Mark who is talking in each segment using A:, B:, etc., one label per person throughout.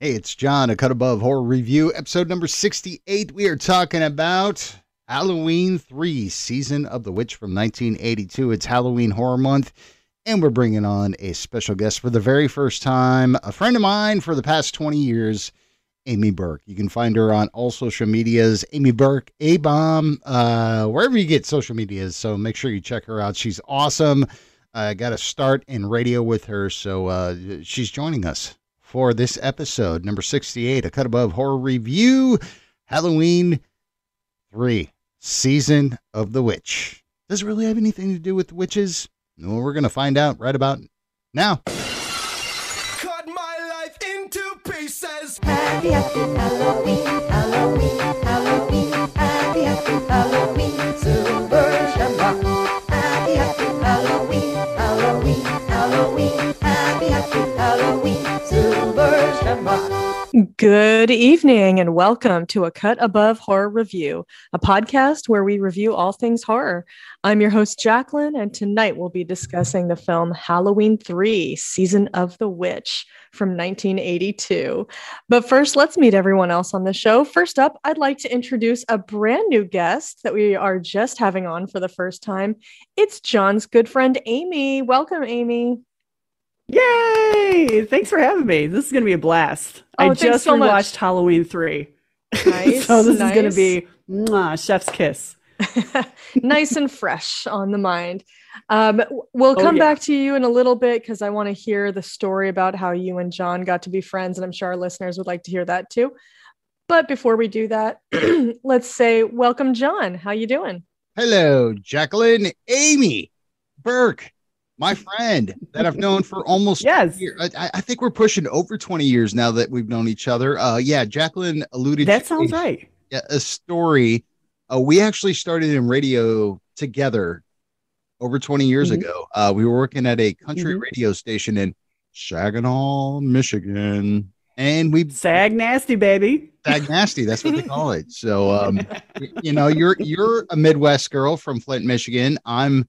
A: Hey, it's John, a Cut Above Horror Review, episode number 68. We are talking about Halloween 3, Season of the Witch from 1982. It's Halloween Horror Month, and we're bringing on a special guest for the very first time, a friend of mine for the past 20 years, Amy Burke. You can find her on all social medias, Amy Burke, A Bomb, uh, wherever you get social medias. So make sure you check her out. She's awesome. I got a start in radio with her, so uh, she's joining us for this episode, number 68, a cut above horror review, Halloween 3, Season of the Witch. Does it really have anything to do with witches? No, we're going to find out right about now.
B: Cut my life into pieces.
C: Happy, happy Halloween, Halloween, Halloween. Happy, happy Halloween, Silver Shamrock. Happy, happy Halloween, Halloween, Halloween. Happy, happy Halloween, Silver Shamrock.
D: Good evening and welcome to A Cut Above Horror Review, a podcast where we review all things horror. I'm your host, Jacqueline, and tonight we'll be discussing the film Halloween 3 Season of the Witch from 1982. But first, let's meet everyone else on the show. First up, I'd like to introduce a brand new guest that we are just having on for the first time. It's John's good friend, Amy. Welcome, Amy.
E: Yay! Thanks for having me. This is going to be a blast.
D: Oh,
E: I
D: thanks
E: just
D: so much.
E: rewatched Halloween 3.
D: Nice,
E: so this is going
D: nice.
E: to be mwah, chef's kiss.
D: nice and fresh on the mind. Um, w- we'll
E: Oh,
D: come
E: yeah.
D: back to you in a little bit because I want to hear the story about how you and John got to be friends, and I'm sure our listeners would like to hear that too. But before we do that, let's say welcome, John. How you doing?
A: Hello, Jacqueline, Amy, Burke, my friend that I've known for almost
E: Yes.
A: year. I- I, I think we're pushing over 20 years now that we've known each other. Uh, yeah, Jacqueline alluded
E: That
A: to
E: sounds
A: a-
E: right.
A: a, story. Uh, we actually started in radio together over 20 years
E: Mhm.
A: ago. Uh, we were working at a country
E: Mhm.
A: radio station in Saginaw, Michigan, and we
E: Sag nasty, baby.
A: Sag Nasty. That's what they call it. So, um, y- you know, you're you're a Midwest girl from Flint, Michigan. I'm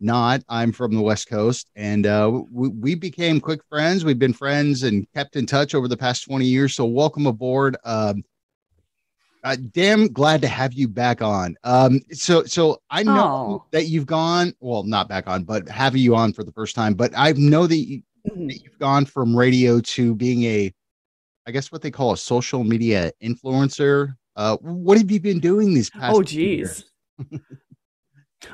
A: not. I'm from the West Coast, and uh, we we became quick friends. We've been friends and kept in touch over the past 20 years. So, welcome aboard. Um, uh, damn glad to have you back on. Um, so so I know
E: Aw.
A: that you've gone well, not back on, but having you on for the first time. But I know that you,
E: Mhm.
A: that you've gone from radio to being a i guess what they call a social media influencer uh what have you been doing these past
E: Oh,
A: few years?
E: geez.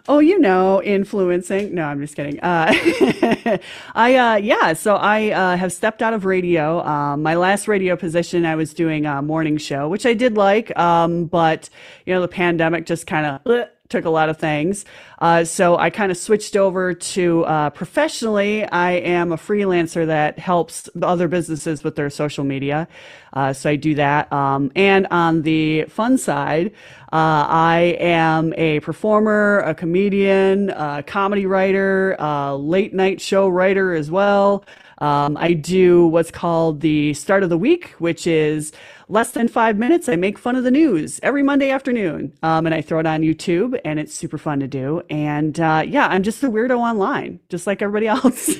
E: oh, you know, influencing. No, I'm just kidding. Uh, I, uh, yeah, so I uh, have stepped out of radio. Um, my last radio position, I was doing a morning show, which I did like, um, but, you know, the pandemic just kind of took a lot of things. Uh, so I kind of switched over to uh, professionally. I am a freelancer that helps other businesses with their social media. Uh, so I do that. Um, and on the fun side, uh, I am a performer, a comedian, a comedy writer, a late night show writer as well. Um, I do what's called the start of the week, which is less than five minutes. I make fun of the news every Monday afternoon, um, and I throw it on YouTube, and it's super fun to do. And uh, yeah, I'm just a weirdo online, just like everybody else.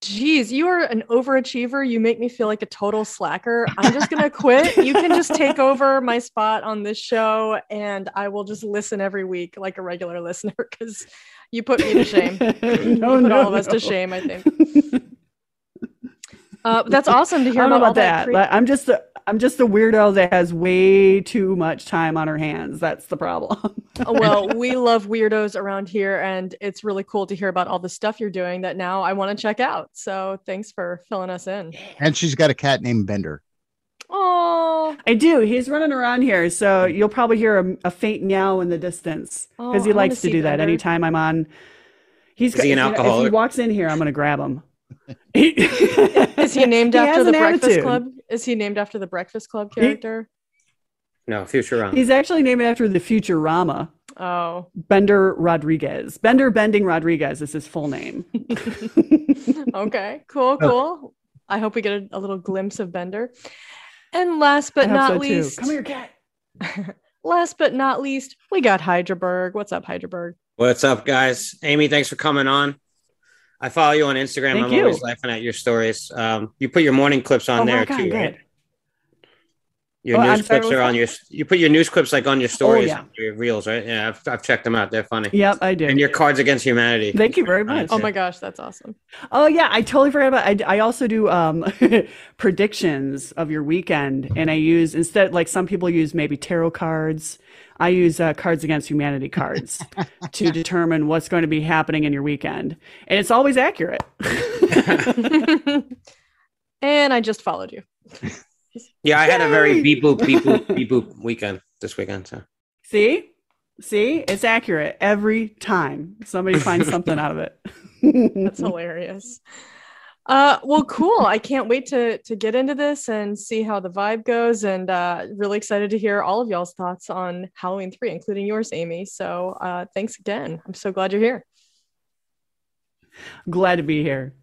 D: Geez, you are an overachiever. You make me feel like a total slacker. I'm just gonna quit. You can just take over my spot on this show, and I will just listen every week like a regular listener because you put me to shame.
E: no,
D: you put
E: no,
D: all of us
E: no.
D: to shame, I think. Uh, that's awesome to
E: I
D: hear
E: don't know
D: about, all
E: about that.
D: crea-
E: but I'm just a, I'm just a weirdo that has way too much time on her hands. That's the problem.
D: oh, well, we love weirdos around here, and it's really cool to hear about all the stuff you're doing that now I want to check out. So thanks for filling us in.
A: and she's got a cat named bender
D: Oh,
E: I do. He's running around here, so you'll probably hear a, a faint meow in the distance because
D: Oh, I
E: he
D: wanna
E: likes to
D: see
E: do that
D: Bender.
E: anytime I'm on. He's
B: Is he an
E: if If he
B: alcoholic?
E: walks in here, I'm gonna grab him. Is
D: is he named after
E: has
D: the
E: an
D: Breakfast
E: attitude.
D: Club? Is he named after the Breakfast Club
E: He-
D: character?
B: No, Futurama.
E: He's actually named after the Futurama
D: Oh,
E: Bender Rodriguez. Bender Bending Rodriguez is his full name.
D: okay, cool,
A: Oh.
D: cool. I hope we get a, a little glimpse of Bender. And last
E: I
D: but
E: hope
D: not
E: so, too.
D: least,
E: Come here, cat.
D: last but not least, we got Hydraberg. What's up, Hydraberg?
B: What's up, guys? Amy, thanks for coming on. I follow you on Instagram.
E: Thank
B: I'm
E: you.
B: always laughing at your stories. Um, you put your morning clips on
E: oh
B: there
E: my God,
B: too,
E: good.
B: right? Your
E: Oh, I'm
B: news
E: sorry,
B: clips
E: what
B: are
E: was
B: on your. You put your news clips like on your stories,
E: yeah.
B: and your reels, right? Yeah, I've, I've checked them out. They're funny.
E: Yep, I do.
B: And your Cards Against Humanity.
E: Thank you very much.
D: Oh my gosh, that's awesome.
E: Oh yeah, I totally forgot about. I, I also do um, predictions of your weekend, and I use instead like some people use maybe tarot cards. I use uh, Cards Against Humanity cards to determine what's going to be happening in your weekend, and it's always accurate.
D: and I just followed you.
B: Yeah, I had a very
E: Yay!
B: beep boop beep boop beep boop weekend this weekend. So
E: See, see, it's accurate every time. Somebody finds something out of it.
D: That's hilarious. Uh, well, cool. I can't wait to to get into this and see how the vibe goes, and uh, really excited to hear all of y'all's thoughts on Halloween three, including yours, Amy. So uh, thanks again. I'm so glad you're here.
E: Glad to be here.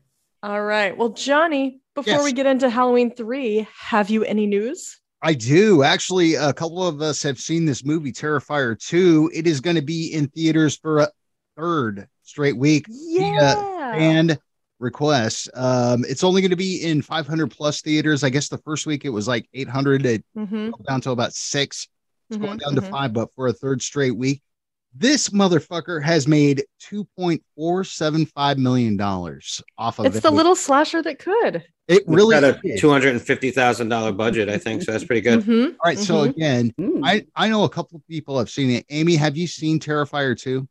D: All right. Well, Johnny, before
A: Yes.
D: we get into Halloween three, have you any news?
A: I do actually. A couple of us have seen this movie, Terrifier 2. It is going to be in theaters for a third straight week.
D: Yeah.
A: and requests. Um, it's only going to be in 500 plus theaters. I guess the first week it was like 800, it
D: Mm-hmm,
A: dropped down to about six, it's going
E: Mm-hmm,
D: mhm,
A: down to
D: mhm.
A: five, but for a third straight week, this motherfucker has made 2.475 million dollars off of
D: It's
A: it.
D: the little slasher that could.
A: it really
B: It's got a
A: is.
B: two hundred and fifty thousand dollar budget, I think. So that's pretty good.
D: Mhm.
A: All right, so
D: Mhm.
A: again,
E: Mm.
A: I I know a couple of people have seen it. Amy, have you seen Terrifier 2?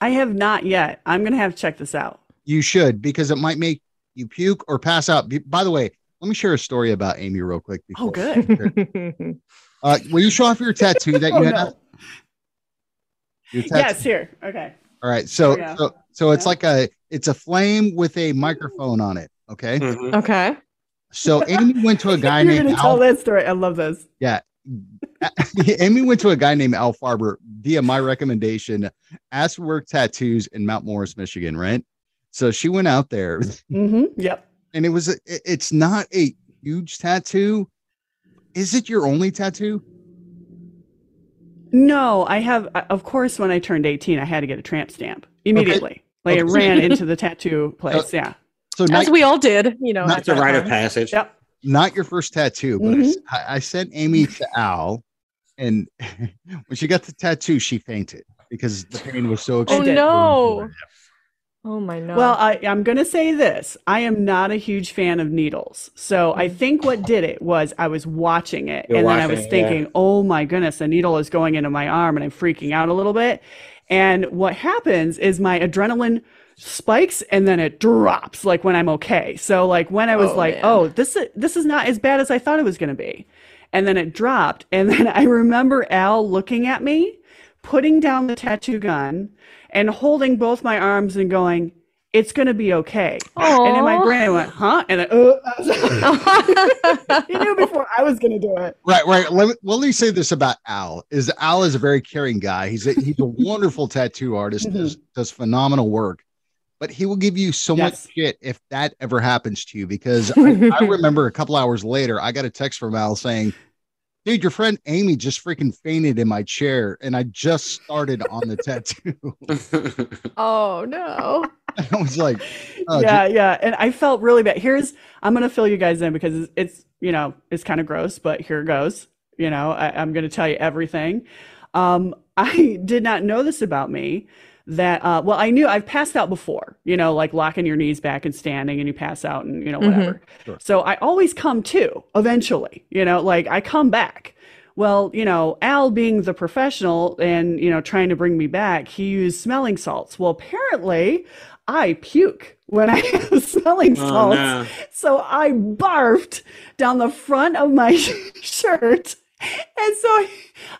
E: I have not yet. I'm gonna have to check this out.
A: You should because it might make you puke or pass out. Be- By the way, let me share a story about Amy real quick.
E: Oh,
A: before-
E: good.
D: Mm-hmm.
A: Uh, will you show off your tattoo that
E: Oh,
A: you have?
E: no.
A: Your tattoo.
E: Yes, here. Okay.
A: All right. So,
E: Yeah.
A: so, so it's
E: Yeah.
A: like a, it's a flame with a microphone on it. Okay.
B: Mhm.
D: okay.
A: So Amy went to a guy
E: You're
A: named
E: gonna tell
A: Al.
E: that story. I love this.
A: Amy went to a guy named Al Farber via my recommendation. Asked to work tattoos in Mount Morris, Michigan. Right. So she went out there,
E: hmm Yep.
A: and it was. a- it- It's not a huge tattoo. Is it your only tattoo?
E: No, I have. I- Of course, when I turned 18, I had to get a tramp stamp immediately. Like I
A: Okay.
E: ran into the tattoo place. Yeah.
A: So not,
D: As we all did, you know.
A: Not
D: at
B: It's a
D: that
B: rite of
D: time.
B: passage.
E: Yep.
A: not your first tattoo, but I s-
E: Mm-hmm.
A: I, I sent Amy to Al, and when she got the tattoo, she fainted because the pain was so
D: Oh
A: extreme.
E: did.
D: no. Oh my no.
E: Well, I, I'm going to say this. I am not a huge fan of needles. So I think what did it was I was watching it
B: Mm-hmm. You're
E: and then I
B: watching
E: was
B: it, yeah.
E: thinking, oh my goodness, a needle is going into my arm and I'm freaking out a little bit. And what happens is my adrenaline spikes and then it drops like when I'm okay. So like when I was
D: Oh,
E: like,
D: man.
E: oh, this is, this is not as bad as I thought it was going to be. And then it dropped. And then I remember Al looking at me, putting down the tattoo gun and holding both my arms and going, it's going to be okay. And in my
D: Aw.
E: brain, I went, huh? And then, uh, you knew before I was going to do it.
A: Right, right. Let me, well, let me say this about Al: is Al is a very caring guy. He's a, he's a wonderful tattoo artist.
E: Mm-hmm.
A: does, does phenomenal work, but he will give you so
E: Yes.
A: much shit if that ever happens to you. Because I, I remember a couple hours later, I got a text from Al saying, "Dude, your friend Amy just freaking fainted in my chair, and I just started on the tattoo."
D: oh no.
A: And I was like, Oh,
E: yeah, yeah. And I felt really bad. Here's, I'm going to fill you guys in because it's, it's you know, it's kind of gross, but here goes. You know, I, I'm going to tell you everything. Um, I did not know this about me that, uh, well, I knew I've passed out before, you know, like locking your knees back and standing and you pass out and, you know,
D: Mhm.
E: whatever.
A: Mm-hmm. Sure.
E: So I always come to eventually, you know, like I come back. Well, you know, Al being the professional and, you know, trying to bring me back, he used smelling salts. Well, apparently I puke when I have smelling
B: oh,
E: salts.
B: no.
E: So I barfed down the front of my shirt. And so I-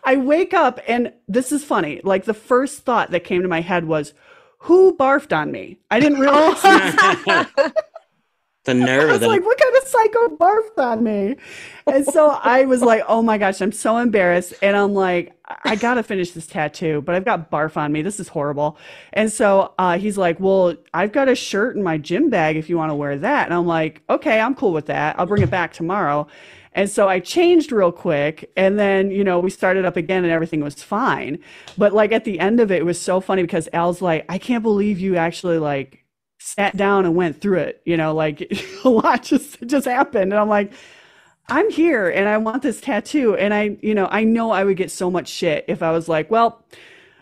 E: I wake up, and this is funny. Like the first thought that came to my head was, who barfed on me? I didn't realize.
B: the nerve
E: I
B: of
E: was
B: them.
E: like, what kind of psycho barfed on me? And so I was like, oh my gosh, I'm so embarrassed. And I'm like, I- I gotta finish this tattoo, but I've got barf on me. This is horrible. And so uh, he's like, well, I've got a shirt in my gym bag if you want to wear that. And I'm like, okay, I'm cool with that. I'll bring it back tomorrow. And so I changed real quick. And then, you know, we started up again and everything was fine. But like at the end of it, it was so funny because Al's like, I can't believe you actually like sat down and went through it. You know, like a lot just just happened. And I'm like, I'm here and I want this tattoo. And I, you know, I know I would get so much shit if I was like, well,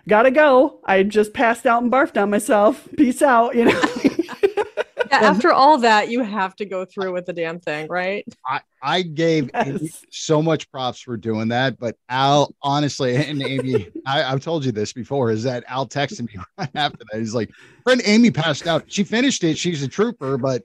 E: gotta go. I just passed out and barfed on myself. Peace out. You know,
D: Yeah, after all that, you have to go through with the damn thing, right?
A: I, I gave Amy
E: Yes.
A: so much props for doing that, but Al, honestly, and Amy, I, I've told you this before, is that Al texted me right after that. He's like, friend Amy passed out. She finished it. She's a trooper, but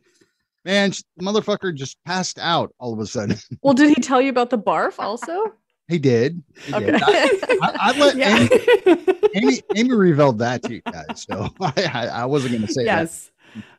A: man, she- the motherfucker just passed out all of a sudden.
D: Well, did he tell you about the barf also?
A: He did. He did.
D: Okay.
A: I, I, I let
E: yeah.
A: Amy, Amy, Amy revealed that to you guys. So I, I, I wasn't going to say that.
E: yes.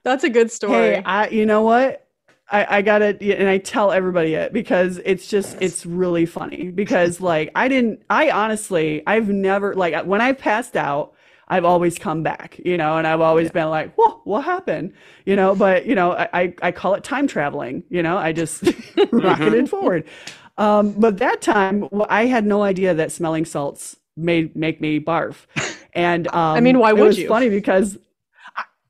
D: That's a good story.
E: Hey, I, you know what? I, I got it, and I tell everybody it because it's just, it's really funny. Because, like, I didn't, I honestly, I've never, like, when I passed out, I've always come back, you know, and I've always been like, whoa, what happened? You know, but, you know, I, I, I call it time traveling, you know, I just rocketed forward. Um, but that time, well, I had no idea that smelling salts made make me barf. And um, I
D: mean, why would
E: it was
D: you?
E: funny because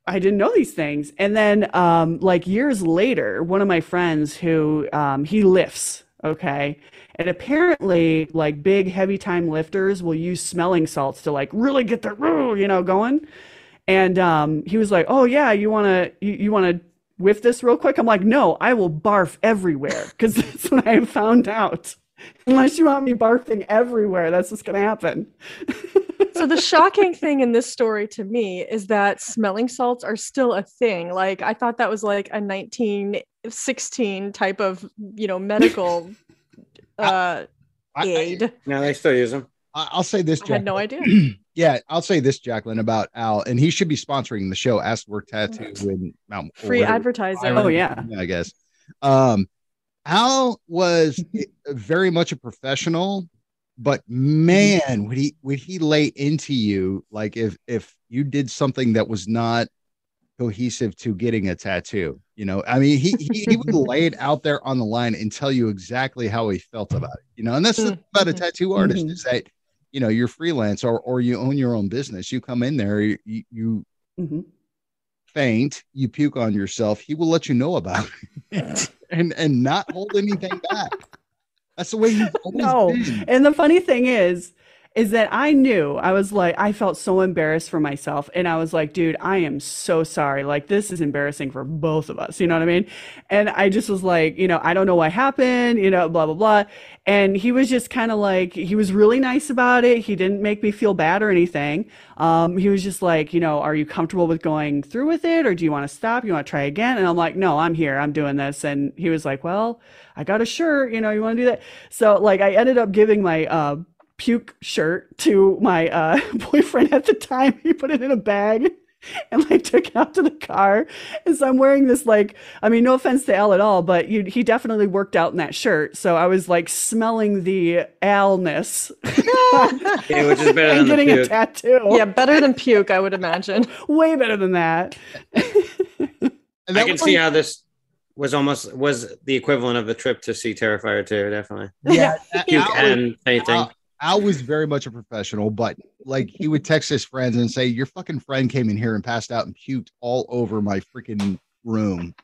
E: I didn't know these things. And then, um, like years later, one of my friends who um, he lifts, okay, and apparently, like big heavy time lifters will use smelling salts to like really get the roo, you know, going. And um, he was like, "Oh yeah, you wanna you, you wanna whiff this real quick?" I'm like, "No, I will barf everywhere because that's what I found out. Unless you want me barfing everywhere, that's what's gonna happen."
D: so the shocking thing in this story to me is that smelling salts are still a thing. Like I thought that was like a 1916 type of, you know, medical uh
A: I- I,
D: aid.
B: No, they still use them.
A: I, I'll say this,
D: I had
A: Jack.
D: no idea.
A: yeah, I'll say this, Jacqueline, about Al, and he should be sponsoring the show. Ask Work Tattoo and Mount or
D: Mm-hmm. Free
A: whatever.
D: advertising.
E: Oh yeah.
A: Yeah, I guess. Um, Al was very much a professional, but man, would he would he lay into you like if if you did something that was not cohesive to getting a tattoo? You know, I mean, he he, he would lay it out there on the line and tell you exactly how he felt about it. You know, and that's the thing about a
D: Mhm.
A: tattoo artist
E: Mhm.
A: is that you know you're freelance or or you own your own business. You come in there, you you
E: hmm
A: faint, you puke on yourself, he will let you know about it and and not hold anything back. That's the way he's always
E: No.
A: been.
E: And the funny thing is, is that I knew I was like, I felt so embarrassed for myself. And I was like, dude, I am so sorry. Like, this is embarrassing for both of us. You know what I mean? And I just was like, you know, I don't know what happened, you know, blah, blah, blah. And he was just kind of like, he was really nice about it. He didn't make me feel bad or anything. Um, he was just like, you know, are you comfortable with going through with it or do you want to stop? You want to try again? And I'm like, no, I'm here. I'm doing this. And he was like, well, I got a shirt, you know, you want to do that? So like I ended up giving my uh, puke shirt to my uh, boyfriend at the time. He put it in a bag and like took it out to the car. And so I'm wearing this like I mean no offense to Al at all, but you, he definitely worked out in that shirt. So I was like smelling the Alness
B: Yeah, which is better
E: and
B: than the
E: getting a
B: puke.
E: tattoo.
D: Yeah, better than puke, I would imagine.
E: Way better than that.
A: And
B: I
A: that
B: can
A: was
B: see
A: like-
B: how this was almost was the equivalent of the trip to see Terrifier 2, definitely.
A: yeah,
B: Puke
A: Al, was-
B: and fainting.
A: Al- Al was very much a professional, but like he would text his friends and say, Your fucking friend came in here and passed out and puked all over my freaking room.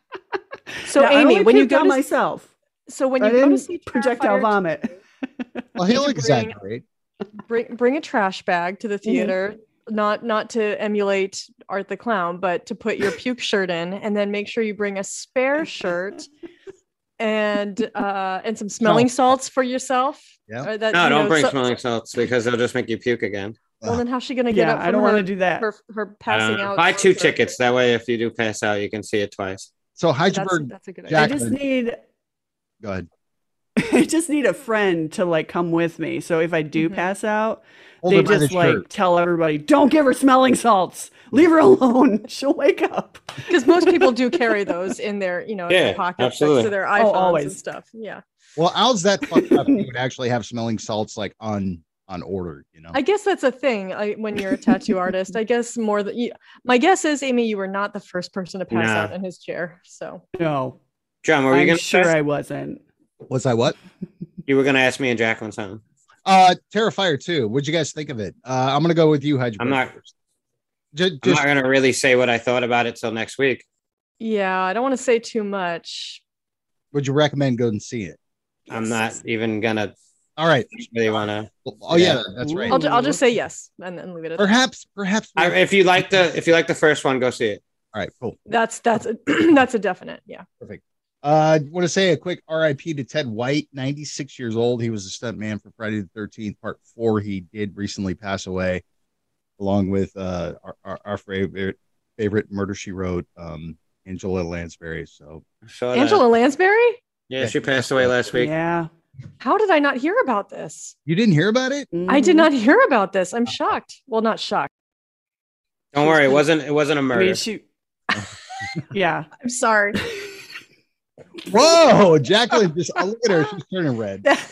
D: So
E: Yeah, I
D: Amy,
E: only
D: when you
E: puked
D: go
E: on
D: to,
E: myself,
D: so when
E: I
D: you go to
E: didn't
D: see
E: projectile
D: Terrifier
E: vomit.
A: Well, he'll
D: Bring-
A: exaggerate.
D: bring bring a trash bag to the
E: Mm-hmm.
D: theater not not to emulate art the clown but to put your puke shirt in and then make sure you bring a spare shirt and uh and some smelling salts for yourself
A: Yeah.
D: Or that,
B: No,
D: you
B: don't
D: know,
B: bring
D: so-
B: smelling salts because they'll just make you puke again.
D: well then how's she gonna get
E: Yeah,
D: up
E: I don't want to
D: want
E: do that.
D: her, her
B: I don't
D: passing
B: know.
D: out
B: Uh, Buy two
D: surgery?
B: tickets. That way, if you do pass out, you can see it twice.
A: So
D: that's,
A: Heidelberg,
D: that's a good
A: Jack-
E: I
D: idea
E: just
A: Jacqueline.
E: need
A: go ahead.
E: I just need a friend to like come with me. So if I do
D: Mhm.
E: pass out,
A: Hold
E: they
A: her by the
E: just like
A: shirt.
E: tell everybody, don't give her smelling salts. Leave her alone. She'll wake up.
D: because most people do carry those in their you know in
B: Yeah,
D: their pockets next
B: absolutely.
D: to their iphones and
E: Oh, always.
D: stuff yeah
A: Well, Al's that fucked up. He would actually have smelling salts like on on order, you know.
D: I guess that's a thing I, when you're a tattoo artist. I guess more than you, my guess is, Amy, you were not the first person to pass
B: Nah.
D: out in his chair. So
E: No,
B: John, were you
E: I'm
B: going to
E: sure I wasn't.
A: Was I what?
B: You were going to ask me and Jacqueline something.
A: Uh, Terrifier 2. What'd you guys think of it? Uh, I'm gonna go with you, Hydra.
B: I'm not.
A: Ju-
B: I'm
A: just
B: not going to really say what I thought about it till next week.
D: Yeah, I don't want to say too much.
A: would you recommend go and see it?
B: I'm not even going to
A: All right.
B: really want to.
A: Oh yeah, that's right.
D: I'll, ju- I'll just say yes and then leave it at that.
A: Perhaps, perhaps.
B: I, if you like the if you like the first one, go see it.
A: All right, cool.
D: That's that's a, that's a definite. Yeah.
A: Uh, want to say a quick RIP to Ted White, 96 years old. He was a stunt man for Friday the 13th, Part Four. He did recently pass away, along with uh, our, our, our favorite favorite murder she wrote, um, Angela Lansbury. So
B: So
D: Angela Lansbury?
B: yeah, she passed away last week.
E: Yeah.
D: How did I not hear about this?
A: you didn't hear about it?
D: I
E: Mhm.
D: did not hear about this. I'm shocked. Well, not shocked.
B: Don't worry, it wasn't it wasn't a
E: I
B: murder.
E: mean, she. yeah.
D: I'm sorry.
A: Whoa, Jacqueline just oh, look at her. She's turning red.
D: that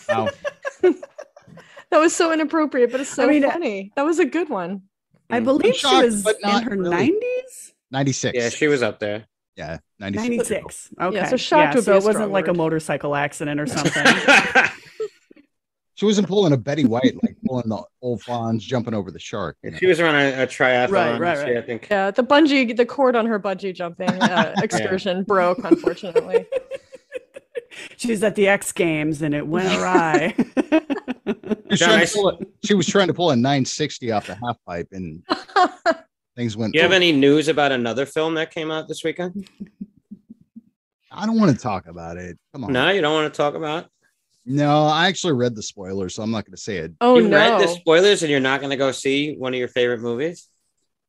A: Wow.
D: was so inappropriate, but it's so
E: I mean, uh,
D: funny. That was a good one.
E: I
B: Mm.
E: believe she
A: shocked,
E: was
A: but not
E: in her
A: really.
E: 90s?
A: 96.
B: yeah, she was up there.
A: Yeah, 96.
E: 96. Okay.
D: so shocked would be
E: so
D: a
E: it wasn't
D: strong
E: like a
D: word.
E: motorcycle accident or something.
A: She wasn't pulling a Betty White like pulling the old Fonz jumping over the shark. you know?
B: she was running a, a triathlon.
E: Right, right,
B: this year,
E: right.
B: I think.
D: Yeah, the bungee, the cord on her bungee jumping uh, excursion broke, unfortunately.
E: she was at the X Games and it went awry.
A: She was
B: John,
A: trying
B: I
A: to pull a- she was trying to pull a 960 off the half pipe and things went.
B: Do you have any news about another film that came out this weekend?
A: I don't want to talk about it. Come on.
B: No, you don't want to talk about.
A: No, I actually read the spoiler, so I'm not going to say it.
D: Oh
B: you read the
D: no.
B: spoilers and you're not going to go see one of your favorite movies.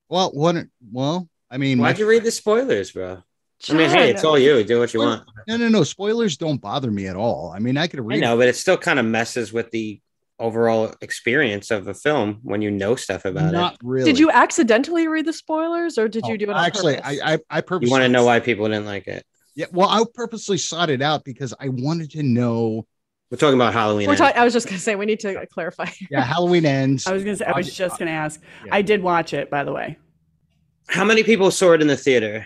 A: Well, what? Well, I mean,
B: Why'd
A: my,
B: you read the spoilers, bro? I mean, hey, it's
D: John.
B: all you. Do what you want.
A: no, no, no. Spoilers don't bother me at all. I mean, I could
B: I
A: read.
B: know, but it still kind of messes with the overall experience of a film when you know stuff about
A: Not really.
D: Did you accidentally read the spoilers or did
B: Oh,
D: you do it on
A: actually?
D: purpose?
A: I, I, I
B: it.
A: purposely
B: You want to know why people didn't like it.
A: Yeah, well, I purposely sought it out because I wanted to know.
B: We're talking about Halloween.
D: We're
B: Ends.
D: talking. I was just gonna say we need to clarify.
A: Yeah, Halloween ends.
E: I was gonna say I was just gonna ask.
A: Yeah.
E: I did watch it, by the way.
B: How many people saw it in the theater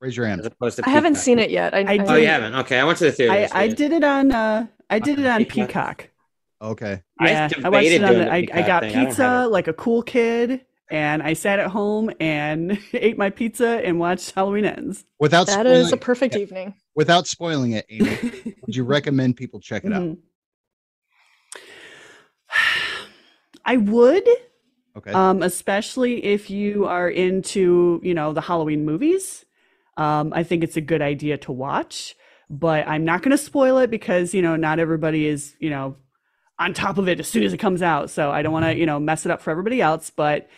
A: Raise your
B: as
A: hand.
B: opposed to?
D: I haven't
B: Peacock?
D: seen it yet. I,
E: I
B: Oh,
E: did.
B: you haven't. Okay, I went to the theater.
E: I,
B: this
E: I
B: year.
E: did it on uh I did it on
B: Peacock.
E: Peacock.
A: Okay.
E: Yeah,
B: I
E: I, watched
B: debated
E: it on
B: doing
E: the,
B: the
E: I, I
B: Peacock
E: got
B: thing. I don't
E: pizza
B: have
E: like a cool kid and I sat at home and ate my pizza and watched Halloween Ends.
A: Without
D: That
A: spoiling,
D: is a perfect evening.
A: without spoiling it, Amy, would you recommend people check it out?
E: Mhm. Mm-hmm. I would,
D: Mm-hmm.
A: Okay.
E: um, especially if you are into, you know, the Halloween movies. Um, I think it's a good idea to watch, but I'm not going to spoil it because, you know, not everybody is, you know, on top of it as soon as it comes out. So I don't want to, you know, mess it up for everybody else. But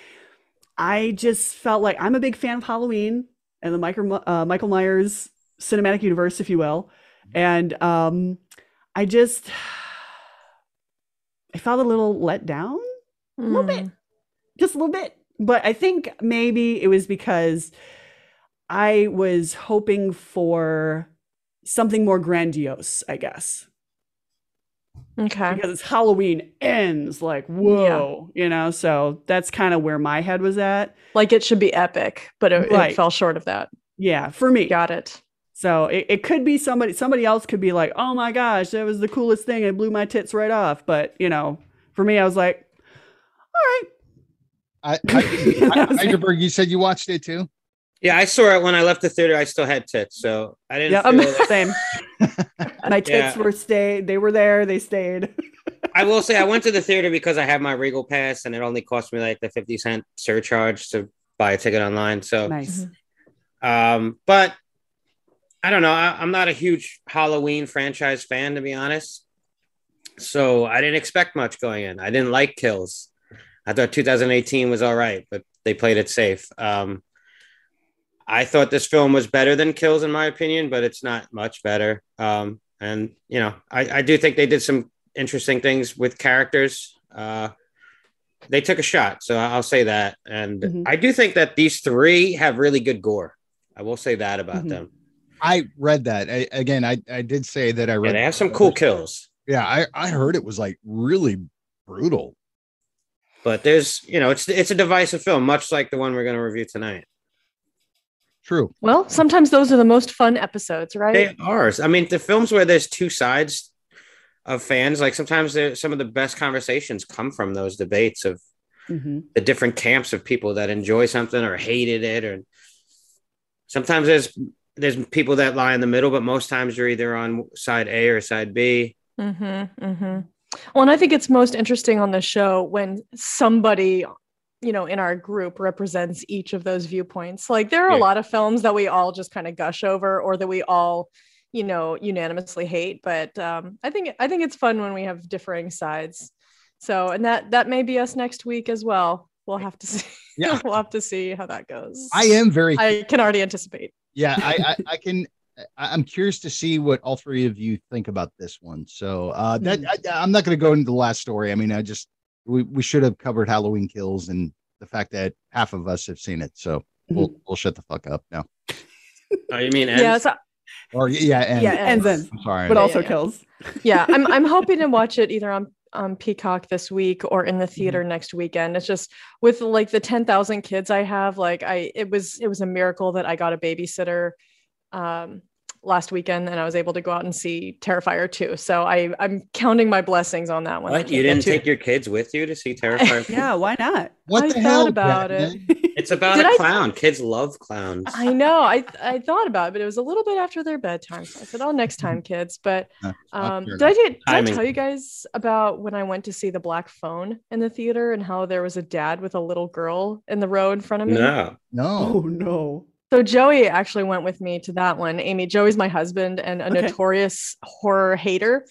E: I just felt like I'm a big fan of Halloween and the Michael, uh, Michael Myers cinematic universe, if you will. And um, I just, I felt a little let down little bit. just a little bit. But I think maybe it was because I was hoping for something more grandiose, I guess.
D: Hmm, Okay.
E: Because it's Halloween ends, like, whoa, you know? So that's kind of where my head was at.
D: Like it should be epic, but it, it
E: Right.
D: fell short of that.
E: Yeah, for me.
D: Got it.
E: So it, it could be somebody, somebody else could be like, oh my gosh, that was the coolest thing. It blew my tits right off. But, you know, for me, I was like, all
A: I, I,
E: right.
A: Heidelberg, you said you watched it too.
B: it. Yeah, I saw it when I left the theater. I still had tits, so I didn't.
E: Yep.
B: feel
E: Um,
B: like-
E: same. My tits
B: Yeah.
E: were stayed. They were there. They stayed.
B: I will say I went to the theater because I had my Regal pass, and it only cost me like the fifty cent surcharge to buy a ticket online. So,
E: Nice.
B: um, but I don't know. I, I'm not a huge Halloween franchise fan, to be honest. So I didn't expect much going in. I didn't like kills. I thought 2018 was all right, but they played it safe. Um, I thought this film was better than Kills, in my opinion, but it's not much better. Um, and you know, I, I do think they did some interesting things with characters. Uh, they took a shot, so I'll say that. And
E: Mhm.
B: I do think that these three have really good gore. I will say that about
E: Mhm.
B: them.
A: I read that. I, again, I, I did say that I read.
B: Yeah, they have some cool kills,
A: Yeah, I, I heard it was like really brutal.
B: but there's you know, it's it's a divisive film, much like the one we're going to review tonight.
A: True.
D: Well, sometimes those are the most fun episodes, right?
B: They are. I mean, the films where there's two sides of fans. Like sometimes there- some of the best conversations come from those debates of
E: hmm
B: the different camps of people that enjoy something or hated it or sometimes there's there's people that lie in the middle but most times you're either on side a or side b
D: Mm-hmm, mm-hmm. Well, and I think it's most interesting on the show when somebody, you know, in our group represents each of those viewpoints. Like there are
B: Yeah.
D: a lot of films that we all just kind of gush over, or that we all, you know, unanimously hate. But um, I think I think it's fun when we have differing sides. So, and that that may be us next week as well. We'll have to see.
A: Yeah.
D: we'll have to see how that goes.
A: I am very
D: I can already anticipate.
A: yeah I, I i can I- i'm curious to see what all three of you think about this one so uh that I, i'm not going to go into the last story i mean i just we, we should have covered halloween kills and the fact that half of us have seen it so we'll we'll shut the fuck up now
B: oh you mean
D: Yeah,
B: ends?
D: so,
A: or yeah and
D: Yeah,
E: And then,
A: i'm sorry
E: but also
D: yeah.
E: kills.
D: yeah i'm i'm hoping to watch it either on on peacock this week or in the theater next weekend it's just with like the 10,000 kids i have like i it was it was a miracle that i got a babysitter um last weekend and i was able to go out and see terrifier 2 so i i'm counting my blessings on that one
B: what you didn't take your kids with you to see terrifier
E: Yeah, why not?
A: what
D: I
A: the
D: thought
A: hell
D: about
A: Batman?
D: it.
B: it's about
D: Did
B: a
D: I-
B: clown kids love clowns
D: I know. I I thought about it, but it was a little bit after their bedtime. So I said, "Oh, next time,
B: Mm-hmm.
D: kids." But
A: No, it's not
D: um,
A: fair
D: did I did, did I
B: Timing.
D: tell you guys about when I went to see the Black Phone in the theater and how there was a dad with a little girl in the row in front of me?
B: no
E: Oh
A: no
E: no.
D: So Joey actually went with me to that one. Amy, Joey's my husband and a
E: Okay.
D: notorious horror hater,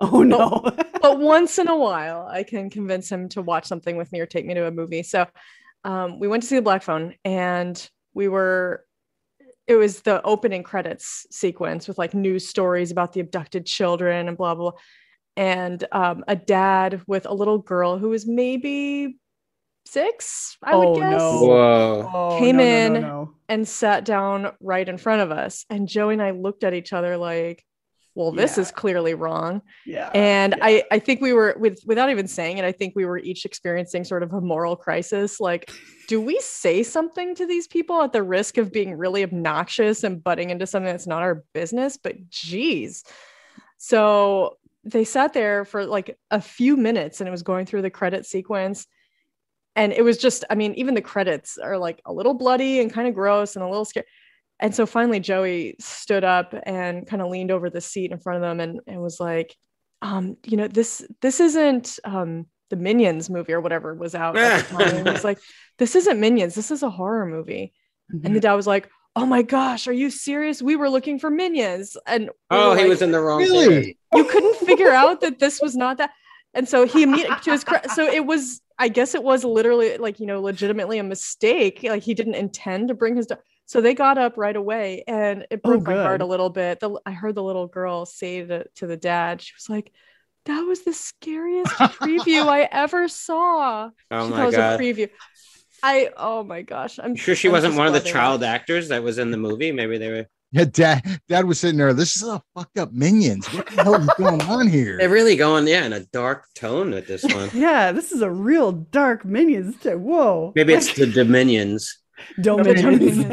E: Oh no.
D: but once in a while I can convince him to watch something with me or take me to a movie. So um, we went to see the Black Phone and we were it was the opening credits sequence with like news stories about the abducted children and blah blah, blah. and um, a dad with a little girl who was maybe six i
E: Oh,
D: would guess
E: no.
B: whoa
E: Oh,
D: Came
E: no, no,
D: in.
E: No, no,
D: and sat down right in front of us and joey and i looked at each other like well this
E: Yeah.
D: is clearly wrong
E: Yeah.
D: and
E: yeah.
D: I, I think we were with without even saying it i think we were each experiencing sort of a moral crisis like do we say something to these people at the risk of being really obnoxious and butting into something that's not our business but geez so they sat there for like a few minutes and it was going through the credit sequence and it was just i mean even the credits are like a little bloody and kind of gross and a little scary and so finally joey stood up and kind of leaned over the seat in front of them and, and was like um, you know this this isn't um, the minions movie or whatever was out at the time. And he was like this isn't minions this is a horror movie
E: Mm-hmm.
D: and
B: Mm-hmm.
D: the dad was like oh my gosh are you serious we were looking for minions and we
B: oh
D: were
B: he
D: like-
B: was in the wrong theater.
A: really
D: you couldn't figure out that this was not that and so he immediately to his cre- so it was i guess it was literally like you know legitimately a mistake like he didn't intend to bring his do- so they got up right away and it
E: Oh,
D: broke my heart
E: good.
D: a little bit the, i heard the little girl say to, to the dad she was like that was the scariest preview i ever saw
B: oh
D: she thought it
B: my
D: was
B: god
D: a preview i oh my gosh i'm
B: You sure she
D: I'm
B: wasn't
D: just
B: one of the
D: glad they
B: child
D: watched.
B: actors that was in the movie maybe they were
A: yeah dad dad was sitting there this is a fucked up minions what the hell is going on here
B: they're really going yeah in a dark tone with this one
E: Yeah, this is a real dark minions. t- Whoa.
B: maybe it's the dominions
E: Dominions.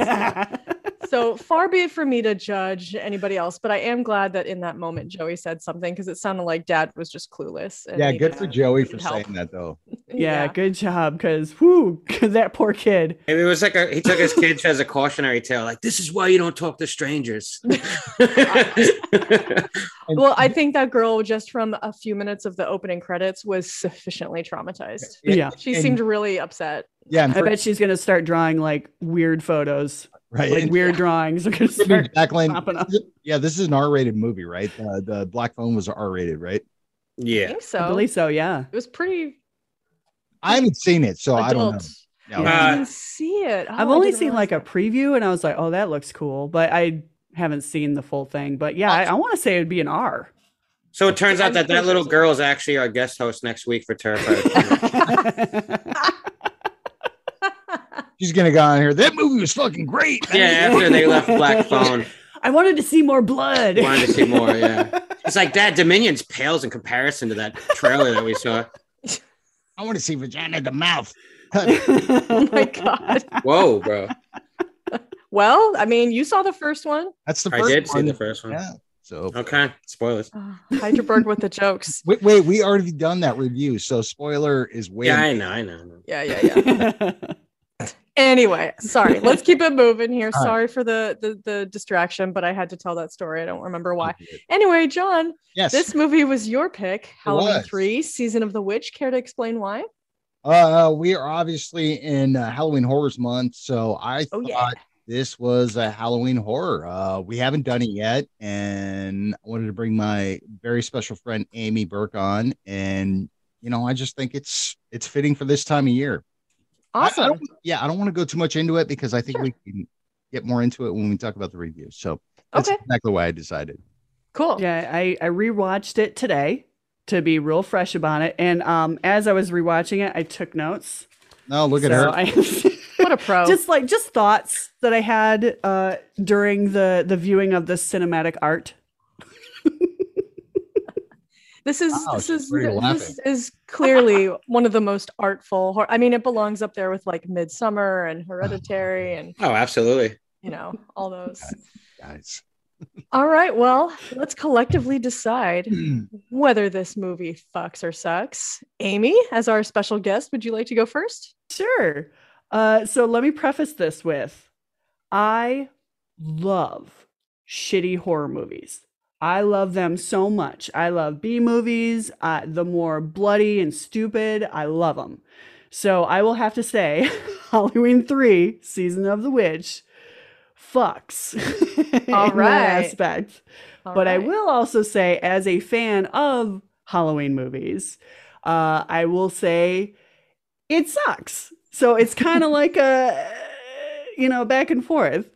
D: so far be it for me to judge anybody else, but I am glad that in that moment Joey said something because it sounded like Dad was just clueless. and
A: yeah
D: needed-
A: good for joey for
D: needed help.
A: saying that though
E: yeah, good job, because whoo, that poor kid.
B: Maybe it was like a, he took his kids as a cautionary tale, like this is why you don't talk to strangers.
A: And-
D: Well, I think that girl just from a few minutes of the opening credits was sufficiently traumatized.
E: Yeah.
D: She
A: and-
D: seemed really upset.
A: yeah and
E: I
A: for,
E: bet she's gonna start drawing like weird photos,
A: right
E: like
A: and-
E: weird drawings. Are gonna start
A: Jacqueline,
E: popping up.
A: yeah, this is an R-rated movie, right? Uh, the Black Phone was R-rated, right?
D: I
B: yeah.
D: think
E: I
D: so.
E: believe so. Yeah.
D: It was pretty
A: I haven't seen it, so Oh, I don't know.
D: adult.
A: No.
E: Yeah.
D: I
B: Uh,
D: didn't see it.
E: I've
D: Oh, I
E: only
D: didn't
E: seen
D: realize
E: like a
D: that.
E: preview, and I was like, oh, that looks cool, but I haven't seen the full thing. But yeah, I, I want to say it would be an R.
B: So it turns out that that little
D: Yeah.
B: girl is actually our guest host next week for Terrifier.
A: She's gonna go on here. That movie was fucking great.
B: yeah, after they left Black Phone,
E: I wanted to see more blood.
B: wanted to see more. Yeah, it's like that Dominions pales in comparison to that trailer that we saw.
A: I want to see vagina to mouth.
E: oh
D: my God.
B: Whoa, bro!
D: Well, I mean, you saw the first one.
A: That's the
B: I
A: first
B: did see
A: one.
B: the first one.
A: Yeah. So
B: Okay, spoilers.
D: Oh, Hyderberg with the jokes.
A: wait, wait, we already done that review. So spoiler is way.
B: Yeah, I know, I know. I know.
D: Yeah, yeah, yeah. Anyway, sorry. Let's keep it moving here.
A: All right.
D: Sorry for the, the the distraction, but I had to tell that story. I don't remember why. Anyway, John,
A: Mm-hmm. Yes.
D: this movie was your pick, Halloween
A: was.
D: 3, Season of the Witch. Care to explain why?
A: Uh, we are obviously in uh, Halloween Horrors Month, so I
D: Oh,
A: thought
D: yeah.
A: this was a Halloween horror. Uh, we haven't done it yet, and I wanted to bring my very special friend Amy Burke on, and you know, I just think it's it's fitting for this time of year. I- I
D: Awesome.
A: don't- yeah, I don't want to go too much into it because I think
D: Sure.
A: we can get more into it when we talk about the review. So that's
D: okay,
A: exactly why I decided.
D: cool.
E: Yeah, I, I rewatched it today to be real fresh about it. And um, as I was rewatching it, I took notes.
A: No, look at
E: So
A: her.
E: I-
D: What a pro.
E: just like just thoughts that I had uh, during the the viewing of the cinematic art.
D: this is
A: Wow,
D: this
A: Oh, she's
D: is
A: pretty
D: this is clearly one of the most artful. Hor- I mean, it belongs up there with like Midsummer and Hereditary, and
B: Oh, absolutely.
D: you know all those.
A: guys.
D: All right, well, let's collectively decide whether this movie fucks or sucks. Amy, as our special guest, would you like to go first?
E: Sure. Uh, so let me preface this with I love shitty horror movies. I love them so much. I love B movies. Uh, the more bloody and stupid, I love them. So I will have to say Halloween 3, Season of the Witch, fucks. in
D: All
E: that
D: right.
E: aspect
D: All
E: but I
D: right.
E: will also say, as a fan of Halloween movies, uh, I will say it sucks. So it's kind of like a, you know, back and forth.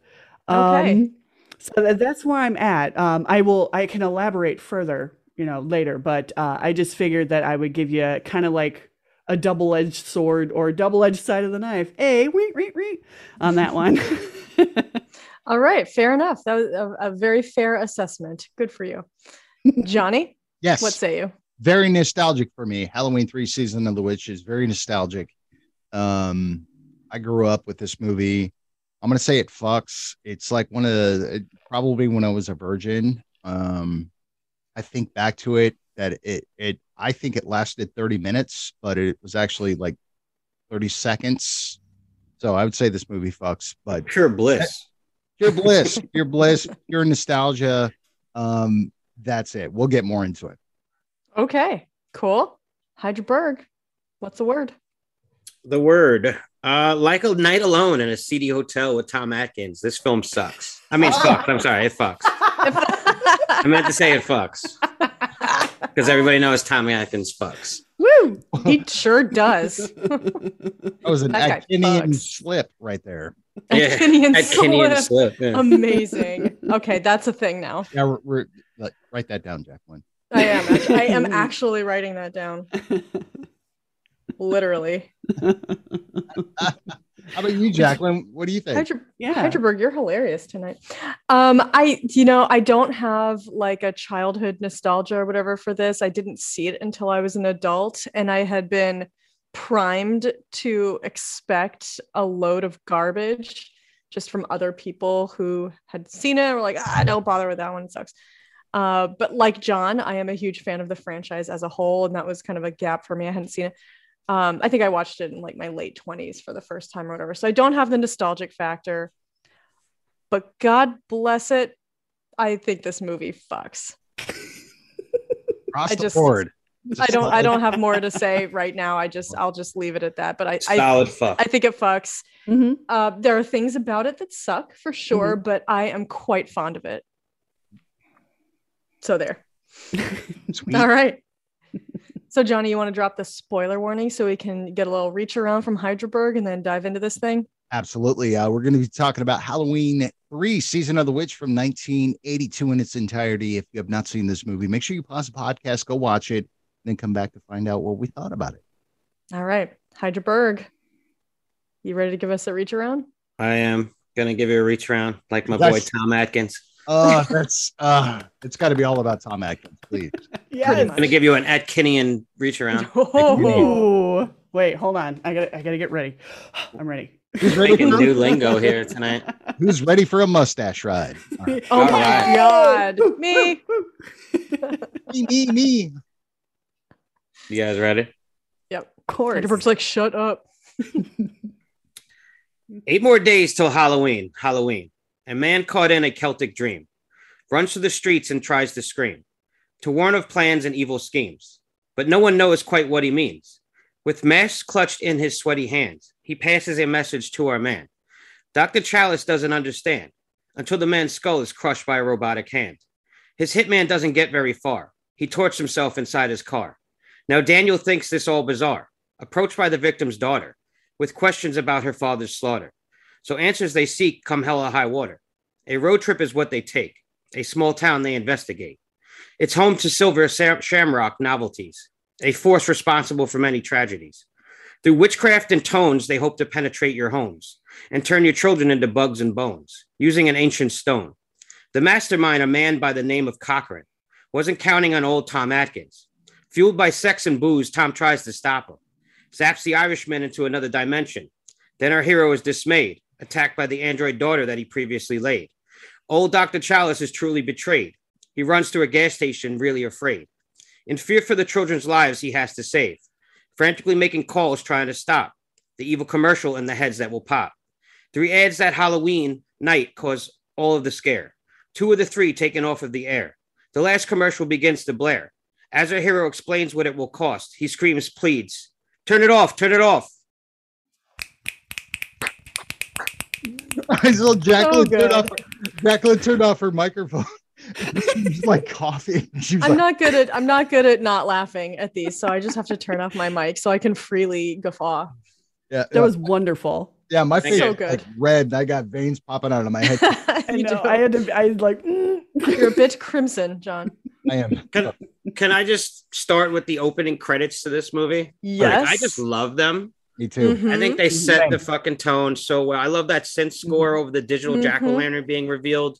E: Um,
D: Okay.
E: so tha- that's where I'm at. Um, I will, I can elaborate further, you know, later, but uh, I just figured that I would give you kind of like a double edged sword or double edged side of the knife. Hey, wait, wait, wait on that one.
D: All right, fair enough. That was a, a very fair assessment. Good for you, Johnny.
A: Yes.
D: What say you?
A: very nostalgic for me. Halloween three season of the witch is very nostalgic. Um, I grew up with this movie. I'm gonna say it fucks. It's like one of the it- probably when I was a virgin. Um, I think back to it that it it I think it lasted 30 minutes, but it was actually like 30 seconds. So I would say this movie fucks, but
B: Pure bliss.
A: pure bliss, pure bliss, pure nostalgia. Um, that's it. We'll get more into it.
D: Okay, cool. Hydraberg, what's the word?
B: The word. Uh, like a night alone in a seedy hotel with Tom Atkins. This film sucks. I mean,
A: Oh.
B: fucked. I'm sorry. It fucks. I meant to say it fucks because everybody knows Tom Atkins fucks.
E: Woo!
D: he sure does.
A: That was an
D: That guy
A: Actinian
D: fucks.
A: slip right there.
B: Yeah.
D: Atkinian
B: At Kenny and
D: slip.
B: Slip. yeah.
D: Amazing. Okay, that's a thing now.
A: Yeah, we're, we're like, write that down, Jacqueline.
D: I am. act- I am actually writing that down. Literally,
A: How about you, Jacqueline? What do you think?
D: Hydra-
E: yeah.
D: Hyderberg, you're hilarious tonight. Um, I, you know, I don't have like a childhood nostalgia or whatever for this. I didn't see it until I was an adult, and I had been primed to expect a load of garbage just from other people who had seen it. and Were like, ah, don't bother with that one. It sucks. Uh, but like John, I am a huge fan of the franchise as a whole, and that was kind of a gap for me. I hadn't seen it. Um, I think I watched it in like my late 20s for the first time or whatever. So I don't have the nostalgic factor, but God bless it. I think this movie fucks.
A: Across
D: I
A: the
D: just-
A: board. It's a
D: I don't. I
A: solid-
D: don't have more to say right now. I just. I'll just leave it at that. But I. I,
B: Solid fuck.
D: I think it fucks.
E: Mhm.
D: Uh, there are things about it that suck for sure, but I am quite fond of it. So there.
A: Sweet.
D: All right. So Johnny, you want to drop the spoiler warning so we can get a little reach around from Hydraberg and then dive into this thing?
A: Absolutely. Uh, we're going to be talking about Halloween 3, Season of the Witch from 1982 in its entirety. If you have not seen this movie, make sure you pause the podcast, go watch it, and then come back to find out what we thought about it.
D: All right, Hydraberg, you ready to give us a reach around?
B: I am gonna give you a reach around like my boy
A: That's-
B: Tom Atkins.
A: Uh, that's uh, it's got to be all about Tom Atkins, please.
D: Pretty
E: Yes.
B: I'm gonna give you an Atkinian reach around.
D: Oh,
E: Ooh. Wait, hold on. I gotta I gotta get ready. I'm ready.
A: Who's ready
B: Making
A: for,
B: new lingo here tonight.
A: who's ready for a mustache ride? All right.
D: Oh
B: All
D: my
B: right.
D: God. Me.
A: me, me, me.
B: You guys ready?
D: Yep.
E: Of course.
D: Dr. Brooks like, shut up.
B: Eight more days till Halloween. Halloween. A man caught in a Celtic dream runs to the streets and tries to scream to warn of plans and evil schemes. But no one knows quite what he means. With masks clutched in his sweaty hands, he passes a message to our man. Dr. Chalice doesn't understand until the man's skull is crushed by a robotic hand. His hitman doesn't get very far. He torches himself inside his car. Now, Daniel thinks this all bizarre. Approached by the victim's daughter, with questions about her father's slaughter. So answers they seek come hell or high water. A road trip is what they take, a small town they investigate. It's home to Silver Sam- Shamrock novelties, a force responsible for many tragedies. Through witchcraft and tones, they hope to penetrate your homes and turn your children into bugs and bones using an ancient stone. The mastermind, a man by the name of Cochrane, wasn't counting on old Tom Atkins. Fueled by sex and booze, Tom tries to stop him zaps the Irishman into another dimension. Then our hero is dismayed, attacked by the android daughter that he previously laid. Old Dr. Chalice is truly betrayed. He runs to a gas station, really afraid. In fear for the children's lives, he has to save, frantically making calls trying to stop the evil commercial and the heads that will pop. Three ads that Halloween night cause all of the scare, two of the three taken off of the air. The last commercial begins to blare. As our hero explains what it will cost, he screams, pleads, Turn it off. Turn it off.
A: so Jacqueline,
D: good.
A: turned off, Jacqueline turned off her microphone. she was like coughing. She was
D: I'm
A: like,
D: not good at I'm not good at not laughing at these, so I just have to turn off my mic so I can freely guffaw.
A: yeah,
E: that was wonderful.
A: yeah, my
B: Thank
A: face
D: you.
A: was like
D: So
A: red, and I got veins popping out of my head.
E: I
D: You
E: know.
D: do.
E: I had to. I was like, mm.
D: You're a bit crimson, John.
A: I am.
B: Can, can I just start with the opening credits to this movie?
D: Yes.
B: Like, I just love them.
A: Me too.
D: Mhm.
B: I think they set
A: Same.
B: the fucking tone so well. I love that synth score over the digital
D: Mhm.
B: jack o' lantern being revealed.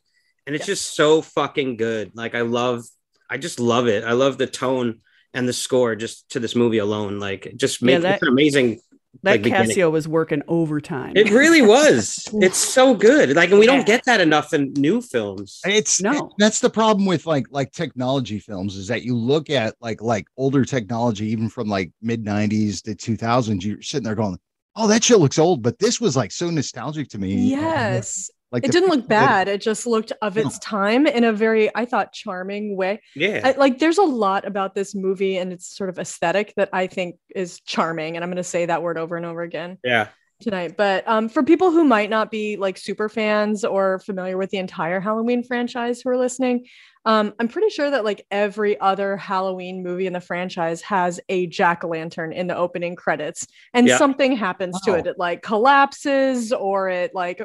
B: And it's just so fucking good. Like, I love, I just love it. I love the tone and the score just to this movie alone. Like, it just
E: Yeah,
B: makes
E: that-
B: it's an amazing.
E: that
B: Like beginning.
E: Casio was working overtime.
B: It really was. it's so good. Like, and we don't get that enough in new films.
D: Mm.
A: It's
E: No.
A: That's the problem with like like technology films is that you look at like like older technology, even from like mid '90s to 2000s. You're sitting there going, "Oh, that shit looks old," but this was like so nostalgic to me.
D: Mm-hmm.
A: Oh,
D: Yes.
A: like
D: It
A: the
D: didn't look
A: people that-
D: bad. It just looked of
A: No.
D: its time in a very, I thought, charming way.
B: Yeah.
D: I, like, there's a lot about this movie and its sort of aesthetic that I think is charming. And I'm going to say that word over and over again.
B: yeah.
D: tonight. But um, for people who might not be like super fans or familiar with the entire Halloween franchise who are listening, um, I'm pretty sure that like every other Halloween movie in the franchise has a jack o' lantern in the opening credits, and
B: Yeah.
D: something happens to
A: Wow.
D: it. It like collapses, or it like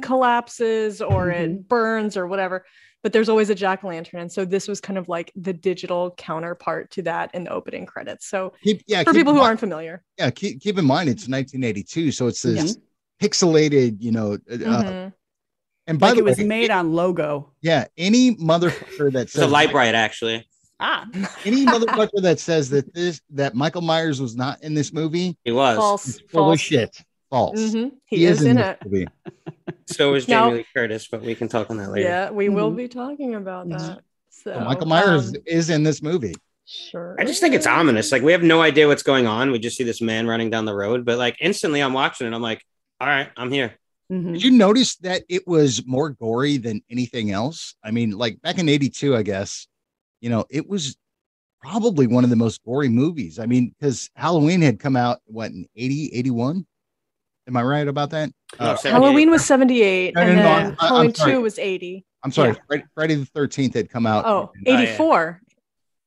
D: uncollapses, or it
A: Mm-hmm.
E: Mhm.
D: burns, or whatever. But there's always a jack o' lantern, and so this was kind of like the digital counterpart to that in the opening credits. So
A: Keep, yeah,
D: for
A: keep
D: people
A: in
D: who
A: mind-
D: aren't familiar,
A: yeah, keep, keep in mind it's 1982, so it's
E: Yeah.
A: this pixelated, you know. Uh,
D: Mhm.
A: and by
E: like
A: the
E: it was
A: way,
E: made on logo.
A: yeah, any motherfucker that
B: It's a
A: says
B: light bright, actually.
E: Ah,
A: any motherfucker that says that this that Michael Myers was not in this movie
B: He was.
D: false,
A: is full of
D: false.
A: shit. False.
D: Mhm. He, is, in
A: this
D: it.
A: movie.
B: So is
D: Now-
B: Jamie Lee Curtis, but we can talk on that later.
D: Yeah, we will
E: Mhm.
D: be talking about
E: Mhm.
D: that. So,
A: So Mm-hmm. Michael Myers
D: um,
A: is in this movie.
D: sure.
B: I just think it's ominous. Like we have no idea what's going on. We just see this man running down the road, but like instantly I'm watching it. I'm like, all right, I'm here.
E: Mhm.
A: Did you notice that it was more gory than anything else? I mean, like back in 82, I guess, you know, it was probably one of the most gory movies. I mean, because Halloween had come out, what, in 80, 81? Am I right about that?
B: No,
A: Uh,
B: 78.
D: Halloween was 78,
A: No, no,
D: and
A: no,
D: then
A: I- I'm
D: Halloween
A: sorry.
D: 2 was 80.
A: I'm sorry, Fri- Friday the 13th had come out. uh,
D: Oh,
A: in-
D: 84.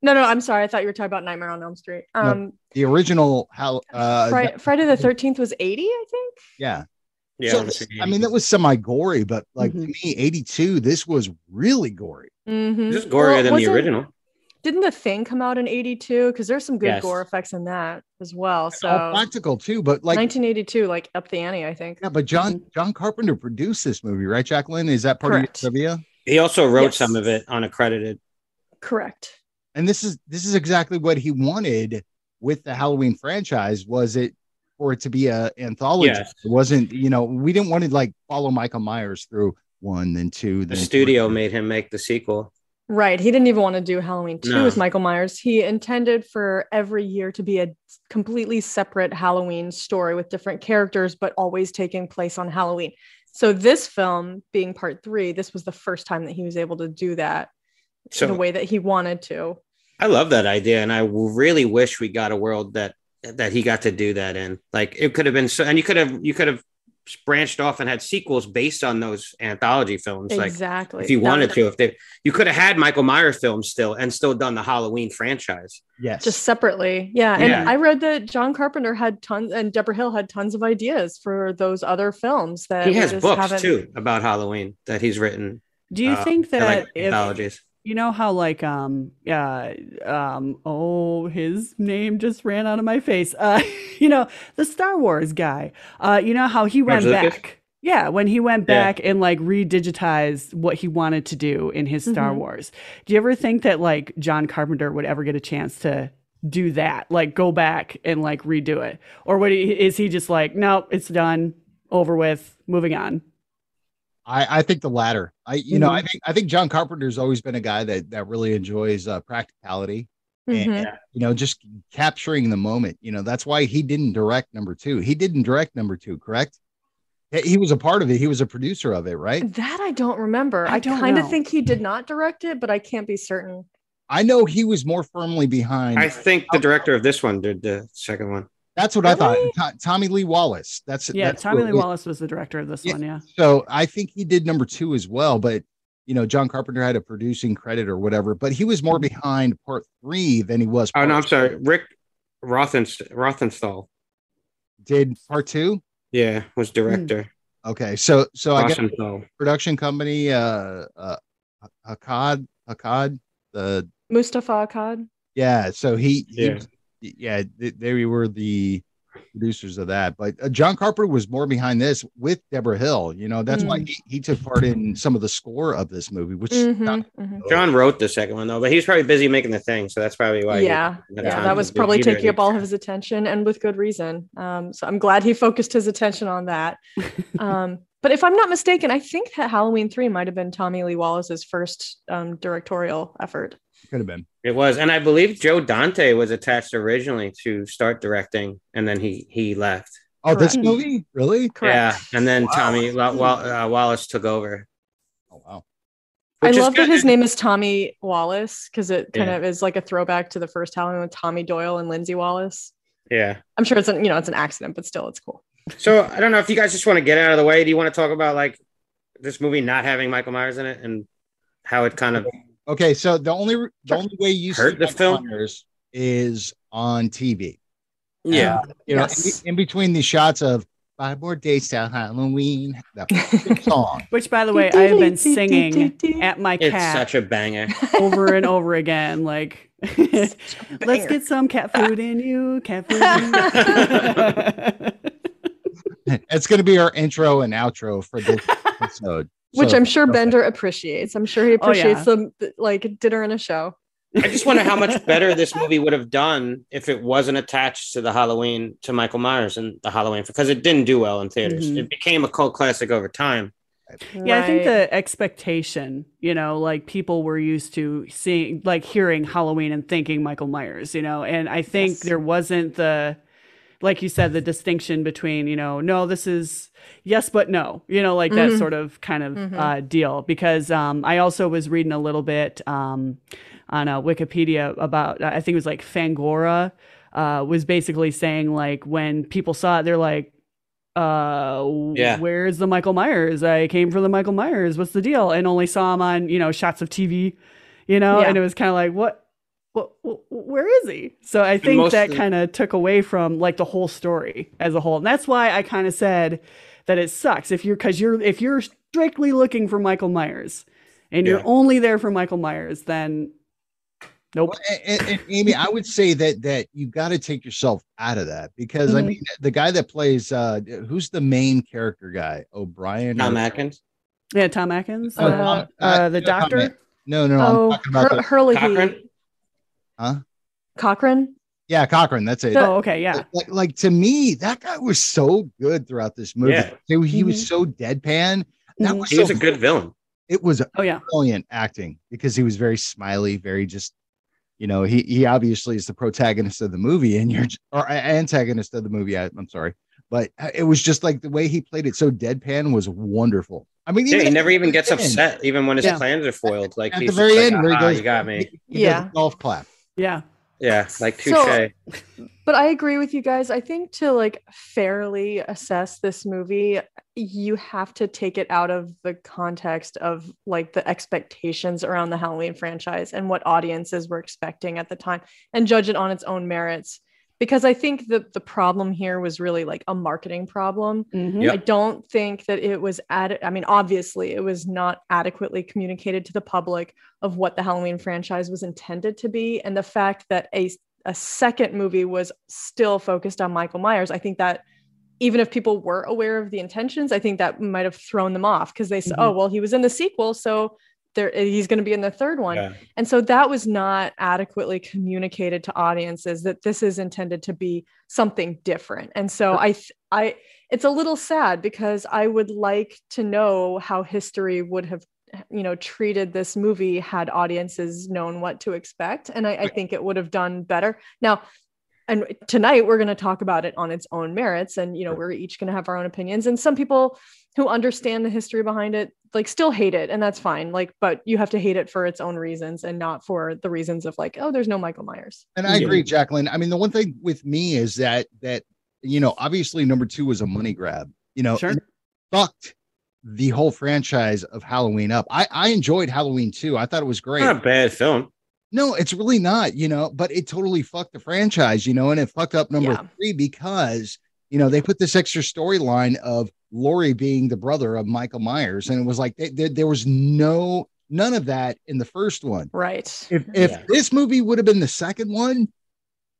D: No, no, I'm sorry. I thought you were talking about Nightmare on Elm Street.
A: No,
D: Um,
A: The original, how, uh,
D: Fri- Friday the 13th was 80, I think.
A: yeah.
B: Yeah,
A: So
B: it was
A: this-
B: 78.
A: I mean, that was semi gory, but like to
E: Mhm.
A: me, 82, this was really gory.
D: Mm-hmm.
B: just gorier than the original.
D: Didn't the thing come out in 82? Because there's some good
B: Yes.
D: gore effects in that as well. So
A: All practical too, but like
D: 1982, like up the ante, I think.
A: Yeah, but John John Carpenter produced this movie, right, Jacqueline? Is that part
D: Mm-hmm. Correct.
A: of your trivia?
B: He also wrote
D: Yes.
B: some of it unaccredited.
D: Correct.
A: And this is this is exactly what he wanted with the Halloween franchise. Was it for it to be a anthology.
B: Yes.
A: It wasn't, you know, we didn't want to like follow Michael Myers through one, then two, then
B: The studio
A: three.
B: made him make the sequel.
D: Right. He didn't even want to do Halloween 2
B: No.
D: with Michael Myers. He intended for every year to be a completely separate Halloween story with different characters, but always taking place on Halloween. So, this film being part three, this was the first time that he was able to do that the
B: So
D: way that he wanted to.
B: I love that idea, and I really wish we got a world that that he got to do that in. Like it could have been so, and you could have you could have branched off and had sequels based on those anthology films. Like
D: exactly.
B: if you
D: That-
B: wanted to, if they you could have had Michael Myers films still and still done the Halloween franchise.
A: Yes.
D: Just separately. Yeah. And
B: Yeah.
D: I read that John Carpenter had tons and Deborah Hill had tons of ideas for those other films that
B: He
D: we
B: has
D: just
B: books
D: haven't-
B: too about Halloween that he's written.
E: Do you
B: Uh,
E: think
B: They're
E: that
B: like
E: if
B: anthologies.
E: you know how like um uh um oh his name just ran out of my face. Uh you know, the Star Wars guy. Uh you know how
A: Oh,
E: he went
B: George Lucas?
E: back. Yeah, when he went
B: Yeah.
E: back and like redigitized what he wanted to do in his Star
A: Mm-hmm.
D: Mhm.
E: Wars. Do you ever think that like John Carpenter would ever get a chance to do that? Like go back and like redo it? Or what is he just like, no, it's done, over with, moving on?
A: I, I think the latter. I you know
E: Mm-hmm.
A: I think I think John Carpenter's always been a guy that that really enjoys uh, practicality
E: Mm-hmm.
D: Mhm.
A: and you know just capturing the moment. You know that's why he didn't direct number two. He didn't direct number two, correct? He- He was a part of it. He was a producer of it, right?
D: That I don't remember.
E: I
D: I,
E: don't
D: kind
E: know.
D: of think he did not direct it, but I can't be certain.
A: I know he was more firmly behind.
B: I think the director of this one did the second one.
A: that's what I
D: Really?
A: thought. To- Tommy Lee Wallace. That's
E: Yeah,
A: that's
E: Tommy
A: who it
E: Lee
A: was.
E: Wallace was the director of this
A: Yeah.
E: one, yeah.
A: So I think he did number two as well, but you know John Carpenter had a producing credit or whatever, but he was more behind part three than he was.
B: Mm-hmm. Oh
A: part
B: no, I'm
A: two.
B: sorry, Rick Rothenst- Rothenstahl.
A: Did part two?
B: Yeah, was director.
A: Okay, so Hmm. so I guess
B: Rothenstahl.
A: production company, uh, uh, Akkad, Akkad, the
D: Mustafa Akkad.
A: yeah. So he, he
B: Yeah.
A: yeah, th- they were the producers of that. But uh, John Carpenter was more behind this with Deborah Hill. You know, that's why he, he took part in some of the score of this movie, which
D: Mhm, mhm.
B: John wrote the second one though, but he was probably busy making the thing, so that's probably why. he
D: Yeah,
B: didn't have
D: Yeah,
B: time
D: that
B: to
D: was
B: do
D: probably
B: either
D: taking up all of
B: these.
D: his attention and with good reason. Um, so I'm glad he focused his attention on that. Um, but if I'm not mistaken, I think that Halloween 3 might have been Tommy Lee Wallace's first um, directorial effort.
A: could have been.
B: It was, and I believe Joe Dante was attached originally to start directing, and then he he left.
A: Oh, this
D: Correct.
A: movie, really?
D: Correct.
B: Yeah, and then
A: Wow.
B: Tommy Wa- Wa- uh, Wallace took over.
A: Oh wow.
D: I
B: which is
D: love that
B: good.
D: his name is Tommy Wallace because it kind
B: Yeah.
D: of is like a throwback to the first Halloween with Tommy Doyle and Lindsay Wallace.
B: Yeah.
D: I'm sure it's an, you know it's an accident, but still it's cool.
B: So I don't know if you guys just want to get out of the way. Do you want to talk about like this movie not having Michael Myers in it and how it kind of
A: Okay, so the only the only way you
B: Heard the
A: Michael
B: film?
A: Myers is on TV.
B: yeah
A: Uh, you know,
D: Yes.
A: in, in between the shots of five more days till Halloween, that fucking song.
E: Which, by the way, I have been singing at my
B: it's
E: cat
B: such a banger.
E: over and over again. Like, let's
D: banger.
E: get some cat food in you, cat food. In you.
A: It's going to be our intro and outro for this episode.
D: which
A: So-
D: I'm sure Bender appreciates. I'm sure he
E: Oh, yeah.
D: appreciates the the like dinner and a show.
B: I just wonder how much better this movie would have done if it wasn't attached to the Halloween to Michael Myers and the Halloween because it didn't do well in theaters.
D: Mm-hmm.
E: Mhm.
B: It became a cult classic over time.
E: Yeah, I
D: Right.
E: think the expectation, you know, like people were used to seeing, like hearing Halloween and thinking Michael Myers, you know, and I think
D: Yes.
E: there wasn't the, like you said, the distinction between, you know, no, this is yes, but no, you know, like that
D: Mhm.
E: sort of kind of
D: Mhm.
E: uh, deal. Because um, I also was reading a little bit um, on uh, Wikipedia about, I think it was like Fangora uh, was basically saying, like, when people saw it, they're like, uh
B: Yeah.
E: where's the michael myers i came for the michael myers what's the deal and only saw him on you know shots of tv you know
D: Yeah.
E: and it was kind of like what what wh- where is he so i think
B: most
E: that
B: of-
E: kind of took away from like the whole story as a whole and that's why i kind of said that it sucks if you're because you're if you're strictly looking for michael myers and you're
B: Yeah.
E: only there for michael myers then nope
A: Well, a- a- and, Amy, I would say that that you got to take yourself out of that because I
D: Mm-hmm.
E: Mhm.
A: mean the guy that plays uh who's the main character guy O'Brien
B: Tom
A: or-
B: Atkins,
E: yeah tom atkins
A: Oh,
E: uh,
A: Tom-
E: uh, the
A: no, Tom
E: doctor
A: Atkins. no no, no I'm
D: oh,
A: talking about
D: Hur-
A: the,
D: Hurley
B: Cochran?
D: Cochrane.
A: Yeah, Cochran. That's it.
E: Oh, okay, yeah.
A: like, like to me, that guy was so good throughout this movie.
B: Yeah.
A: He, he
D: Mm-hmm.
A: was so deadpan. That
E: Mhm.
A: was,
B: He
A: so
B: was a good villain.
A: It was
E: Oh yeah.
A: brilliant acting because he was very smiley, very just, you know, he he obviously is the protagonist of the movie and you're or a- antagonist of the movie. I, I'm sorry, but uh, it was just like the way he played it so deadpan was wonderful. I mean,
B: Yeah, he
A: at
B: never
A: the
B: even gets
A: end,
B: upset, even when his
E: Yeah.
B: plans are foiled. Like
A: At
B: he's
A: the very
B: just like,
A: end, where he
B: "Ah,
A: goes,
B: you got me.
A: he- he does
D: Yeah.
A: a golf clap.
E: Yeah.
B: Yeah, like touche.
D: So- But I agree with you guys. I think to like fairly assess this movie, you have to take it out of the context of like the expectations around the Halloween franchise and what audiences were expecting at the time and judge it on its own merits. Because I think that the problem here was really like a marketing problem.
E: Mhm.
B: Yep.
D: I don't think that it was ad- I mean, obviously, it was not adequately communicated to the public of what the Halloween franchise was intended to be, and the fact that a a second movie was still focused on Michael Myers. I think that even if people were aware of the intentions, I think that might have thrown them off because they said,
B: Mm-hmm.
E: Mhm.
D: "Oh, well, he was in the sequel, so there he's going to be in the third one."
B: Yeah.
D: And so that was not adequately communicated to audiences that this is intended to be something different. And so I th- I it's a little sad because I would like to know how history would have you know treated this movie had audiences known what to expect and I, I think it would have done better. Now and tonight we're going to talk about it on its own merits and you know we're each going to have our own opinions and some people who understand the history behind it like still hate it and that's fine like but you have to hate it for its own reasons and not for the reasons of like oh there's no michael myers
A: And I
B: Yeah.
A: agree, Jacqueline. I mean, the one thing with me is that that you know, obviously, number two was a money grab. You know,
E: Sure.
A: and it fucked the whole franchise of Halloween up. I I enjoyed Halloween too. I thought it was great.
B: Not a bad film.
A: No, it's really not. You know, but it totally fucked the franchise. You know, and it fucked up number
D: Yeah.
A: three because you know they put this extra storyline of Laurie being the brother of Michael Myers, and it was like they, they, there was no none of that in the first one.
D: right
A: If if
B: Yeah.
A: this movie would have been the second one,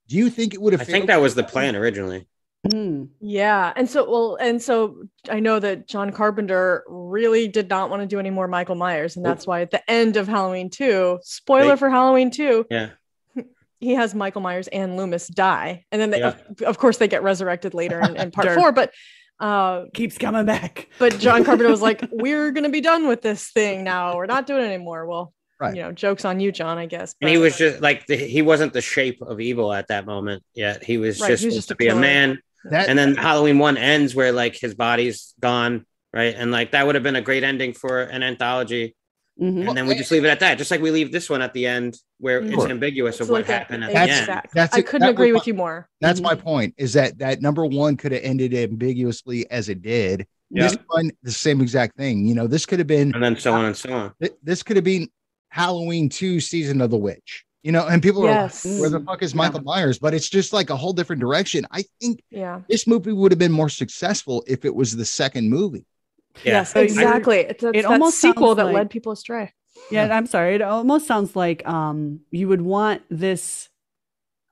A: do you think it would have?
B: I think
A: failed?
B: that was the plan originally.
E: Mm.
D: yeah and so well and so i know that john carpenter really did not want to do any more michael myers and that's why at the end of halloween 2 spoiler
B: They-
D: for halloween 2
B: Yeah.
D: he has Michael Myers and Loomis die, and then they,
B: Yeah.
D: of, of course they get resurrected later in, in part
E: Sure.
D: four. But uh,
E: Keeps coming back.
D: but John Carpenter was like, "We're gonna be done with this thing now. We're not doing it anymore." Well,
A: Right.
D: you know, jokes on you, John. I guess.
B: And he
D: but-
B: was just like the, he wasn't the shape of evil at that moment yet. He was
D: Right,
B: just
D: he was
B: supposed
D: just
B: to
D: a
B: be a
D: killer.
B: man.
A: That-
B: And then Halloween one ends where like his body's gone, right? And like that would have been a great ending for an anthology.
E: Mhm.
B: And then we just leave it at that, just like we leave this one at the end where it's
A: Sure.
B: ambiguous
D: It's
B: of what
D: a-
B: happened at
A: That's-
B: the end.
D: exact-
A: that's
D: I
A: it.
D: couldn't
A: That
D: agree
A: was
D: with you more.
A: That's my point. Is that that number one could have ended ambiguously as it did. This one, the same exact thing. You know, this could have been
B: And then so on and so on.
A: th- this could have been Halloween two season of the witch. You know, and people are
D: Yes.
A: like, where the fuck is
E: Yeah.
A: Michael Myers? But it's just like a whole different direction. I think
D: Yeah.
A: this movie would have been more successful if it was the second movie.
B: Yeah.
D: Yes.
E: I-
D: Exactly. It's a,
E: it almost
D: sequel
E: sounds
D: that
E: like-
D: led people astray.
E: Yeah, and I'm sorry. It almost sounds like um you would want this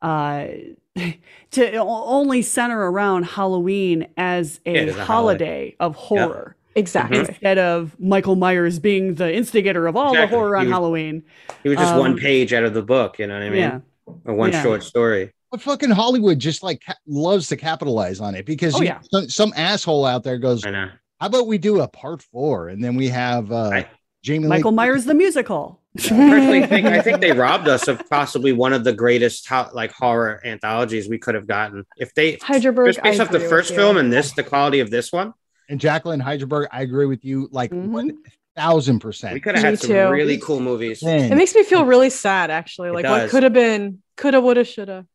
E: uh to o- only center around Halloween as
B: Yeah,
E: a
B: it is
E: holiday,
B: a holiday.
E: of horror
D: Exactly.
B: Mm-hmm.
E: instead of Michael Myers being the instigator of all the
B: Exactly.
E: horror on
B: He was-
E: Halloween.
B: He was just
E: Um,
B: one page out of the book, you know what I mean?
E: yeah.
B: Or one
E: Yeah.
B: short story.
A: But fucking Hollywood just like ca- loves to capitalize on it because
E: Oh,
A: you-
E: yeah.
A: some, some asshole out there goes,
B: I know.
A: "How about we do a part four and then we have uh,
B: I-
A: Jamie Lee
E: Michael Myers the musical.
B: personally think I think they robbed us of possibly one of the greatest ho- like horror anthologies we could have gotten if they
D: Hyderberg.
B: just based
D: I
B: off the
D: agree with
B: first
D: you.
B: film and this the quality of this one
A: and Jacqueline Heidelberg, I agree with you like
E: Mhm.
A: one thousand
B: we
A: percent.
B: could have
D: Me
B: had some
D: too.
B: really cool movies.
D: It makes me feel really sad, actually.
B: It
D: Like what
B: does.
D: could have been, coulda, woulda, shoulda.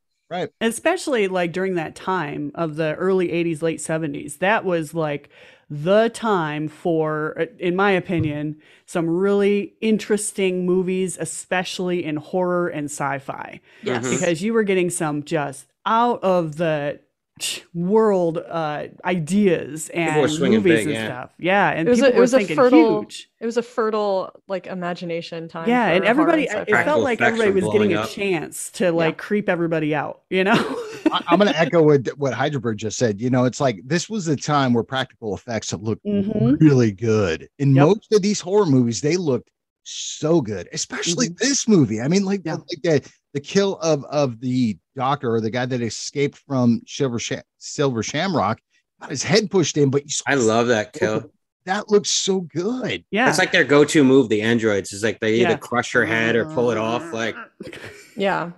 E: especially like during that time of the early 80s late 70s that was like the time for uh, in my opinion some really interesting movies especially in horror and sci-fi
B: Yes. Mhm.
E: because you were getting some just out of the world uh ideas and
B: were
E: movies
B: swinging big,
E: and
B: yeah.
E: stuff yeah and
D: It was a-
E: people
D: it was
E: were
D: a
E: thinking
D: fertile
E: huge
D: It was a fertile like imagination time.
E: yeah
D: for
E: and everybody
D: horror
E: it
D: and
E: felt
D: sci-fi.
B: Practical
E: like
B: effects
E: everybody
B: were
E: was getting
B: blowing
E: a
B: up.
E: chance to like creep everybody out you know
A: I, am going to echo what, what Heidelberg just said. You know, it's like this was the time where practical effects looked
E: Mhm.
A: really good. In
E: Yep.
A: most of these horror movies, they looked so good, especially
E: Mhm.
A: this movie. I mean, like,
E: Yeah.
A: like the, the kill of of the doctor or the guy that escaped from Silver Sha- Silver Shamrock got his head pushed in, but you saw
B: I love that kill.
A: that looks so good.
E: Yeah.
B: It's like their go-to move. The androids is like they either
E: Yeah.
B: crush her head or pull it off. Like
D: Yeah.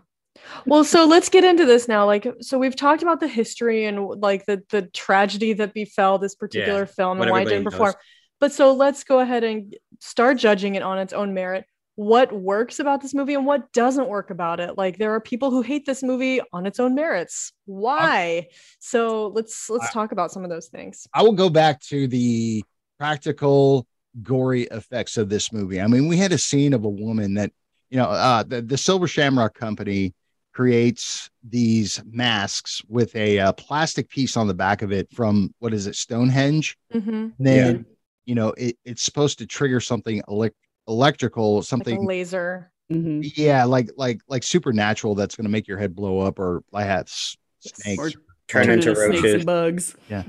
D: Well, so let's get into this now. Like, so we've talked about the history and like the the tragedy that befell this particular film
B: what
D: and why it
B: everybody
D: didn't perform.
B: knows.
D: But so let's go ahead and start judging it on its own merit. What works about this movie and what doesn't work about it? Like, there are people who hate this movie on its own merits. Why? so let's let's
A: I-
D: talk about some of those things.
A: I will go back to the practical gory effects of this movie. I mean, we had a scene of a woman that, you know, uh, the, the Silver Shamrock Company creates these masks with a uh, plastic piece on the back of it from what is it, Stonehenge?
E: Mm-hmm.
D: Mhm.
A: And then, you know, it, it's supposed to trigger something elec- electrical,
D: Like a
A: something.
D: laser.
E: Mhm.
A: yeah, like like like supernatural that's going to make your head blow up or I have s- snakes.
E: Or
B: turn into
E: snakes
B: roaches.
E: and bugs.
D: Yeah.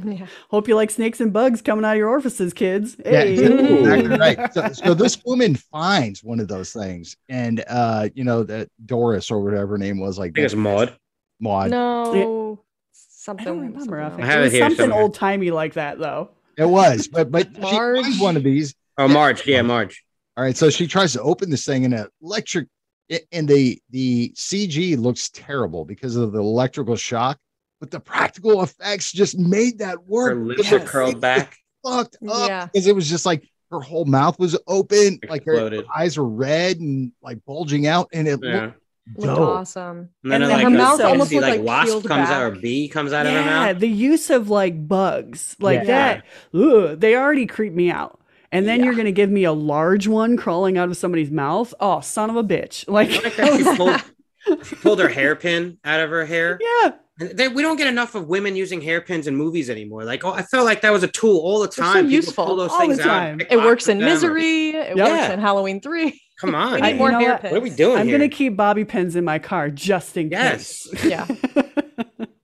E: Hope you like snakes and bugs coming out of your orifices, kids.
A: Yeah,
E: Hey.
A: exactly
B: Ooh.
A: right. So, so this woman finds one of those things, and uh, you know that Doris or whatever her name was, like
B: I think it's Maud.
A: Maud.
D: No.
E: I
D: Something.
E: don't remember. I
D: something
E: think.
D: else.
E: It
B: I have
E: was
B: it here
E: something
B: somewhere.
E: old timey like that, though.
A: It was, but but she
D: Marge.
A: finds one of these.
B: Oh, Marge. Yeah, Marge.
A: All right, so she tries to open this thing, and an electric, and the the CG looks terrible because of the electrical shock, but the practical effects just made that work.
B: Her lips
A: because
B: are
A: the
B: curled
A: face
B: back.
A: was fucked up
D: Yeah.
A: because it was just like her whole mouth was open, like her
B: Exploded.
A: eyes were red and like bulging out, and it
B: Yeah.
D: Looked
A: Dope.
D: awesome.
B: And then,
E: And then
B: like
E: her
B: a
E: mouth almost
B: fancy,
D: looked
B: like,
D: like
B: wasp
D: peeled
B: comes out or
D: back.
B: bee comes out of her
E: yeah,
B: mouth.
E: the use of like bugs like
B: Yeah.
E: that. Ugh, they already creep me out. And then
D: Yeah.
E: you're gonna give me a large one crawling out of somebody's mouth. Oh, son of a bitch! Like,
B: I like that she pulled, she pulled her hairpin out of her hair.
E: yeah,
B: And They, we don't get enough of women using hairpins in movies anymore. Like, oh, I felt like that was a tool all the
D: so
B: time. People
D: useful.
B: pull those
E: All
B: things
E: the
B: out
E: time.
B: and pick
D: It works
B: pockets
D: in
B: of them or-
D: misery. It
B: Yeah.
D: works in Halloween three.
B: Come
D: We
B: on.
D: need
E: you
D: more
E: know what?
D: hairpins.
B: what are we doing
E: I'm
B: here?
E: gonna keep bobby pins in my car just in
B: Yes.
E: case.
D: Yeah.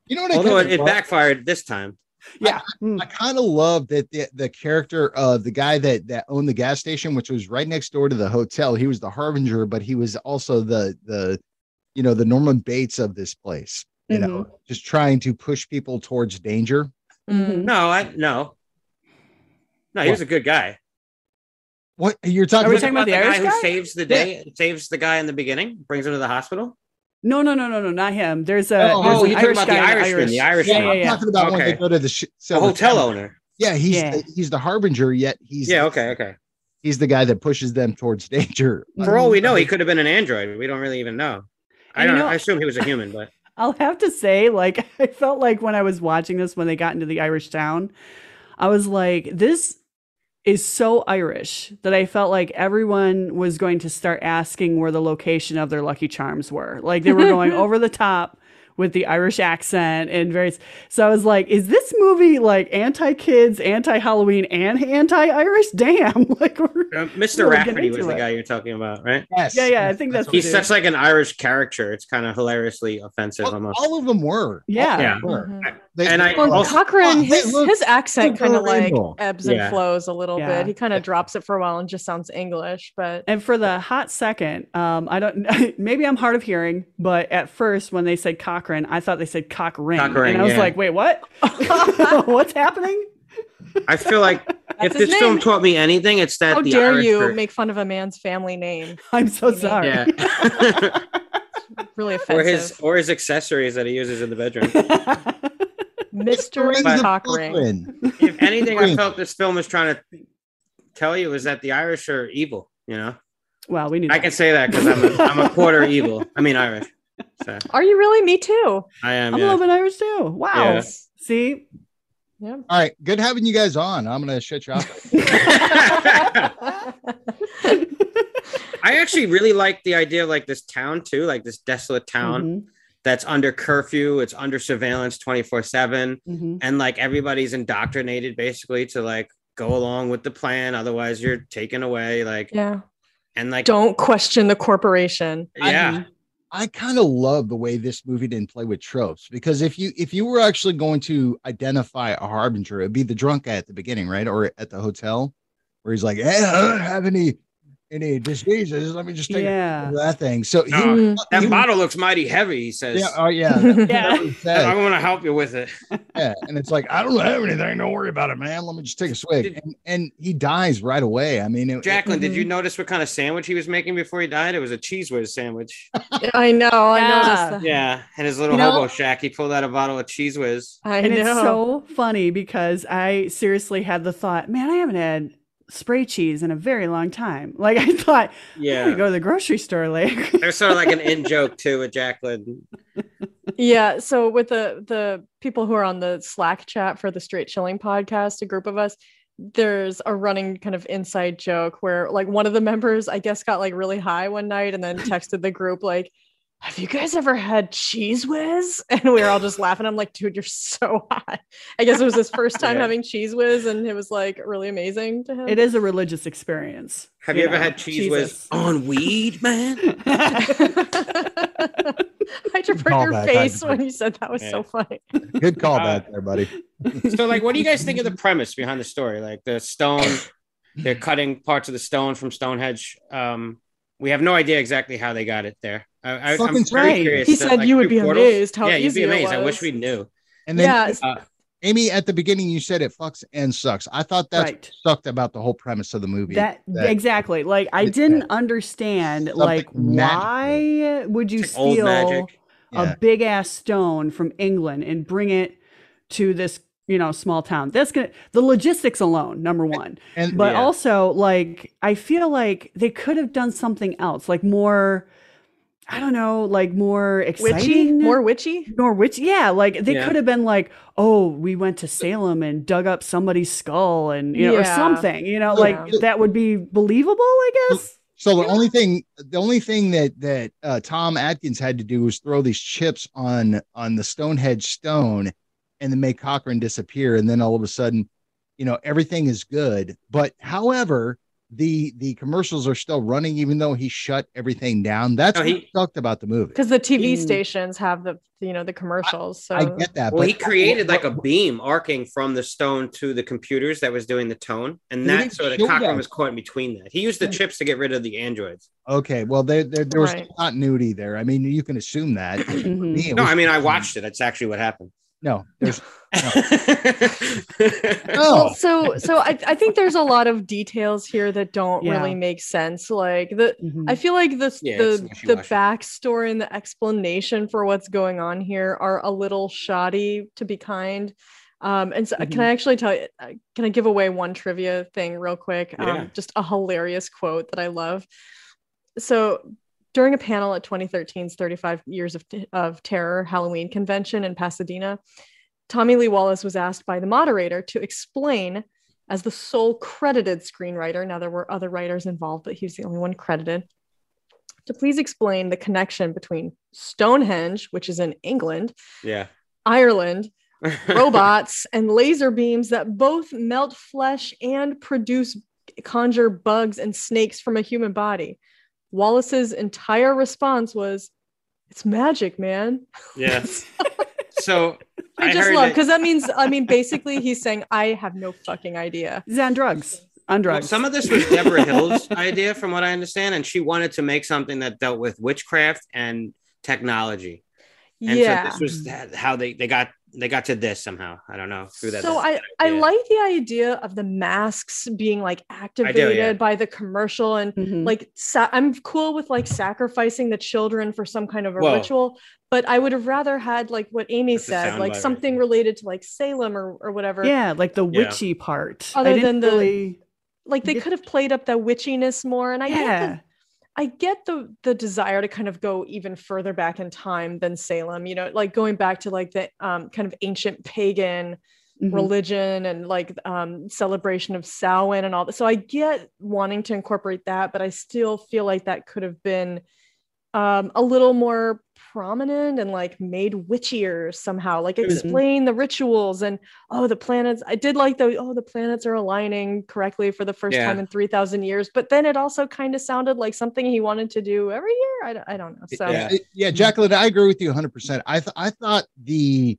A: You know what?
B: Although
A: I
B: it,
A: kind
B: it
A: of
B: backfired this time.
E: yeah. Mm.
A: I kind of love that the, the character of the guy that that owned the gas station, which was right next door to the hotel. He was the harbinger, but he was also the the you know the Norman Bates of this place. You know, just trying to push people towards danger.
E: Mm-hmm.
D: Mm.
B: No, I no. No, he was a good guy.
A: What you're
E: Are
A: talking
E: we
A: about?
E: talking about the
B: guy
E: Irish
B: who
E: guy?
B: saves the day, saves the guy in the beginning, brings him to the hospital?
E: No, no, no, no, no, not him. There's a.
A: Oh,
E: there's
A: oh,
E: an
A: you're
B: talking
E: Irish
B: about the
E: guy and
B: Irishman,
E: Irish.
B: the Irishman.
E: Yeah, yeah,
A: I'm
E: yeah.
A: talking about when
B: Okay.
A: they go to the, sh-
B: The
A: silver
B: hotel
A: tower.
B: owner.
A: Yeah, he's
E: Yeah.
A: The, he's the harbinger, yet he's
B: Yeah, okay, okay.
A: he's the guy that pushes them towards danger.
B: For all we know, he could have been an android. We don't really even know. I
E: And you
B: don't know.
E: know-
B: I assume he was a human, but
E: I'll have to say, like, I felt like when I was watching this, when they got into the Irish town, I was like, this is so Irish that I felt like everyone was going to start asking where the location of their Lucky Charms were. Like, they were going over the top with the Irish accent and various. So I was like, is this movie like anti kids, anti Halloween, and anti Irish? Damn. Like, we're.
B: uh, Mr.
E: We'll get
B: Rafferty was
E: into
B: the
E: it.
B: guy you're talking about, right?
A: Yes.
E: Yeah, yeah, I think that's-
B: He's
E: Dude.
B: such like an Irish character. It's kind of hilariously offensive
A: all,
B: almost.
A: all of them were.
E: Yeah.
A: All
B: Yeah.
A: of them were.
E: Mm-hmm.
D: Mhm.
A: They-
B: And I
D: Well,
B: also-
A: Oh,
D: Cochrane,
A: they
D: his,
A: look
D: his accent kind of like
A: horrible.
D: ebbs and
B: Yeah.
D: flows a little
E: Yeah.
D: bit. He kind of drops it for a while and just sounds English, but
E: And for the hot second, um, I don't. Maybe I'm hard of hearing, but at first when they said Cochrane, I thought they said Cochrane,
B: Cochrane,
E: and I was
B: yeah.
E: like, "Wait, what? What's happening?"
B: I feel like if
D: That's his
B: this film
D: name.
B: taught me anything, it's that
D: how
B: the
D: dare
B: Irish
D: you
B: per-
D: make fun of a man's family name?
E: I'm so
D: You mean-
E: sorry.
B: Yeah.
D: Really
B: or
D: offensive.
B: his or his accessories that he uses in the bedroom.
D: Mr.
A: Raised in
D: Cochrane.
A: Brooklyn.
B: if anything, I
A: Right.
B: felt this film was trying to tell you is that the Irish are evil. You know,
E: well, we knew.
B: I
E: That.
B: can say that because I'm a, I'm a quarter evil. I mean Irish. So
D: Are you really? Me too.
B: I am.
E: I'm a
B: yeah.
E: little bit Irish too. Wow.
B: Yeah.
E: See,
D: Yeah.
A: All right, good having you guys on. I'm gonna shut you off.
B: I actually really like the idea of like this town too, like this desolate town
E: Mhm,
B: that's under curfew, it's under surveillance twenty four seven,
E: mhm.
B: and like everybody's indoctrinated basically to like go along with the plan, otherwise you're taken away. Like
D: yeah.
B: and like
D: Don't question the corporation.
B: yeah,
A: I kind of love the way this movie didn't play with tropes because if you if you were actually going to identify a harbinger, it'd be the drunk guy at the beginning, right, or at the hotel, where he's like, "Hey, I don't "Eh, have any any diseases. Let me just take a
E: Yeah.
A: picture of that thing. So he,
B: No,
D: Mm.
B: That
A: he-
B: bottle looks mighty heavy, he says.
A: yeah, oh yeah, that-
E: Yeah.
A: that was sad.
B: I want to help you with it.
A: Yeah, and it's like I don't have anything. Don't worry about it, man. Let me just take a swig.
B: Did-
A: And, and he dies right away. I mean, it,
B: Jacqueline, did
D: Mhm.
B: you notice what kind of sandwich he was making before he died? It was a cheese whiz sandwich.
D: I know. I
E: Yeah.
D: noticed that.
B: yeah. And his little
E: You know-
B: hobo shack, he pulled out a bottle of cheese whiz.
D: I
E: And
D: know.
E: it's so funny because I seriously had the thought, man, I haven't had spray cheese in a very long time. Like I thought, yeah. I'm gonna
B: Yeah.
E: go to the grocery store later.
B: There's sort of like an in joke too with Jacqueline.
D: yeah so with the the people who are on the slack chat for the straight chilling podcast a group of us there's a running kind of inside joke where like one of the members i guess got like really high one night and then texted the group like have you guys ever had cheese whiz and we were all just laughing i'm like dude you're so high i guess it was his first time
B: Yeah.
D: having cheese whiz and it was like really amazing to him
E: it is a religious experience.
B: Have you, ever
E: know,
B: had cheese
E: Jesus.
B: whiz on weed, man?
D: i just
A: Call
D: heard your
A: back, I
D: face
A: had to-
D: when you said that was
B: Yeah.
D: so funny
A: good call
B: Uh,
A: back there, buddy.
B: so like what do you guys think of the premise behind the story like the stone they're cutting parts of the stone from stonehenge um we have no idea exactly how they got it there I, I,
A: Fucking
B: i'm very
E: right.
B: curious
D: He
B: to,
D: said
B: like,
D: you would
B: two
D: be
B: portals.
D: amazed how
B: yeah you'd
D: easy
B: be
D: it
B: amazed i
D: was.
B: wish we knew
A: And then
D: yeah, it's-
A: Amy, at the beginning, you said it fucks and sucks. I thought that's
E: Right.
A: what sucked about the whole premise of the movie.
E: That,
A: that-
E: exactly. Like I
A: that-
E: didn't understand
A: Something
E: like
A: magical.
E: why would you
B: It's old
E: steal
B: magic.
A: Yeah.
E: a big ass stone from England and bring it to this, you know, small town. That's gonna the logistics alone, number
A: Eh,
E: one.
A: and
E: But
B: Yeah.
E: also like I feel like they could have done something else, like more I don't know, like more
D: witchy,
E: exciting.
D: more witchy.
E: Nor which, yeah, like they
B: Yeah.
E: could have been like, oh, we went to Salem and dug up somebody's skull and you know, or
D: Yeah.
E: something, you know,
A: So-
E: like that would be believable, I guess.
A: so the only thing, the only thing that that uh, Tom Atkins had to do was throw these chips on on the Stonehenge stone, and then make Cochrane disappear, and then all of a sudden, you know, everything is good. But however. The the commercials are still running, even though he shut everything down. That's
B: No,
A: what
B: he-
A: sucked about the movie.
D: Because the TV
E: Mm.
D: stations have the you know the commercials. So
A: I get that.
B: well
A: but
B: he created like a beam arcing from the stone to the computers that was doing the tone and
A: They
B: that
A: didn't
B: so that
A: show
B: cochrane
A: that.
B: was caught in between that he used the chips to get rid of the androids
A: Okay, well, there there, there was
D: Right.
A: continuity there. I mean, you can assume that.
E: Mhm.
A: Me, it
B: no
A: was-
B: i mean i watched it that's actually what happened
A: No, there's
D: Well,
A: no.
D: so so I, I think there's a lot of details here that don't
E: Yeah.
D: really make sense. Like the
E: Mhm.
D: I feel like this
B: Yeah, it's
D: the the
B: wishy-washy.
D: backstory and the explanation for what's going on here are a little shoddy to be kind. Um, and so
E: Mhm.
D: can I actually tell you uh, can I give away one trivia thing real quick?
B: Yeah.
D: Um, just a hilarious quote that I love. So during a panel at 2013's 35 years of, of terror Halloween convention in Pasadena, Tommy Lee Wallace was asked by the moderator to explain as the sole credited screenwriter. Now, there were other writers involved, but he was the only one credited. To please explain the connection between Stonehenge, which is in England,
B: yeah
D: Ireland, robots, and laser beams that both melt flesh and produce conjure bugs and snakes from a human body. Wallace's entire response was, It's magic, man.
B: yeah so
D: I, just
B: heard
D: love
B: that-
D: because that means I mean basically he's saying I have no fucking idea.
E: He's on drugs. On
B: Well,
E: drugs.
B: some of this was Deborah Hill's idea, from what I understand, and she wanted to make something that dealt with witchcraft and technology. And
D: yeah.
B: so this was that, how they, they got they got to this somehow. I don't know through that.
D: so I, I
B: idea.
D: like the idea of the masks being like activated by the commercial and
B: Mm-hmm.
E: Mhm.
D: Mm-hmm. like sa- I'm cool with like sacrificing the children for some kind of a
B: Well-
D: ritual, but I would have rather had like what Amy
B: That's a
D: said,
B: soundbite
D: like
B: right
D: something
B: there.
D: related to like Salem or, or whatever.
E: yeah, like the
B: Yeah.
E: witchy part.
D: Other
E: I
D: than
E: didn't
D: the-
E: really,
D: Like they
E: Yeah.
D: could have played up the witchiness more. And I get the
E: yeah,
D: I get the the desire to kind of go even further back in time than Salem, you know, like going back to like the um, kind of ancient pagan
B: Mm-hmm.
E: Mhm.
D: religion and like um, celebration of Samhain and all that. So I get wanting to incorporate that, but I still feel like that could have been um, a little more prominent and like made witchier somehow. Like
B: was-
D: explain the rituals and oh the planets. I did like the oh the planets are aligning correctly for the first
B: Yeah.
D: time in three thousand years, but then it also kind of sounded like something he wanted to do every year. I, don't- I don't know. So
B: Yeah.
A: It- yeah, Jacqueline, I agree with you 100. percent I th- I thought the,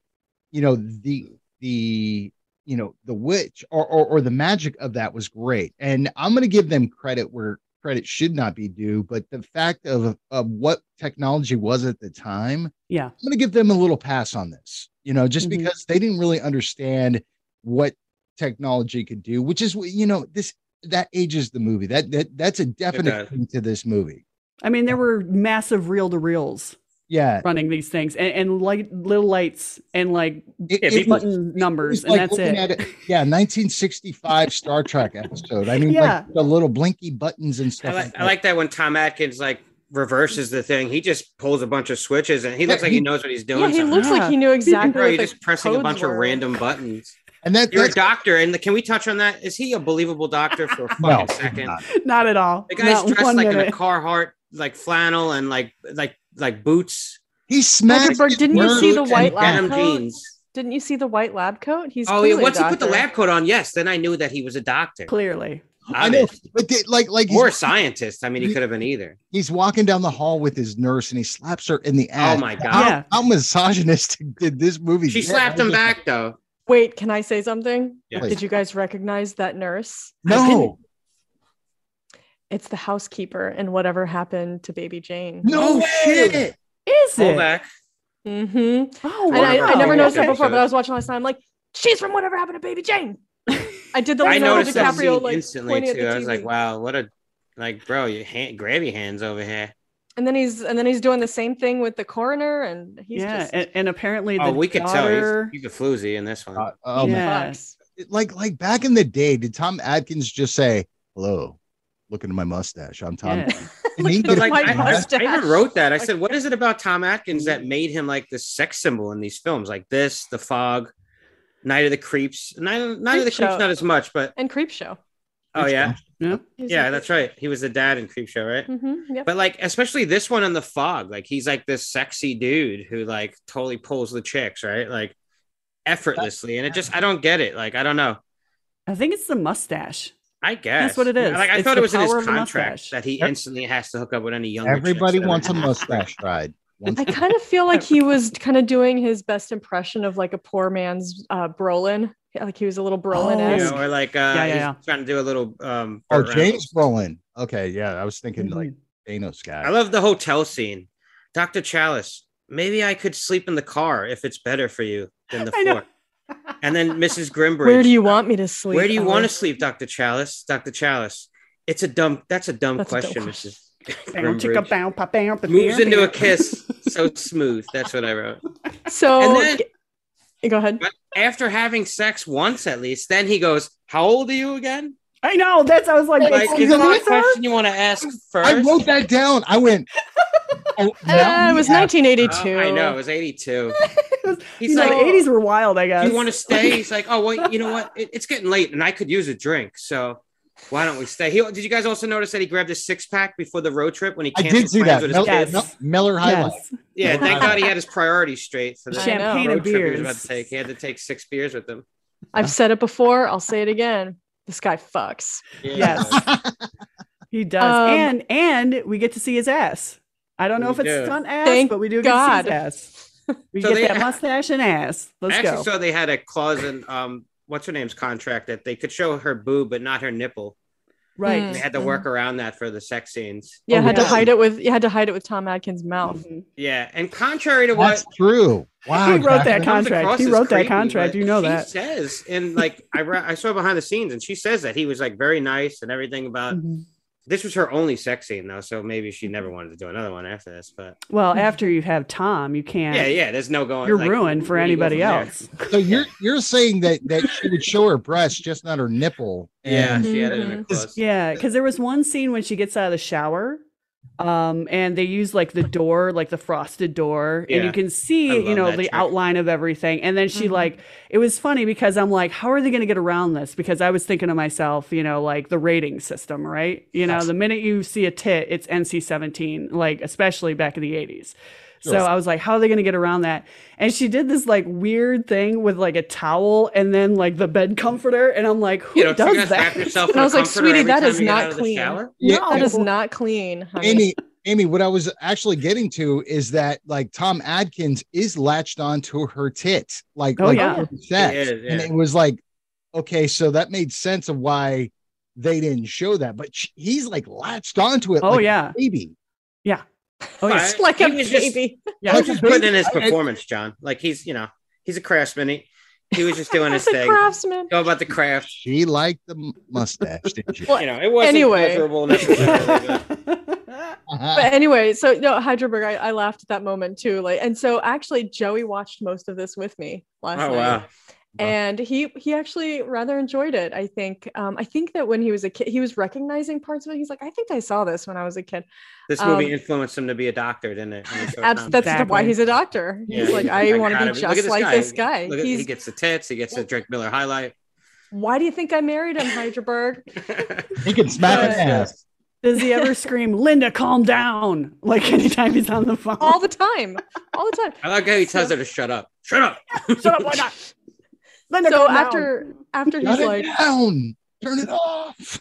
A: you know the the you know the witch or, or or the magic of that was great, and I'm gonna give them credit where credit should not be due, but the fact of, of what technology was at the time,
E: Yeah.
A: I'm going to give them a little pass on this, you know, just
E: Mhm.
A: because they didn't really understand what technology could do, which is, what- you know, this that ages the movie. That that that's a
B: does.
A: definite thing to this movie.
E: I mean, there were massive reel to reels
A: Yeah,
E: running these things and, and light little lights and like
A: It-
B: Yeah,
A: it
B: people-
A: was-
E: button numbers
A: it's
E: and
A: like
E: that's
A: looking
E: it.
A: at it- yeah, 1965 Star Trek episode. I mean,
E: Yeah.
A: like the little blinky buttons and
B: I
A: stuff.
B: like, I
A: that.
B: like that when Tom Atkins like reverses the thing. He just pulls a bunch of switches and he looks
A: Yeah,
B: like he
A: he-
B: knows what he's doing.
D: Yeah, he looks like he knew exactly.
B: Bro,
D: what
B: you're
D: the
B: just pressing a
D: codes
B: bunch
D: were.
B: of random buttons.
A: and that,
B: You're a
A: that's
B: doctor, and can we touch on that? Is he a believable doctor for a
A: no,
B: fucking second?
A: not.
E: Not at all.
B: The guy's
E: Not
B: dressed
E: one
B: like in a
E: minute.
B: Carhartt like flannel and like like like boots.
A: he smacked.
D: Zuckerberg,
A: his
D: didn't you
A: words
D: see the
A: and
D: white
A: back.
D: lab
B: denim
D: coat?
B: jeans.
D: Didn't you see the white lab coat? He's
B: oh yeah,
D: clearly a
B: once he put the
D: doctor.
B: lab coat on, yes, then I knew that he was a doctor
E: Clearly.
A: I know,
B: obviously.
A: but they, like, like he's,
B: or a scientist. I mean, he could have been either.
A: he's walking down the hall with his nurse, and he slaps her in the ass.
B: Oh my god,
A: How,
E: Yeah.
A: how misogynistic did this movie?
B: she
A: get?
B: slapped
A: I
B: him
A: was just-
B: back though.
D: Wait, can I say something?
B: Yeah.
A: Please.
D: Did you guys recognize that nurse?
A: No,
D: It's the housekeeper and whatever happened to Baby Jane.
A: no
B: Oh,
A: shit.
E: Is
B: Pull
E: it?
B: back.
D: Mm-hmm.
E: Oh,
D: And I, I
E: wow.
D: never noticed
B: Okay.
D: that before, but I was watching last night. I'm like, she's from whatever happened to Baby Jane. I did the
B: I
D: Leonardo
B: noticed that
D: DiCaprio
B: scene
D: like
B: instantly
D: pointing at
B: too.
D: the
B: I was like,
D: TV.
B: wow, what a like, bro, your hand, grab your hands over here.
D: And then he's and then he's doing the same thing with the coroner, and he's
E: yeah,
D: just
E: and, and apparently the
B: Oh, we could tell
E: daughter-
B: he's, he's a floozy in this one.
A: Uh, oh my-
E: Yeah.
D: fucks.
A: Like, like back in the day, did Tom Atkins just say, "Hello, look at my mustache, I'm Tom"?
E: Yeah.
A: And he
D: Look at
A: did
B: But, like,
D: My
B: I, I-
D: mustache.
B: I even wrote that. I said, "What is it about Tom Atkins that made him like the sex symbol in these films, like this, The Fog, Night of the Creeps, Night of, Night of the
D: Creepshow.
B: Creeps, not as much, but
D: and creep show.
B: oh yeah,
E: Yeah.
B: yeah, that's right. He was the dad in Creepshow, right?
D: Mm-hmm. Yep.
B: But like, especially this one in The Fog, like he's like this sexy dude who like totally pulls the chicks, right? Like effortlessly, and it just I don't get it. Like I don't know.
E: I think it's the mustache.
B: I guess
E: what it is.
B: Like I
E: It's
B: thought
E: the
B: it was in his
E: power of the
B: contract
E: mustache.
B: that he
A: Yep.
B: instantly has to hook up with any young.
A: Everybody wants a mustache ride. Once
D: I kind of feel like he was kind of doing his best impression of like a poor man's uh, Brolin. Like he was a little Brolin
E: Oh.
B: you
D: esque.
B: know, or like uh,
E: Yeah, yeah,
B: he's
E: yeah.
B: trying to do a little. Um,
A: Oh,
B: Burt Reynolds.
A: James Brolin. Okay, yeah, I was thinking
E: Mm-hmm.
A: like Thanos guy.
B: I love the hotel scene. Doctor Chalice, maybe I could sleep in the car if it's better for you than the
E: I know.
B: floor. And then Mrs. Grimbridge,
D: Where do you want me to sleep?
B: where do you
D: Ellen?
B: want to sleep, Doctor Chalice? Doctor Chalice, it's a dumb. That's a dumb
D: That's a dumb
B: question,
D: question.
B: Mrs.
E: Bow, chicka,
B: Grimbridge.
E: bow, pa, bow, pa,
B: Moves
E: bow,
B: into
E: bow.
B: a kiss, so smooth. That's what I wrote.
D: So
B: And then-
D: g- go ahead.
B: after having sex once at least, then he goes, How old are you again?
E: I know. That's. I was like,
B: Like,
E: that's
B: is
E: the
B: that a
E: answer?
B: question you want to ask first?
A: I wrote that down. I went. Oh,
D: Uh,
A: now
D: it was
A: we have-
D: 1982.
B: Oh, I know, it was 82. He's
E: You know,
B: like,
E: the '80s were wild. I guess.
B: Do you want to stay? He's like, Oh, well, you know what? It- it's getting late and I could use a drink. So why don't we stay? He, did you guys also notice that he grabbed a six pack before the road trip when he
A: I
B: canceled
A: did see
B: plans
A: that.
B: with
A: Mel-
B: his
E: Yes.
B: kids?
A: Mel- Miller highlight.
E: Yes.
B: Yeah, thank
A: Wow.
B: God he had his priorities straight for
D: I
B: the
E: Champagne
D: know.
E: and
B: road trip he was about
E: beers.
B: to take. He had to take six beers with him.
D: I've said it before. I'll say it again. This guy fucks.
B: Yeah.
E: Yes. He does.
D: Um,
E: and and we get to see his ass. I don't know
B: We
E: if it's
B: do.
E: stunt ass,
D: Thank
E: but we do get
D: God.
E: to see his ass. We
B: So
E: get
B: they-
E: that mustache and ass. Let's
B: I actually
D: Hmm.
E: go.
B: saw they had a clause in um what's her name's contract that they could show her boob but not her nipple.
E: right.
D: Mm.
B: They had to work around that for the sex scenes.
D: Yeah,
A: Oh,
D: had to
E: really?
D: hide it with. You had to hide it with Tom Atkins' mouth.
E: Mhm.
B: Yeah, and contrary to
A: That's
B: what
A: true. Wow.
E: he wrote that
A: Jackson.
B: comes
E: contract.
B: across
E: He
B: as
E: wrote that
B: creepy,
E: contract.
B: but
E: You know
B: she
E: that.
B: says and like I re- I saw behind the scenes and she says that he was like very nice and everything about
E: Mhm.
B: this was her only sex scene though, so maybe she never wanted to do another one after this. But
E: Well, after you have Tom, you can't.
B: yeah, yeah, there's no going.
E: You're
B: like,
E: ruined for
B: where do you go
E: anybody
B: from there?
E: else.
A: So you're you're saying that that she would show her breasts, just not her nipple.
B: Yeah,
A: And
B: she had it in her
D: Mhm.
B: clause.
E: Yeah, because there was one scene when she gets out of the shower, um, and they use like the door, like the frosted door, and
B: Yeah.
E: you can
B: I
E: see, you
B: love
E: know,
B: that
E: the
B: trick.
E: outline of everything. And then she
D: Mhm.
E: like, it was funny because I'm like, how are they going to get around this? Because I was thinking to myself, you know, like the rating system, right? You know, the minute you see a tit, it's NC-17, like especially back in the '80s. So
A: Sure.
E: I was like, how are they going to get around that? And she did this like weird thing with like a towel and then like the bed comforter. And I'm like, who
B: You know,
E: does
B: does
E: that?
B: wrap yourself
D: And
B: in
D: I
B: a
D: was like,
B: comforter
D: sweetie,
B: every
D: that
B: time
D: is
B: you get
D: not
B: out of the
D: clean.
B: shower?
A: Yeah,
E: No.
D: That is not clean, honey.
A: Amy, Amy, what I was actually getting to is that like Tom Adkins is latched onto her tit, like
E: Oh,
A: like
E: yeah.
A: during sex,
B: He is,
A: and
B: yeah.
A: it was like, okay, so that made sense of why they didn't show that, but sh- he's like latched onto it.
E: Oh,
A: like a
E: yeah.
A: baby.
E: Oh, yeah.
B: Right?
D: like
B: He
D: a
B: was just-
D: baby.
E: Yeah.
B: Coach was putting in his
A: I- I-
B: performance, John. Like he's, you know, he's a craftsman. He, he was just doing his
D: As a
B: thing.
D: craftsman.
B: Go about the craft.
A: She liked the m- mustache, didn't she?
B: You know, it wasn't
D: Anyway.
B: pleasurable necessarily, but
A: Uh-huh.
D: But anyway, so no, Heidelberg, I, I laughed at that moment too. Like, and so actually, Joey watched most of this with me last
B: Oh,
D: night.
B: wow.
A: Wow.
D: And he he actually rather enjoyed it. I think um, I think that when he was a kid, he was recognizing parts of it. He's like, I think I saw this when I was a kid.
B: this movie
D: Um,
B: influenced him to be a doctor, didn't it? And so-
D: Abs- that's
E: Exactly.
D: why he's a doctor. He's
B: Yeah.
D: like, I want to
B: gotta be-
D: be
B: look at
D: just like this guy.
B: Look at,
D: He's
B: he gets the tits. He gets to drink Miller High Life.
D: why do you think I married him, Heidelberg?
A: he can smack
D: But-
A: his ass.
E: Does he ever scream, Linda, calm down? Like anytime he's on the phone.
D: All the time, all the time.
B: I like how he tells her to shut up. Shut up.
E: Shut up, why not? Linda,
D: So
E: calm
D: after after he's
A: Shut it
D: like,
A: down. Turn it off.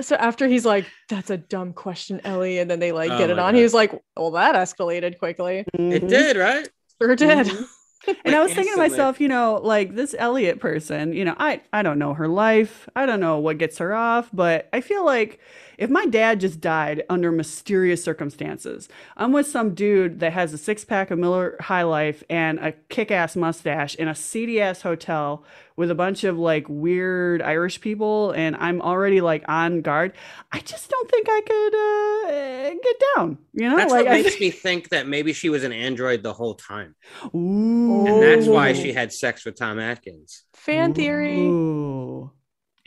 D: so after he's like, that's a dumb question, Ellie, and then they like
B: Oh
D: get it
B: my
D: on.
B: God.
D: He was like, well, that escalated quickly.
E: down.
B: It
E: Mhm.
B: did, right?
D: Sure did.
B: Mm-hmm.
E: and I was thinking to
B: instantly.
E: myself, you know, like this Elliot person, you know, I I don't know her life. I don't know what gets her off, but I feel like if my dad just died under mysterious circumstances, I'm with some dude that has a six pack of Miller High Life and a kick ass mustache in a seedy ass hotel with a bunch of like weird Irish people, and I'm already like on guard. I just don't think I could uh, get down. You know,
B: That's
E: like
B: what
E: I
B: makes me think that maybe she was an android the whole time.
E: Ooh.
B: And that's why
D: Ooh.
E: Oh.
B: she had sex with Tom Atkins.
D: Fan theory.
E: Ooh.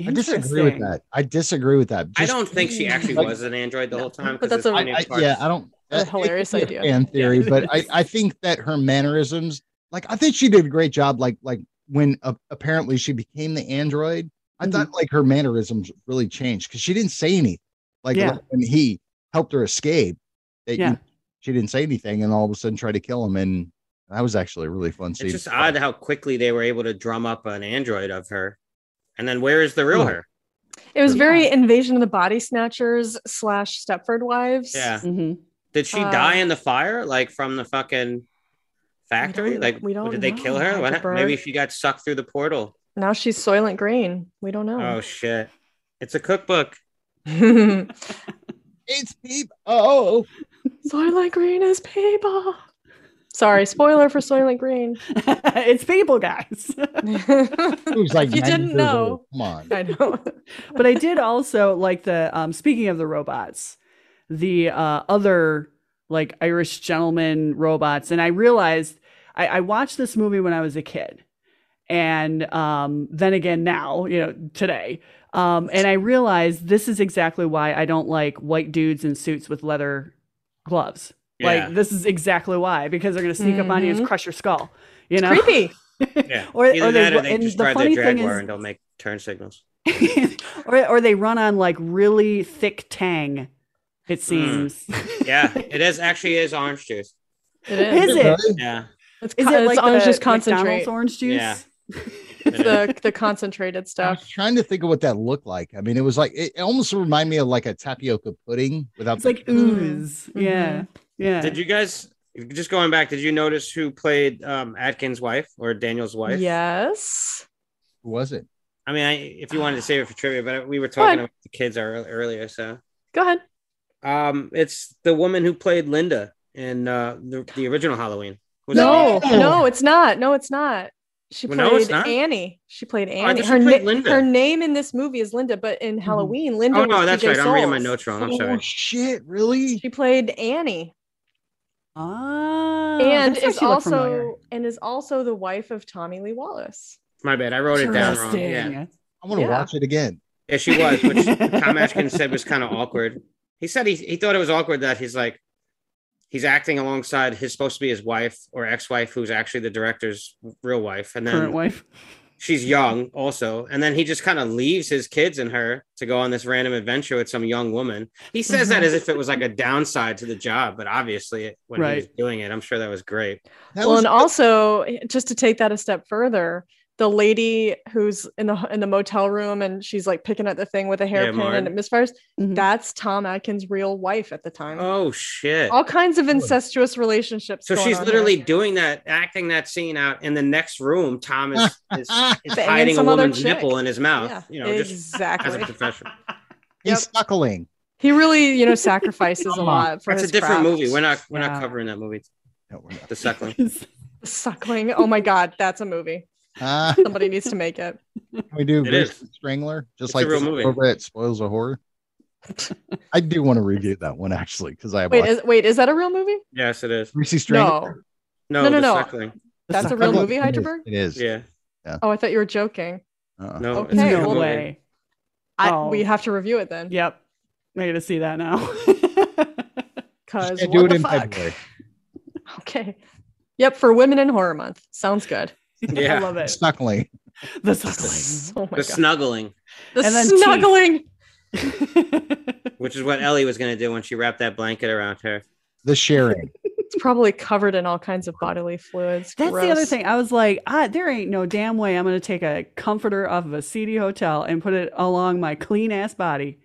A: I disagree with
E: Interesting.
A: that. I disagree with that.
B: I
A: Just-
B: don't think she actually
A: Like-
B: was an android the whole time.
D: But
B: 'cause
D: that's a-
B: it's
A: I,
B: Arnold
A: I- yeah, I
B: Schwarzenegger.
A: don't.
D: A
A: it could
D: hilarious
A: be a
D: idea.
A: Fan theory,
E: Yeah.
A: but I, I think that her mannerisms, like I think she did a great job. Like like when uh, apparently she became the android, I thought like her mannerisms really changed because she didn't say anything. Like,
E: Yeah.
A: like when he helped her escape, that you-
E: Yeah.
A: she didn't say anything, and all of a sudden tried to kill him, and that was actually a really fun scene.
B: It's just odd how quickly they were able to drum up an android of her. And then where is the real
A: Oh.
B: her?
D: It was very invasion of the body snatchers slash Stepford wives.
B: Yeah.
E: Mhm.
B: Did she
D: Uh,
B: die in the fire? Like from the fucking factory?
D: don't-
B: like
D: we don't
B: did they kill
D: know,
B: her? What, hap-
D: Heidelberg.
B: maybe she got sucked through the portal.
D: Now she's Soylent Green. We don't
B: Oh
D: know.
B: shit. It's a cookbook. Oh.
A: it's peep. Oh,
D: Soylent Green is people. Sorry, spoiler for Soylent Green.
E: Mm-hmm. it's people, guys.
A: it was like
D: If
A: 90
D: you didn't
A: years
D: know.
A: old. Come on,
D: I know.
E: but I did also like the um, speaking of the robots, the uh, other like Irish gentleman robots, and I realized I, I watched this movie when I was a kid, and um, then again now, you know, today. Um, and I realized this is exactly why I don't like white dudes in suits with leather gloves.
B: Yeah.
E: Like this is exactly why because they're gonna sneak up on you and
D: Mhm.
E: crush your skull. You
D: It's
E: know,
D: creepy.
B: yeah.
E: Or-
B: Either
E: or they-
B: that or they
E: and the
B: just drive their
E: funny thing
B: Jaguar
E: is-
B: and don't make turn signals.
E: or or they run on like really thick tang. It
B: Mm.
E: seems.
B: Yeah. it is actually is orange juice.
D: It
E: Is
D: is.
E: it?
B: Yeah.
D: It's,
E: Is
D: con-
E: it
D: it's
E: like
D: all- it's
E: the
D: just concentrate.
E: McDonald's orange juice?
B: Yeah.
D: It's the, the concentrated
A: I
D: stuff.
A: was trying to think of what that looked like. I mean, it was like it, it almost reminded me of like a tapioca pudding without
E: It's
A: the
D: Mm-hmm.
E: like ooze. Yeah. Yeah.
B: Did you guys just going back? Did you notice who played um, Atkins' wife or Daniel's wife?
D: Yes.
A: was it?
B: I mean, I, if you wanted to save it for trivia, but we were talking
D: Fine.
B: about the kids ear- earlier, so
D: Go ahead.
B: um, it's the woman who played Linda in uh, the, the original Halloween. Was it-
D: No,
A: No.
D: no, it's not. No, it's not. She
B: Well,
D: played
B: no, it's not. Oh,
D: Annie. She played
B: I
D: Annie.
B: thought she
D: her,
B: played
D: na-
B: Linda.
D: her name in this movie is Linda, but in Halloween, Linda.
B: Oh no,
D: was
B: that's
D: PJ
B: right. I'm reading my
D: Souls.
B: notes wrong. I'm
A: oh
B: sorry.
A: shit! Really?
D: She played Annie,
E: Ah,
D: and
E: that does
D: is
E: look familiar.
D: also and is also the wife of Tommy Lee Wallace.
B: My bad. I wrote it down wrong. Yeah,
E: Interesting.
A: I want to
D: Yeah.
A: watch it again.
B: yeah, she was, which Tom Atkins said was kind of awkward. He said he he thought it was awkward that he's like he's acting alongside his supposed to be his wife or ex-wife, who's actually the director's real wife, and then
E: Current wife.
B: she's young also and then he just kind of leaves his kids and her to go on this random adventure with some young woman he says
D: Mm-hmm.
B: that as if it was like a downside to the job but obviously it- when he was doing it i'm sure that was great
A: That
D: well,
A: was
D: and also just to take that a step further, the lady who's in the in the motel room and she's like picking at the thing with a hairpin
B: Martin.
D: and it misfires.
E: Mhm.
D: That's Tom Atkins' real wife at the time.
B: Oh shit.
D: All kinds of incestuous relationships.
B: So
D: going
B: she's
D: on
B: literally
D: here.
B: doing that, acting that scene out in the next room. Tom is, is, is
D: Banging
B: hiding a
D: some other
B: woman's
D: chick.
B: nipple in his mouth.
D: Yeah,
B: You know, just as a
D: exactly.
B: professional.
D: Yep.
A: He's suckling.
D: He really, you know, sacrifices a lot for
B: That's a
D: his
B: different
D: craft.
B: movie. We're not we're
E: Yeah.
B: not covering that movie.
A: No, we're not.
B: The suckling.
D: Suckling. Oh my god, that's a movie.
A: Uh,
D: Somebody needs to make it.
A: can we do
B: It
A: Bruce
B: is.
A: the Strangler, just
B: It's a
A: like
B: real
A: this
B: movie.
A: over at Spoils of Horror. I do want to review that one actually because I have
D: Wait,
A: watched
D: is, wait, is that a real movie?
B: Yes, it is.
A: Brucey Strangler.
D: No,
B: No,
D: No, no,
B: the
D: no.
B: suckling.
D: that's a real
A: Suckling.
D: movie, Heidelberg.
A: It is. It is.
B: Yeah.
D: Oh, I thought you were joking.
A: Uh,
B: No.
D: Okay,
B: it's a real
E: No
D: well-
B: movie.
E: way.
D: I,
E: Oh.
D: we have to review it then.
E: Yep. I gotta see that now.
D: Because
A: Can't
D: what
A: do it
D: the
A: in
D: fuck?
A: February.
D: Okay. Yep, for Women in Horror Month. Sounds good.
E: I
B: Yeah.
E: love it.
A: Suckling.
E: The
D: Oh
E: suckling.
D: my
B: The
D: god.
B: snuggling,
D: the
E: and then teeth.
D: snuggling.
B: which is what Ellie was gonna do when she wrapped that blanket around her.
A: The sharing.
D: It's probably covered in all kinds of bodily fluids.
E: That's the other
D: Gross.
E: thing. I was like, ah, there ain't no damn way I'm gonna take a comforter off of a seedy hotel and put it along my clean ass body.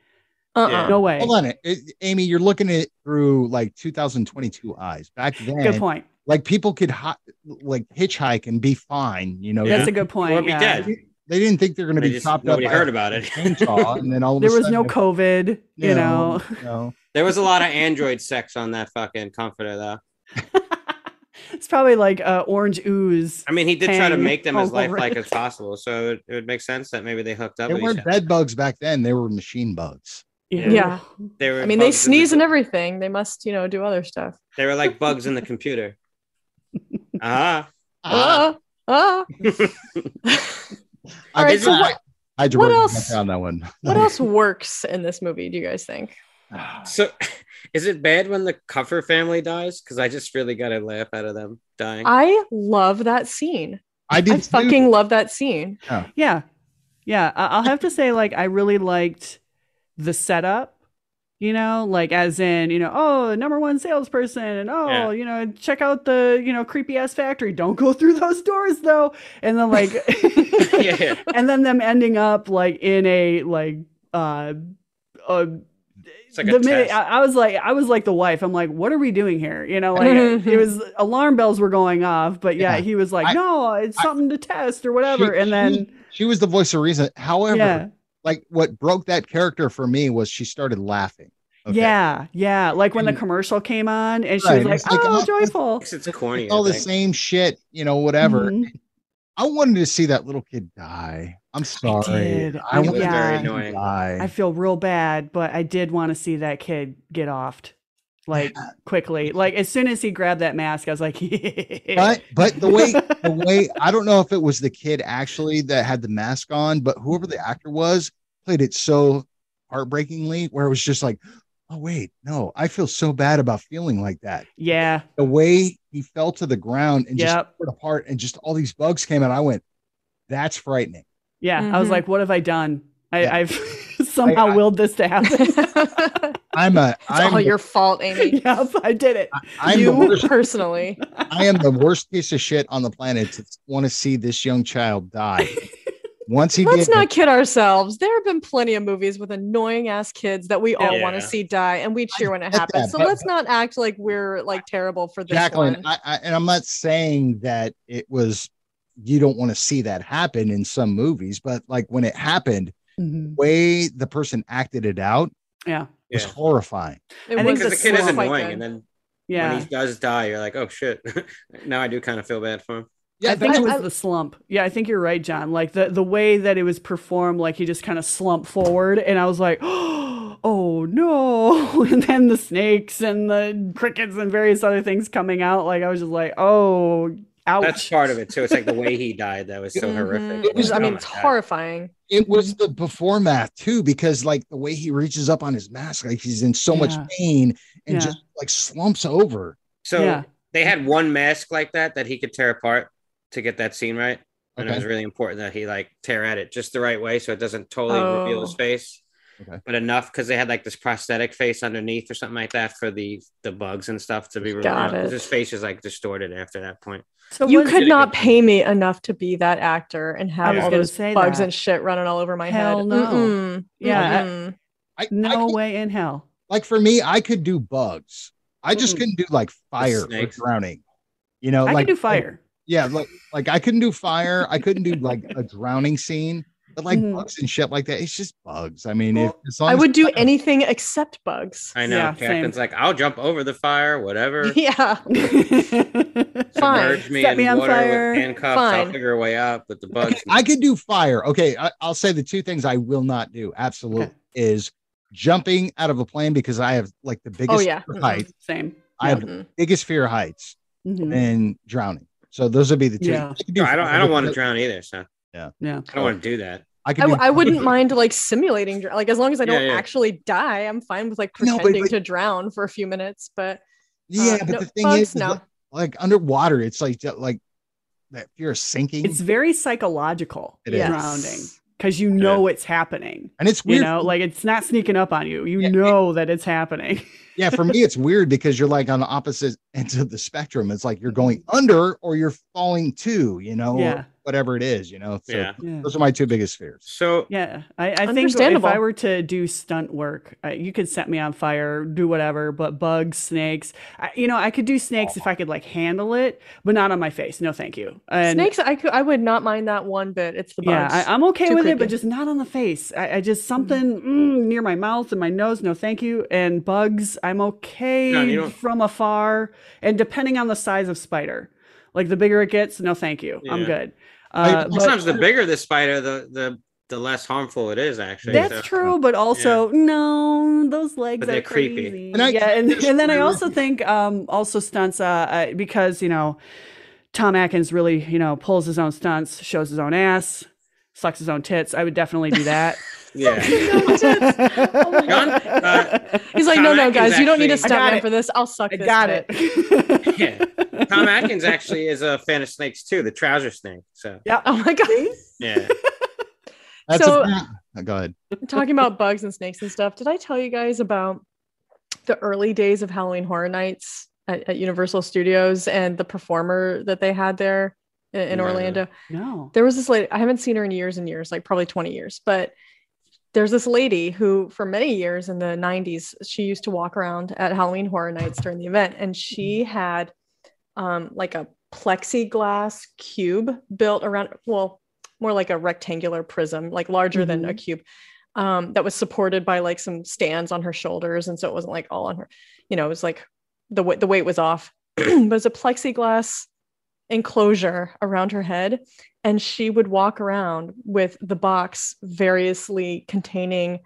D: Uh-uh.
B: Yeah.
E: No way.
A: Hold on, it, it- Amy. You're looking at it through like 2022 eyes. Back then,
E: Good point.
A: like people could hi- like hitchhike and be fine. You know,
B: Yeah.
E: That's a good
D: Oh
B: Or
E: point.
B: be
E: yeah.
B: dead.
A: they didn't think they're going to
B: They
A: be
B: just-
A: chopped up.
B: nobody
A: by
B: heard
A: a
B: about it.
A: chainsaw, and then all of a
E: There was
A: sudden,
E: no COVID, you know.
A: you know,
B: There was a lot of android sex on that fucking comforter though.
E: it's probably like uh, orange ooze.
B: I mean, he did try to
E: Hang
B: make them as
E: all over
B: lifelike
E: it.
B: as possible, so it would, it would make sense that maybe they hooked up.
A: they
B: with
A: weren't
B: each other.
A: bed bugs back then. They were machine bugs.
E: Ew.
D: Yeah.
B: They were
D: I mean, they
B: bugs in
D: sneeze
B: the-
D: and everything. They must, you know, do other stuff.
B: They were like bugs in the computer. Uh-huh.
A: Ah,
D: Oh, oh.
A: I
D: all right,
A: guess
D: Oh, so
A: I-
D: what-
A: I
D: what
A: wrote
D: else-
A: that down that one.
D: What else works in this movie, do you guys think?
B: So, is it bad when the Cuffer family dies? Because I just really got a laugh out of them dying.
D: I love that scene.
A: I did
D: I
A: too.
D: fucking love that scene.
E: Yeah. Yeah. I- I'll have to say, like, I really liked the setup, you know, like, as in, you know, oh, number one salesperson, and oh,
B: Yeah.
E: you know, check out the, you know, creepy ass factory. Don't go through those doors, though. And then, like,
B: yeah,
E: and then them ending up, like, in a, like, uh, uh,
B: It's like a
E: the minute
B: test.
E: I, I was like, I was like the wife. I'm like, what are we doing here? You know, like it was alarm bells were going off, but yeah,
A: Yeah.
E: he was like,
A: I-
E: no, it's
A: I-
E: something to test or whatever.
A: She-
E: and then,
A: she, she was the voice of reason. However,
E: yeah,
A: like what broke that character for me was she started laughing. Okay.
E: Yeah, yeah. Like when the
A: And-
E: commercial came on and she
A: Right,
E: was
A: and
E: like,
A: it's like,
E: oh,
A: oh,
E: joyful.
B: It's- it's corny.
A: It's all
B: I
A: the
B: think.
A: same shit, you know,
D: Mm-hmm.
A: whatever.
E: Mhm.
A: I wanted to see that little kid die. I'm sorry.
E: did. I-
A: wanted
E: yeah.
A: to
E: Very
A: see him
B: annoying.
A: die.
E: I feel real bad, but I did want to see that kid get offed like quickly. Like as soon as he grabbed that mask, I was like,
A: but but the way the way I don't know if it was the kid actually that had the mask on, but whoever
D: Mm-hmm.
A: the actor was played it so heartbreakingly where it was just like, oh wait, no, I feel so bad about feeling like that.
E: yeah,
A: The way he fell to the ground and just
E: Yep.
A: ripped apart and just all these bugs came out. I went, that's frightening.
E: yeah. I was
D: Mhm.
E: like, what have I done? I,
A: Yeah.
E: I've somehow
A: I-
E: willed this to happen.
D: it's
A: I'm a I'm
D: all your fault, Amy.
E: yep, I did it.
A: I'm the
D: you
A: worst
D: personally.
A: I am the worst piece of shit on the planet to want to see this young child die. Once he
D: Let's
A: did,
D: not kid ourselves. There have been plenty of movies with annoying ass kids that we all want to
B: Yeah.
D: see die and we cheer when it
A: get
D: happens.
A: that,
D: so
A: but-
D: let's not act like we're like terrible for this
A: Jacqueline,
D: one.
A: I, I, and I'm not saying that it was you don't want to see that happen in some movies, but like when it happened, the
E: Mhm.
A: way the person acted it out
E: Yeah,
A: was
B: Yeah.
A: horrifying.
D: It
E: I
D: was
E: think
B: Because the kid is
D: quite
B: annoying,
D: good.
B: and then when
E: yeah.
B: he does die, you're like, oh shit. now I do kind of feel bad for him.
A: Yeah,
E: I think
A: that's
E: it was
A: what-
E: the slump. Yeah, I think you're right, John. Like the the way that it was performed, like he just kind of slumped forward, and I was like, oh no! And then the snakes and the crickets and various other things coming out. Like I was just like, oh, ouch.
B: That's part of it too. It's like the way he died that was so
D: Mhm.
B: horrific.
A: It was-
B: Like,
D: I
B: oh
D: mean,
B: my
D: it's
B: God.
D: horrifying.
A: it was the before math too, because like the way he reaches up on his mask, like he's in so much
E: Yeah.
A: pain and
E: Yeah.
A: just like slumps over.
B: So
E: yeah,
B: they had one mask like that that he could tear apart to get that scene right, and it
A: Okay.
B: was really important that he like tear at it just the right way so it doesn't totally reveal his
D: Oh.
B: face.
A: Okay.
B: but enough because they had like this prosthetic face underneath or something like that for the the bugs and stuff to be removed.
D: Got it.
B: His face is like distorted after that point.
E: So
D: you
E: was-
D: could
B: it-
D: not pay me enough to be that actor and
E: I
D: have
E: was
D: all
E: gonna
D: those
E: say
D: bugs
E: that.
D: and shit running all over my
E: Hell
D: head.
E: no.
D: Mm-mm.
E: Yeah.
D: Mm-mm.
A: I, I
E: no
A: could-
E: way in hell.
A: like for me, I could do bugs. I just
E: Mhm.
A: couldn't do like fire or
B: snakes.
A: drowning. You know,
E: I
A: like
E: could do fire.
A: Yeah, like like I couldn't do fire. I couldn't do like a drowning scene. But like
E: Mhm.
A: bugs and shit like that, it's just bugs. I mean, if,
B: Well,
A: as long
D: Mm-hmm. I
A: as
D: would do
A: kinda-
D: anything except bugs.
B: I know.
E: Yeah, same.
B: Captain's like, I'll jump over the fire, whatever.
D: Yeah. Fine.
B: Submerge me
E: Set
B: in
E: me on
B: water
E: fire.
B: with handcuffs. I'll
D: Fine.
B: figure a way up with the bugs.
A: Okay, I could do fire. Okay, I, I'll say the two things I will not do. Absolutely
E: Okay.
A: is jumping out of a plane because I have like the biggest
D: Oh, yeah. mm-hmm,
A: fear of heights.
E: Same.
A: I have
D: Mm-mm.
A: biggest fear of heights
D: Mm-hmm.
E: Mhm.
A: and drowning. So those would be the two.
E: Yeah.
A: could do
B: No, I don't. I don't want to
A: fire.
B: drown either. So
E: Yeah.
B: I don't want to do that.
A: I could
D: I,
A: do
D: I wouldn't mind like simulating, dr- like as long as I
B: Yeah,
D: don't
B: yeah.
D: actually die, I'm fine with like
A: No, but-
D: pretending
A: but-
D: to drown for a few minutes. But
A: Yeah,
D: uh,
A: but
D: no,
A: the thing
D: bugs,
A: is, is
D: no.
A: like, like underwater, it's like that- like that fear of sinking.
E: It's very psychological
A: It is.
D: Yes.
E: drowning because you know it's happening.
A: and it's weird.
E: You know, like it's not sneaking up on you. You
A: Yeah, it-
E: know that it's happening.
A: yeah, for me, it's weird because you're like on the opposite ends of the spectrum. It's like you're going
D: Mm-hmm.
A: under or you're falling to, you know, or
E: Yeah.
A: whatever it is, you know. So
B: Yeah.
E: Yeah.
A: those are my two biggest fears.
B: So
E: Yeah, I, I think if
D: Understandable.
E: I were to do stunt work, uh, you could set me on fire, do whatever. But bugs, snakes, I, you know, I could do snakes
A: Oh.
E: if I could like handle it, but not on my face. No, thank you. And
D: snakes, I could, I would not mind that one bit. It's the bugs.
E: yeah, I, I'm okay
D: Too
E: with it, but
D: creepy.
E: just not on the face. I, I just something mm, near my mouth and my nose. No, thank you. And bugs, I'm okay
B: don't-
E: from afar, and depending on the size of spider, like the bigger it gets, no, thank you. I'm
B: Yeah.
E: good.
A: I-
E: Uh, but-
B: sometimes the bigger the spider, the the the less harmful it is. Actually, So-
E: That's true, but also no, those legs
B: But they're
E: are
B: creepy.
E: creepy.
A: And I-
E: yeah, and, and then I also think um also stunts uh, uh because you know Tom Atkins really you know pulls his own stunts, shows his own ass, sucks his own tits. I would definitely do that.
B: Yeah. John, uh,
D: He's like, no,
B: Tom
D: no,
B: Atkins
D: guys, you don't need a
B: actually-
E: I got
D: stuntman
E: it.
D: for this. I'll suck
E: I
D: this.
E: got
D: bit."
E: it.
B: Yeah. Tom Atkins actually is a fan of snakes too, the trouser snake. So
D: Oh my god.
B: yeah,
A: That's
D: So-
A: a, Oh, go ahead.
D: talking about bugs and snakes and stuff, did I tell you guys about the early days of Halloween Horror Nights at, at Universal Studios and the performer that they had there in, in
B: No.
D: Orlando?
E: No.
D: There was this lady, I haven't seen her in years and years, like probably 20 years, but there's this lady who, for many years in the 90s, she used to walk around at Halloween Horror Nights during the event, and she had um, like a plexiglass cube built around, well, more like a rectangular prism, like larger than a cube, um, that was supported by like some stands on her shoulders, and so it wasn't like all on her. You know, it was like the weight the weight was off, but it was a plexiglass enclosure around her head, and she would walk around with the box variously containing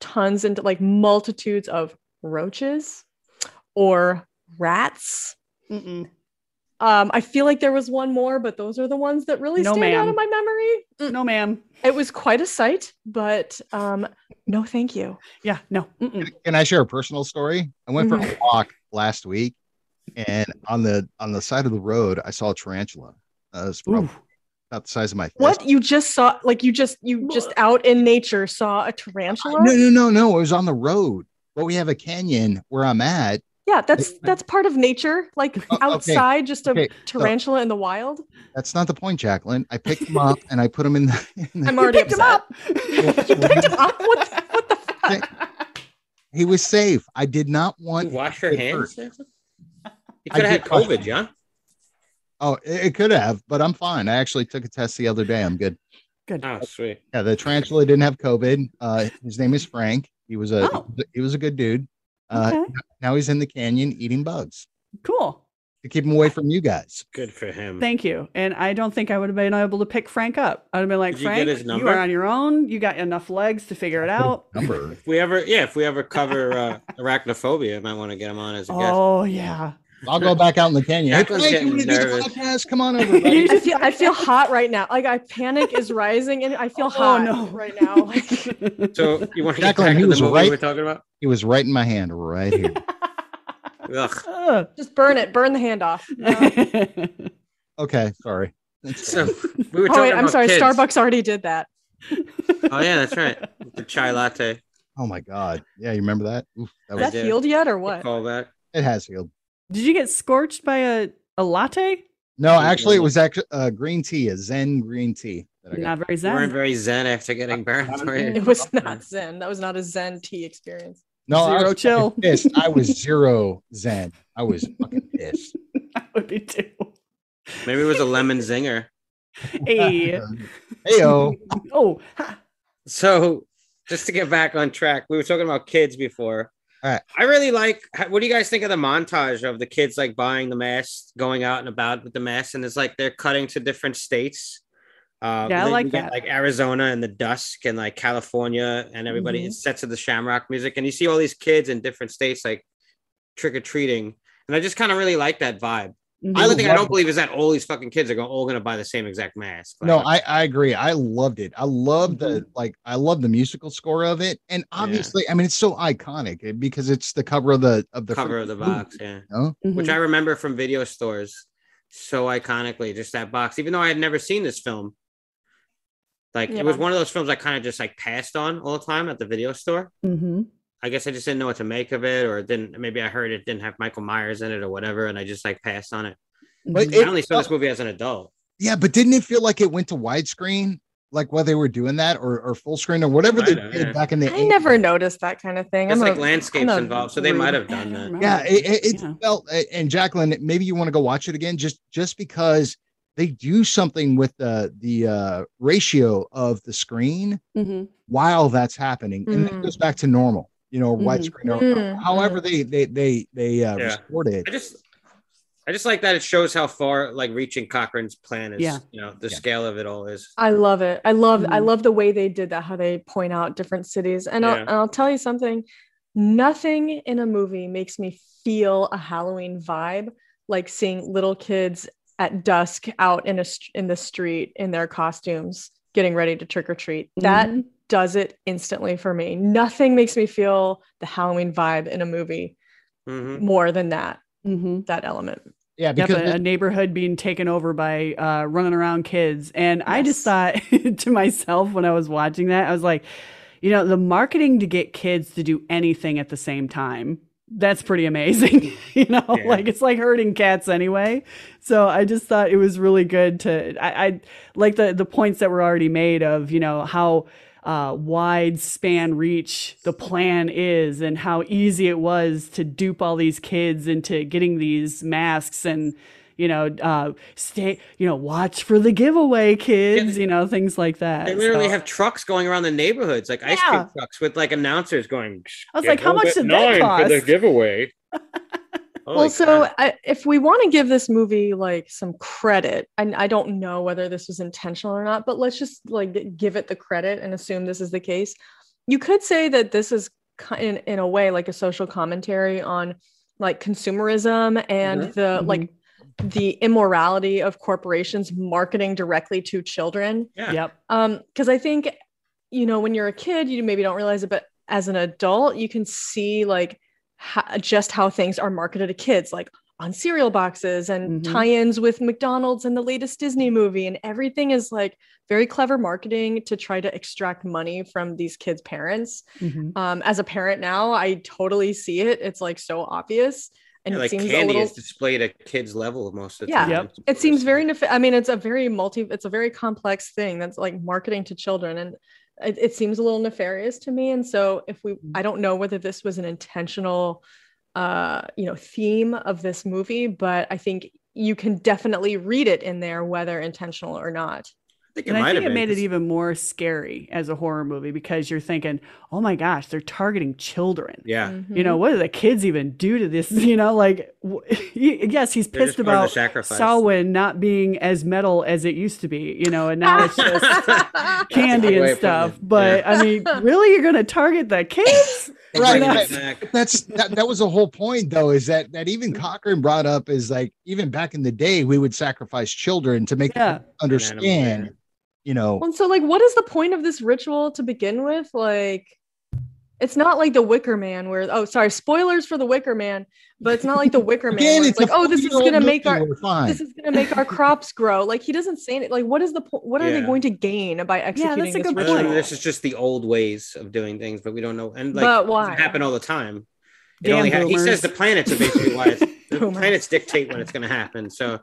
D: tons and like multitudes of roaches or rats.
E: Mm-mm.
D: Um, I feel like there was one more, but those are the ones that really
E: No,
D: stand out
E: ma'am.
D: in my memory. Mm.
E: No, ma'am.
D: It was quite a sight, but um, no, thank you.
E: Yeah, no. Mm-mm.
A: Can I share a personal story? I went for
D: Mm-hmm.
A: a walk last week, and on the on the side of the road, I saw a tarantula. Uh, it's probably
E: Ooh.
A: about the size of my fist.
D: What you just saw, like you just you just out in nature saw a tarantula.
A: No, no, no, no. It was on the road, but we have a canyon where I'm at.
D: Yeah, that's that's part of nature. Like
A: okay.
D: outside, just a
A: Okay, so-
D: tarantula in the wild.
A: That's not the point, Jacqueline. I picked them up and I put them in the. In the
D: I'm already
E: picked him
D: upset.
E: up.
A: You
D: picked him up? What the- what the
A: he was safe. I did not
B: you
A: want.
B: wash your
A: It
B: hands.
A: hurt.
B: Jason? You
A: I
B: could have had
A: did wash-
B: COVID, John.
A: Oh, it, it could have, but I'm fine. I actually took a test the other day. I'm good.
B: Oh, sweet.
A: Yeah, the tarantula didn't have COVID. Uh, his name is Frank. He was a
E: Oh.
A: he was a good dude. Uh,
E: Okay.
A: Now he's in the canyon eating bugs
E: Cool.
A: to keep him away from you guys.
B: Good for him.
E: Thank you. And I don't think I would have been able to pick Frank up. I'd have been like,
B: Did you get
E: Frank,
B: his
E: you,
B: number?"
E: are on your own. You got enough legs to figure it out.
A: Number.
B: if we ever, yeah, if we ever cover uh, arachnophobia, I might want to get him on as a guest.
E: Oh yeah.
A: I'll go back out in the canyon. Hey,
B: Jacqueline's
A: Frank, you
B: getting
A: wanna do the
B: nervous.
A: podcast? Come on over. buddy.
E: You
D: I
E: just
D: feel I feel hot right now. Like I panic is rising and I feel
E: Oh,
D: hot
E: no.
D: right now. Like,
B: So you want to get
A: Jacqueline,
B: back
A: he
B: to the
A: was
B: movie we
A: right.
B: were talking about?
A: He was right in my hand, right here.
B: Ugh.
E: Ugh.
D: just burn it, burn the hand off. Oh,
A: Okay, sorry. That's
B: So we were talking
D: Oh wait,
B: about
D: I'm sorry,
B: kids.
D: Starbucks already did that.
B: Oh yeah, that's right. The chai latte.
A: Oh my god. Yeah, you remember that? Oof, that was,
D: that
B: Oh, did.
D: healed yet or
B: Good
D: what?
B: callback.
A: it has healed.
E: Did you get scorched by a, a latte?
A: No, actually, it was actually uh, green tea, a Zen green tea that I got.
E: Not very
B: You weren't
E: zen.
B: very zen after getting burned. were you?
D: It was not Zen. That was not a Zen tea experience.
A: No, I
E: Zero
A: was
E: chill.
A: fucking pissed. I was zero Zen. I was fucking pissed.
E: That would be too.
B: Maybe it was a lemon zinger.
E: Hey.
A: Heyo.
E: oh, ha.
B: So, just to get back on track, we were talking about kids before.
A: All right.
B: I really like. What do you guys think of the montage of the kids like buying the masks, going out and about with the masks, and it's like they're cutting to different states. Uh,
E: Yeah, I
B: we
E: like
B: got,
E: that.
B: Like Arizona and the dusk, and like California, and everybody
E: Mm-hmm.
D: Mhm.
B: it sets of the Shamrock music, and you see all these kids in different states like trick or treating, and I just kind of really like that vibe.
E: Mhm.
B: The only thing I
A: love
B: don't
A: it.
B: believe is that all these fucking kids are go- all going to buy the same exact mask. Like,
A: No, I, I agree. I loved it. I love the
B: Mm-hmm.
A: like I love the musical score of it. And obviously, I mean it's so iconic eh, because it's the cover of the of the
B: cover of the
A: freaking movie,
B: box. Yeah.
A: you know?
E: Mhm.
B: which I remember from video stores so iconically, just that box, even though I had never seen this film. Like
D: Yeah.
B: it was one of those films I kind of just like passed on all the time at the video store.
E: Mhm.
B: I guess I just didn't know what to make of it, or it didn't maybe I heard it didn't have Michael Myers in it or whatever, and I just like passed on it.
A: But
E: Mhm.
A: it-
B: I only saw this movie as an adult.
A: Yeah, but didn't it feel like it went to widescreen? Like while they were doing that or, or full screen or whatever they
B: Kinda,
A: did
B: yeah.
A: back in the
D: I
A: 80s.
D: never noticed that kind of thing.
B: There's
D: I'm
B: like
D: a-
B: landscapes
D: I'm a
B: involved, so they
D: rude-
B: might have
E: Yeah, I
B: done
E: don't
B: that.
E: remember.
A: yeah it, it, it
E: Yeah.
A: felt a- and jacqueline maybe you want to go watch it again just just because they do something with the the uh ratio of the screen
E: Mhm.
B: Mm-hmm.
A: while that's happening and it
D: Mm.
A: goes back to normal you know
E: Mhm.
A: widescreen or,
D: Mm,
A: however they they they they uh
B: Yeah.
A: restored it
B: I just I just like that it shows how far like reaching Cochrane's plan is,
E: Yeah.
B: you know, the
A: Yeah.
B: scale of it all is.
D: I love it. I love I
E: Mhm.
D: love the way they did that, how they point out different cities. And, I'll,
B: Yeah.
D: and I'll tell you something, nothing in a movie makes me feel a Halloween vibe like seeing little kids at dusk out in a st- in the street in their costumes getting ready to trick or treat. That
B: Mm-hmm.
E: Mhm.
D: does it instantly for me. Nothing makes me feel the Halloween vibe in a movie
B: Mhm.
D: more than that
E: Mhm.
D: that element.
A: yeah
E: Yep,
A: because
E: a, a neighborhood being taken over by uh, running around kids. And I just thought to myself when I was watching that, I was like, you know, the marketing to get kids to do anything at the same time, that's pretty amazing. you know,
B: Yeah.
E: like it's like herding cats anyway. So I just thought it was really good to, I, I like the, the points that were already made of, you know, how. Uh, wide span reach the plan is and how easy it was to dupe all these kids into getting these masks and you know, uh, stay, you know, watch for the giveaway, kids, you know, things like that.
B: They literally
E: So
B: have trucks going around the neighborhoods, like ice
E: Yeah.
B: cream trucks with like announcers going.
E: I was like, how much did that cost?
B: giveaway. Oh,
D: well, so I, if we want to give this movie like some credit, and I don't know whether this was intentional or not, but let's just like g- give it the credit and assume this is the case. You could say that this is ki- in, in a way like a social commentary on like consumerism and the like the immorality of corporations marketing directly to children
B: yeah.
E: Yep.
D: um because i think you know when you're a kid you maybe don't realize it but as an adult you can see like ho- just how things are marketed to kids like on cereal boxes and
B: Mm-hmm.
E: Mhm.
D: tie-ins with mcdonald's and the latest disney movie and everything is like very clever marketing to try to extract money from these kids parents
E: Mhm.
D: um, as a parent now i totally see it it's like so obvious and
B: Yeah,
D: it
B: like
D: seems
B: candy
D: a little
B: is displayed at kids' level most of the
D: Yeah.
B: time.
E: Yep.
D: it seems very nef- i mean it's a very multi it's a very complex thing that's like marketing to children and it, it seems a little nefarious to me and so if we i don't know whether this was an intentional uh you know theme of this movie but i think you can definitely read it in there whether intentional or not
B: I think it
E: And I
B: might
E: think
B: have
E: it made it
B: even.
E: even more scary as a horror movie because you're thinking, oh my gosh, they're targeting children.
B: Yeah.
E: You know, what do the kids even do to this? You know, like, w- yes, he's
B: They're
E: pissed
B: just part of the
E: about
B: sacrifice.
E: Samhain not being as metal as it used to be, you know, and now it's just
B: That's a good
E: candy
B: way
E: and
B: of putting it.
E: stuff. But
B: Yeah.
E: I mean, really, you're going to target the kids?
B: And bringing
A: Right.
B: it back.
A: that's that, that was the whole point though is that that even
D: Mm-hmm.
A: cochrane brought up is like even back in the day we would sacrifice children to make
E: Yeah.
A: them understand you know
D: and so like what is the point of this ritual to begin with like it's not like the Wicker Man where oh sorry spoilers for the Wicker Man, but it's not like the Wicker Man.
A: Again,
D: where
A: it's
D: like
A: a
D: oh this is
A: four-year-old
D: gonna make
A: movie.
D: our
A: We're fine.
D: this is gonna make our crops grow. Like he doesn't say it. Like what is the po- what are they
B: Yeah.
D: going to gain by executing
E: that's a
D: this
E: good
B: I mean,
D: ritual?
E: point.
B: this is just the old ways of doing things, but we don't know. And like,
D: but
B: it
D: why?
B: doesn't happen all the time. It
E: Damn
B: only ha- he
E: boomers.
B: says the planets are basically why it's, the
D: Boomers.
B: planets dictate when it's going to happen. So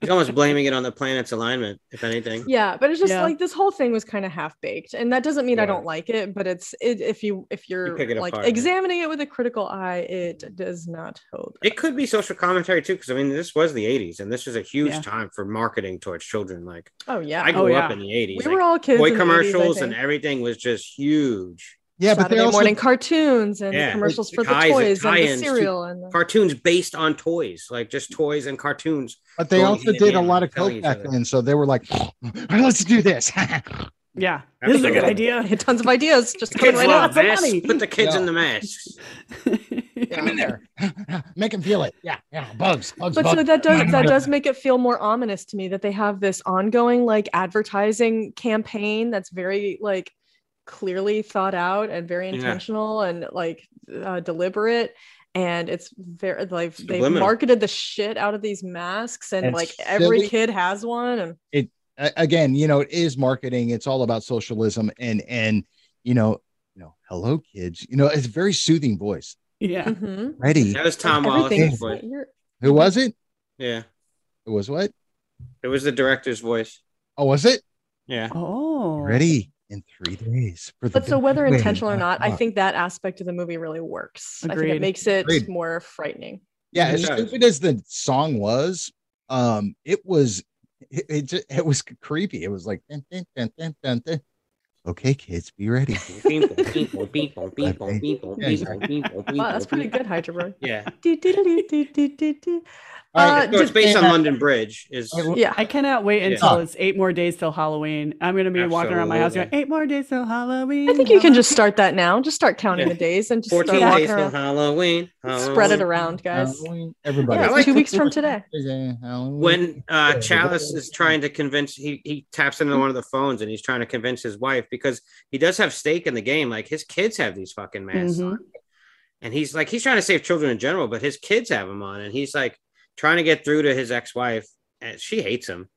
B: he's almost blaming it on the planet's alignment, if anything.
D: Yeah, but it's just
E: Yeah.
D: like this whole thing was kind of half baked, and that doesn't mean I
B: Yeah.
D: don't like it. But it's it, if you if you're
B: pick it
D: like
B: apart, yeah.
D: examining it with a critical eye, it does not hold.
B: It could be social commentary too, because I mean, this was the 80s, and this was a huge
E: Yeah.
B: time for marketing towards children. Like,
D: Oh yeah,
B: I grew
E: Oh, yeah.
B: up in the 80s.
D: we
B: like,
D: were all kids.
B: boy
D: in the 80s, I
B: commercials and
D: think.
B: everything was just huge.
A: yeah, but they
D: Saturday
A: also
D: morning cartoons and the
B: Yeah.
D: commercials
B: Like,
D: for the
B: ties and
D: toys and the
B: tie-ins to
D: cereal and the-
B: Cartoons based on toys, like just toys and cartoons.
A: but they
B: going
A: also
B: hand in
A: did a
B: hand,
A: lot of
B: telling
A: coke
B: each
A: back
B: other.
A: then, so they were like, let's do this.
E: Yeah, this is a good
B: Absolutely.
D: I
E: idea.
D: had tons of ideas. Just coming
B: Kids
D: right
B: love
D: up.
E: lots of
B: masks.
E: money.
B: Put the kids
A: Yeah.
B: in the masks.
A: Put 'em in there, make them feel it. Yeah, yeah, bugs, bugs,
D: But
A: bugs.
D: so that does that does make it feel more ominous to me that they have this ongoing like advertising campaign that's very like clearly thought out and very
B: Yeah.
D: intentional and like uh, deliberate and it's very like they've
B: Subliminal.
D: marketed the shit out of these masks and
A: And
D: like every
A: silly-
D: kid has one and
A: a- again, you know, it is marketing. It's all about socialism and and you know, you know, hello kids. You know, it's a very soothing voice.
E: yeah.
D: Mhm.
A: Ready?
B: That was Tom Wallace's
D: everything's
B: voice.
D: you're-
A: Who was it?
B: Yeah.
A: It was what?
B: It was the director's voice.
A: Oh, was it?
B: Yeah.
E: Oh,
A: Ready in three days. For the
D: but so
A: big
D: whether
A: win.
D: intentional or not, I
A: Uh,
D: think that aspect of the movie really works. I think
E: Agreed.
D: it makes it
A: Agreed.
D: more frightening.
A: yeah, as
B: It does.
A: stupid as the song was, um, it was it it, ju- it was creepy. It was like dun, dun, dun, dun, dun, dun. okay, kids, be ready.
B: Beeple, beeple, beeple, beeple, beeple,
A: Yeah, exactly.
B: beeple, beeple,
D: Wow, that's
B: beeple,
D: pretty
B: beeple.
D: good, Hydra Bird.
B: Yeah.
D: Do, do, do, do, do, do, do.
A: All
D: Uh,
A: right,
B: So it's
D: just-
B: based on
A: Yeah.
B: London Bridge. Is
A: All
D: Yeah.
E: I cannot wait
B: Yeah.
E: until it's eight more days till Halloween. I'm gonna be walking around my house going,
B: Absolutely.
E: eight more days till Halloween.
D: I think you can just
E: Halloween."
D: start that now. Just start counting
B: Yeah.
D: the days and just
B: 14
D: start walking
B: days till
D: around.
B: Halloween.
D: Spread it
B: Halloween.
D: around, guys.
A: Halloween,
D: Yeah,
A: everybody.
B: I
D: it's
B: like
D: two
B: to-
D: weeks from today.
A: Halloween.
B: when uh
A: Yeah.
B: Chalice is trying to convince he he taps into one of the phones and he's trying to convince his wife because he does have stake in the game. Like his kids have these fucking masks,
D: Mm-hmm.
E: Mhm.
B: on. and he's like he's trying to save children in general, but his kids have them on, and he's like trying to get through to his ex wife, and she hates him.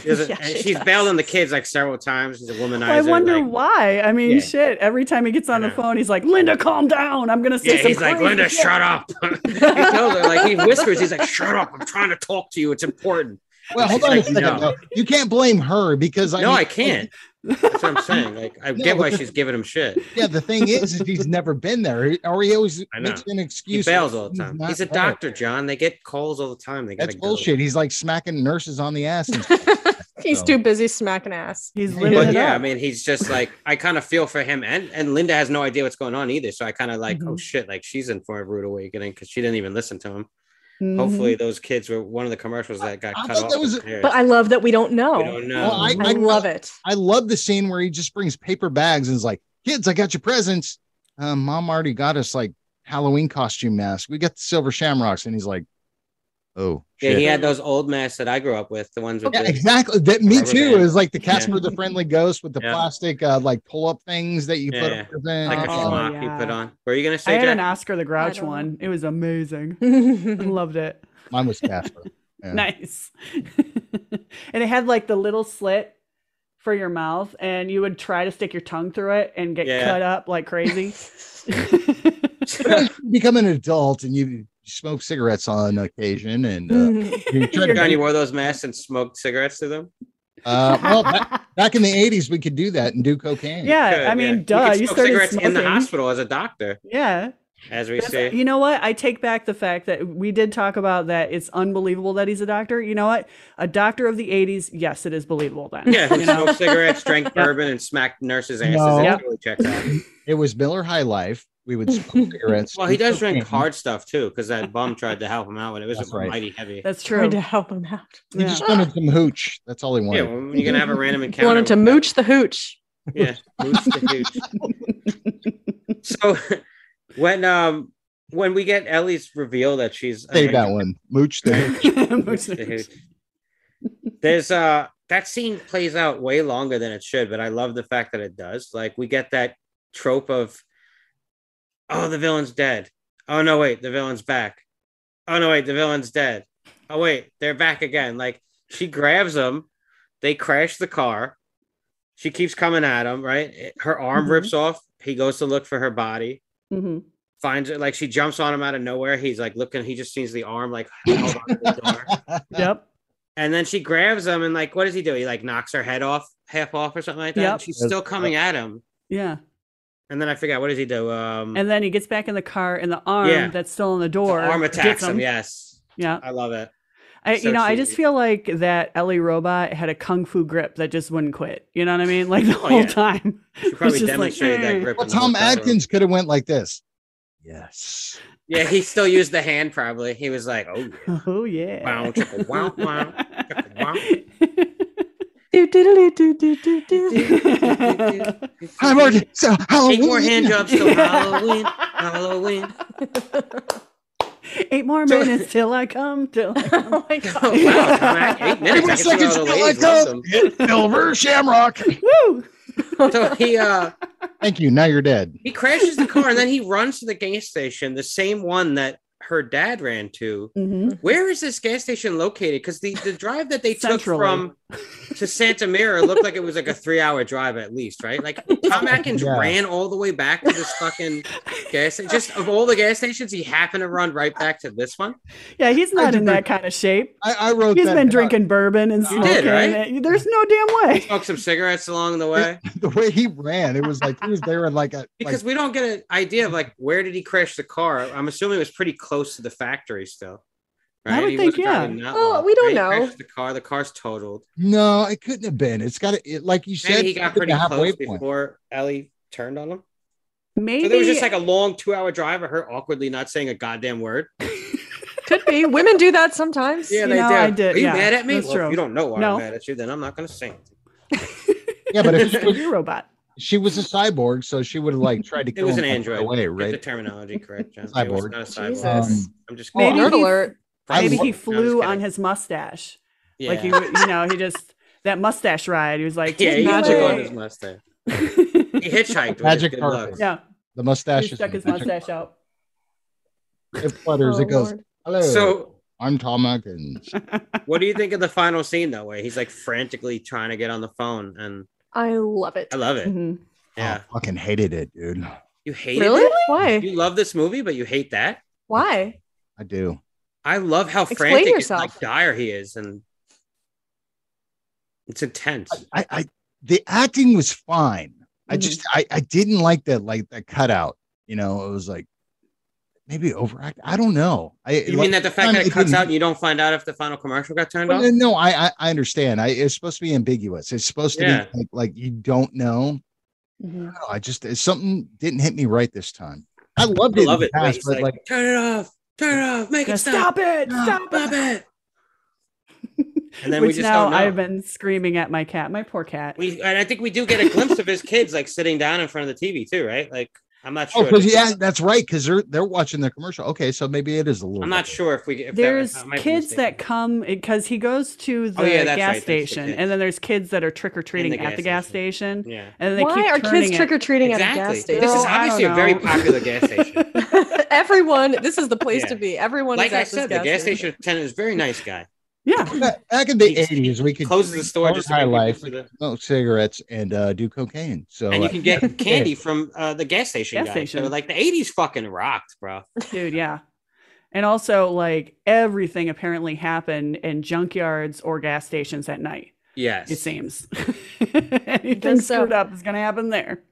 B: She doesn't-
D: Yeah,
B: and
D: she
B: she's
D: does.
B: bailed on the kids like several times. He's a womanizer.
E: Well, I wonder
B: like-
E: why. I mean,
B: Yeah.
E: shit. Every time he gets on the
B: Yeah.
E: phone, he's like, "Linda, calm down. I'm gonna say
B: Yeah,
E: some
B: he's like,
E: crazy
B: Linda,
E: shit."
B: shut up. he tells her, like, he whispers, he's like, shut up. I'm trying to talk to you. It's important.
A: Well, hold
B: She's
A: on a
B: like,
A: second.
B: no.
A: though. You can't blame her because I
B: No,
A: mean,
B: I can't. That's what I'm saying. Like, I
A: No,
B: get why
A: but the-
B: she's giving him shit.
A: Yeah, the thing is, is he's never been there, He- or he always
B: I know.
A: makes an
B: He
A: excuse.
B: bails all the
A: he's
B: time.
A: not
B: He's a
A: there.
B: doctor, John. They get calls all the time. They gotta
A: That's
B: go.
A: bullshit. He's like smacking nurses on the ass. And
D: He's
A: So-
D: too busy smacking ass.
E: He's
A: But
E: living
B: But
E: it
B: yeah, I
E: up.
B: mean, he's just like I kind of feel for him, and and Linda has no idea what's going on either. So I kind of like, oh shit, like she's in for a rude awakening because she didn't even listen to him.
E: Mhm.
B: Hopefully, those kids were one of the commercials that got
A: I
B: cut
A: thought
B: off.
A: that was-
B: with
D: But I love that we don't know.
B: we don't know.
A: Well, I-
D: I love it.
A: I love the scene where he just brings paper bags and is like, "Kids, I got your presents." Um, Mom already got us like Halloween costume masks. We got the silver shamrocks, and he's like, "Oh,
B: yeah,
A: shit."
B: he had those old masks that I grew up with, the ones with
A: Yeah,
B: the,
A: exactly. That me
B: Rubber
A: too
B: band.
A: is like the Casper the Friendly Ghost with the
B: Yeah.
A: plastic uh, like pull up things that you put
B: Yeah.
A: up in. the-
B: like a
E: Oh,
B: schmuck you
E: yeah.
B: put on. Were you gonna
E: I
B: say
E: had an
B: Jack?
E: Oscar the Grouch
D: don't know.
E: one. It was amazing. I loved it.
A: Mine was Casper. Yeah.
E: Nice. and it had like the little slit for your mouth, and you would try to stick your tongue through it and get
B: Yeah.
E: cut up like crazy.
A: But you become an adult and you smoke cigarettes on occasion and uh, you try to
B: John, you wore those masks and smoked cigarettes through them.
A: uh, well back, back in the 80s we could do that and do cocaine
E: yeah, I
B: Good,
E: mean,
B: yeah.
E: duh.
B: could
E: You,
B: smoke
E: started
B: cigarettes
E: smoking.
B: in the hospital as a doctor,
E: Yeah.
B: as we
E: That's-
B: say.
E: You know what? I take back the fact that we did talk about that. It's unbelievable that he's a doctor. You know what? A doctor of the 80s. Yes, it is believable then.
B: Yeah, who
E: You know?
B: smoked cigarettes, drank bourbon, and smacked nurses' asses.
A: No.
B: It
E: Yep.
B: totally checks out.
A: it was miller high life we would smoke cigarettes
B: Well, he
A: do
B: does drink
A: cocaine.
B: hard stuff too, because that bum tried to help him out when it was
A: That's right.
B: mighty heavy.
E: That's true.
D: Trying to help him out.
A: he
E: Yeah.
A: just wanted some hooch that's all he
B: yeah,
A: wanted
B: well, you're gonna have a random
D: He
B: encounter.
D: wanted to
B: with
D: mooch the hooch.
B: that. Yeah, mooch the hooch. so when um when we get Ellie's reveal that she's
A: say that one mooch the
B: Mooch the hooch. There's uh that scene plays out way longer than it should, but I love the fact that it does. Like we get that trope of oh, the villain's dead. Oh no, wait, the villain's back. Oh no, wait, the villain's dead. Oh wait, they're back again. Like she grabs them, they crash the car. She keeps coming at him, right? It- Her arm
E: Mhm.
B: rips off. He goes to look for her body,
E: hmm
B: finds it. Like she jumps on him out of nowhere. He's like looking. He just sees the arm, like held on to the door.
E: Yep.
B: And then she grabs him and like, what does he do? He like knocks her head off, half off or something like that.
E: Yep.
B: And She's still coming at him.
E: Yeah.
B: And then I forgot what does he do? Um,
E: And then he gets back in the car, and the arm
B: Yeah.
E: that's still on the
B: the
E: door
B: arm
E: gets
B: attacks him. Yes,
E: Yeah.
B: I love it.
E: I,
B: So
E: you know, I just
B: cheesy.
E: feel like that Ellie robot had a kung fu grip that just wouldn't quit. You know what I mean? Like the
B: Oh,
E: whole
B: yeah.
E: time.
B: She probably
E: just like,
B: demonstrated
E: "Eh."
B: that grip.
A: Well,
B: in the
A: Tom
B: hotel room.
A: Atkins could have went like this. Yes.
B: Yeah, he still used the hand. Probably he was like, oh, yeah.
E: Oh yeah.
B: Wow, chicka, wow, wow, chicka, wow.
D: Do, do, do, do, do, do, do.
A: Hi, Martin. So, Halloween.
B: Take more hand jobs till Halloween. Halloween.
E: Eight more
B: So-
E: minutes till I come. Till I come.
D: oh my
B: Oh,
D: god.
B: wow, Tom Atkins.
A: Eight
B: Eight minutes.
A: more
B: I can see
A: seconds
B: all the
A: till I
B: ladies love
A: come. Hit Silver Shamrock.
E: Woo!
B: them. So he uh
A: Thank you. Now you're dead.
B: he crashes the car and then he runs to the gas station, the same one that her dad ran to.
E: Mhm.
B: Where is this gas station located? Because the, the drive that they took
E: Centrally.
B: from to Santa Mira looked like it was like a three hour drive at least, right? Like Tom Atkins
A: Yeah.
B: ran all the way back to this fucking gas station. Just of all the gas stations, he happened to run right back to this one.
E: Yeah, he's not in
A: didn't-
E: that kind of shape.
A: I, I wrote
E: He's
A: that
E: been
A: down.
E: drinking bourbon and
B: You
E: smoking.
B: did, right?
E: and- There's no damn way.
B: Smoked some cigarettes along the way.
A: the way he ran. It was like he was there in like a like
B: Because we don't get an idea of like where did he crash the car. I'm assuming it was pretty close to the factory still.
E: I
B: Right?
E: would
B: He
E: think,
B: wasn't driving that
D: Well,
B: long,
D: we don't
B: He
D: know.
B: crashed The car, the car's totaled.
A: No, it couldn't have been. It's got to, it, like you said,
B: Maybe he got
A: it's at
B: pretty
A: the halfway
B: close
A: point.
B: before Ellie turned on him.
E: Maybe
B: So there was just like a long two hour drive of her awkwardly not saying a goddamn word.
D: Could be. Women do that sometimes.
E: You know, I did-
B: Are you
E: yeah,
B: mad at me?
E: that's
B: Well, if
E: true.
B: you don't know why
E: No.
B: I'm mad at you, then I'm not going to say anything.
A: Yeah, but if she was,
E: a robot.
A: she was a cyborg, so she would have like tried to
B: It
A: kill
B: was an
A: him
B: android.
A: away,
B: Get the
A: right?
B: terminology correct, John. It was
A: Cyborg.
B: not a cyborg.
D: Jesus.
A: Um,
B: I'm just
E: Maybe
D: Oh, Nerd
E: he-
D: alert.
B: Probably
E: Maybe he
B: wasn't. No, I'm just
E: flew on
B: kidding.
E: his mustache.
B: yeah.
E: Like he, w- you know, he just that mustache ride. He was like,
B: yeah,
E: "Take
B: he
E: me
D: magic
B: flew on
E: away."
B: his mustache. He hitchhiked. with his
A: Magic
B: good
A: carpet.
B: luck.
E: yeah,
A: The
E: he
A: mustache is
E: stuck his
A: magic.
E: mustache out.
A: It flutters.
D: Oh,
A: it goes.
D: Lord.
A: Hello,
B: So,
A: I'm Tom Atkins.
B: what do you think of the final scene though, where he's like frantically trying to get on the phone, and
D: I love it.
B: I love it.
E: Mhm.
B: Yeah,
A: Oh, fucking hated it, dude.
B: you hate
D: Really?
B: it.
D: Why?
B: You love this movie, but you hate that.
D: Why?
A: I do.
B: I love how
D: Explain
B: frantic and
D: yourself.
B: like dire he is, and it's intense.
A: I, I the acting was fine. I
E: Mhm.
A: just I, I didn't like that like that cutout. You know, it was like maybe overact. I don't know. I
B: You
A: like-
B: mean that the fact
A: time
B: that
A: it
B: it cuts
A: didn't-
B: out and you don't find out if the final commercial got turned
A: Well,
B: off?
A: then, no, I, I I understand. I it's supposed to be ambiguous. It's supposed to
B: Yeah.
A: be like, like you don't know.
E: Mhm.
A: No, I just it's something didn't hit me right this time. I loved
B: I
A: it.
B: love it.
A: in the past,
B: He's
A: but
B: like,
A: like,
B: turn it off, turn it off, make
E: Yeah,
B: it stop,
E: Stop it! Stop it!
B: stop it. And Ah, then we
E: Which
B: just
E: now
B: don't know.
E: I've been screaming at my cat, my poor cat.
B: We and I think we do get a glimpse of his kids like sitting down in front of the TV too, right? Like I'm not
A: oh,
B: sure.
A: 'cause, yeah, that's right. Because they're they're watching their commercial. Okay, so maybe it is a little.
B: I'm not
A: bit.
B: sure if we if that- uh,
E: there's
B: I might be
E: kids
B: mistaken.
E: that come because he goes to the
B: Oh, yeah, that's
E: gas
B: right, that's the
E: station,
B: kids.
E: and then there's kids that are trick or treating
B: In the
E: at
B: gas
E: the gas
B: station.
E: station,
B: yeah.
E: and then they
D: Why
E: keep
D: are
E: turning
D: kids
E: it.
D: trick or treating at a gas
B: Exactly.
D: station?
B: This is
E: Girl, I
B: obviously a
E: don't
B: very
E: know.
B: popular gas station.
D: Everyone, this is the place
B: Yeah.
D: to be. Everyone
B: like
D: is
B: I
D: at this
B: said, the gas station attendant is a very nice guy.
E: Yeah,
A: Back- Back in the
B: He-
A: '80s, we could
B: Closes the store
A: drink
B: just to
A: high
B: bring people
A: life,
B: to the-
A: smoke cigarettes, and uh, do cocaine. So
B: and you
A: uh,
B: can get candy from uh, the gas station
E: Gas
B: guy. So
E: station.
B: like the 80s fucking rocked, bro.
E: dude, yeah. And also, like everything apparently happened in junkyards or gas stations at night.
B: Yes.
E: It seems anything
D: so.
E: screwed up is going to happen there.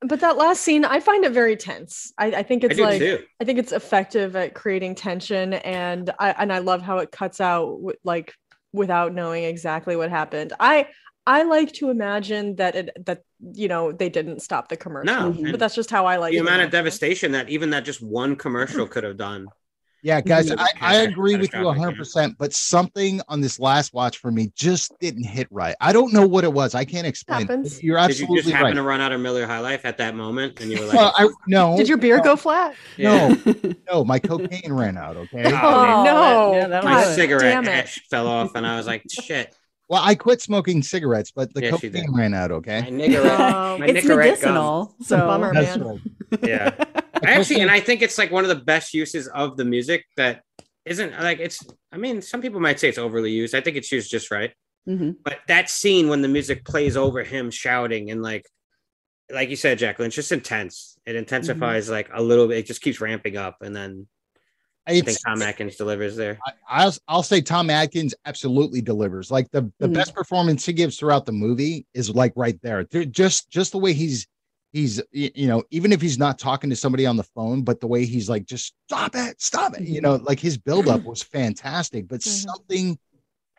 D: But that last scene, I find it very tense. I, I think
B: I
D: it's
B: do
D: like
B: too.
D: I think it's effective at creating tension, and I and I love how it cuts out wi- like without knowing exactly what happened. I I like to imagine that it that you know they didn't stop the commercial,
B: No.
E: Mhm.
B: and
D: but that's just how I like
B: the
D: to
B: amount of
D: imagine it.
B: devastation that even that just one commercial could have done.
A: Yeah, guys,
E: Mhm.
A: I, I
B: Catastrophic,
A: agree with you
B: catastrophic, yeah.
A: 100%, but something on this last watch for me just didn't hit right. I don't know what it was. I can't explain.
D: Happens.
A: You're
B: Did you just
A: absolutely
B: happen
A: right.
B: to run out of Miller High Life at that moment? And you were like,
A: Well, I no.
D: Did your beer
B: Oh.
D: go flat?
B: yeah.
A: No, no, my cocaine ran out, okay?
B: Oh,
D: Oh, no!
E: yeah, that
B: my
E: God
B: cigarette
D: damn it.
B: ash fell off, and I was like, "Shit,
A: Well, I quit smoking cigarettes, but the
B: Yes, you
A: cocaine
B: did.
A: ran out,
B: my
A: okay?
B: nigger."
D: Um,
B: My
E: it's
B: Nicorette gum.
E: medicinal, so
D: Bummer.
A: That's
D: man.
A: right.
B: yeah, actually, and I think it's like one of the best uses of the music that isn't like it's. I mean, some people might say it's overly used. I think it's used just right.
E: Mhm.
B: But that scene when the music plays over him shouting and like, like you said, Jacqueline, it's just intense. It intensifies like a little bit. It just keeps ramping up, and then I
A: It's,
B: think Tom Atkins delivers there.
A: I, I'll, I'll say Tom Atkins absolutely delivers. Like the, the
D: Hmm.
E: Mhm.
A: best performance he gives throughout the movie is like right there. There- Just just the way he's he's y- you know even if he's not talking to somebody on the phone, but the way he's like just stop it, stop it. You
D: Mm-hmm.
A: know, like his buildup was fantastic, but
D: Mhm.
A: something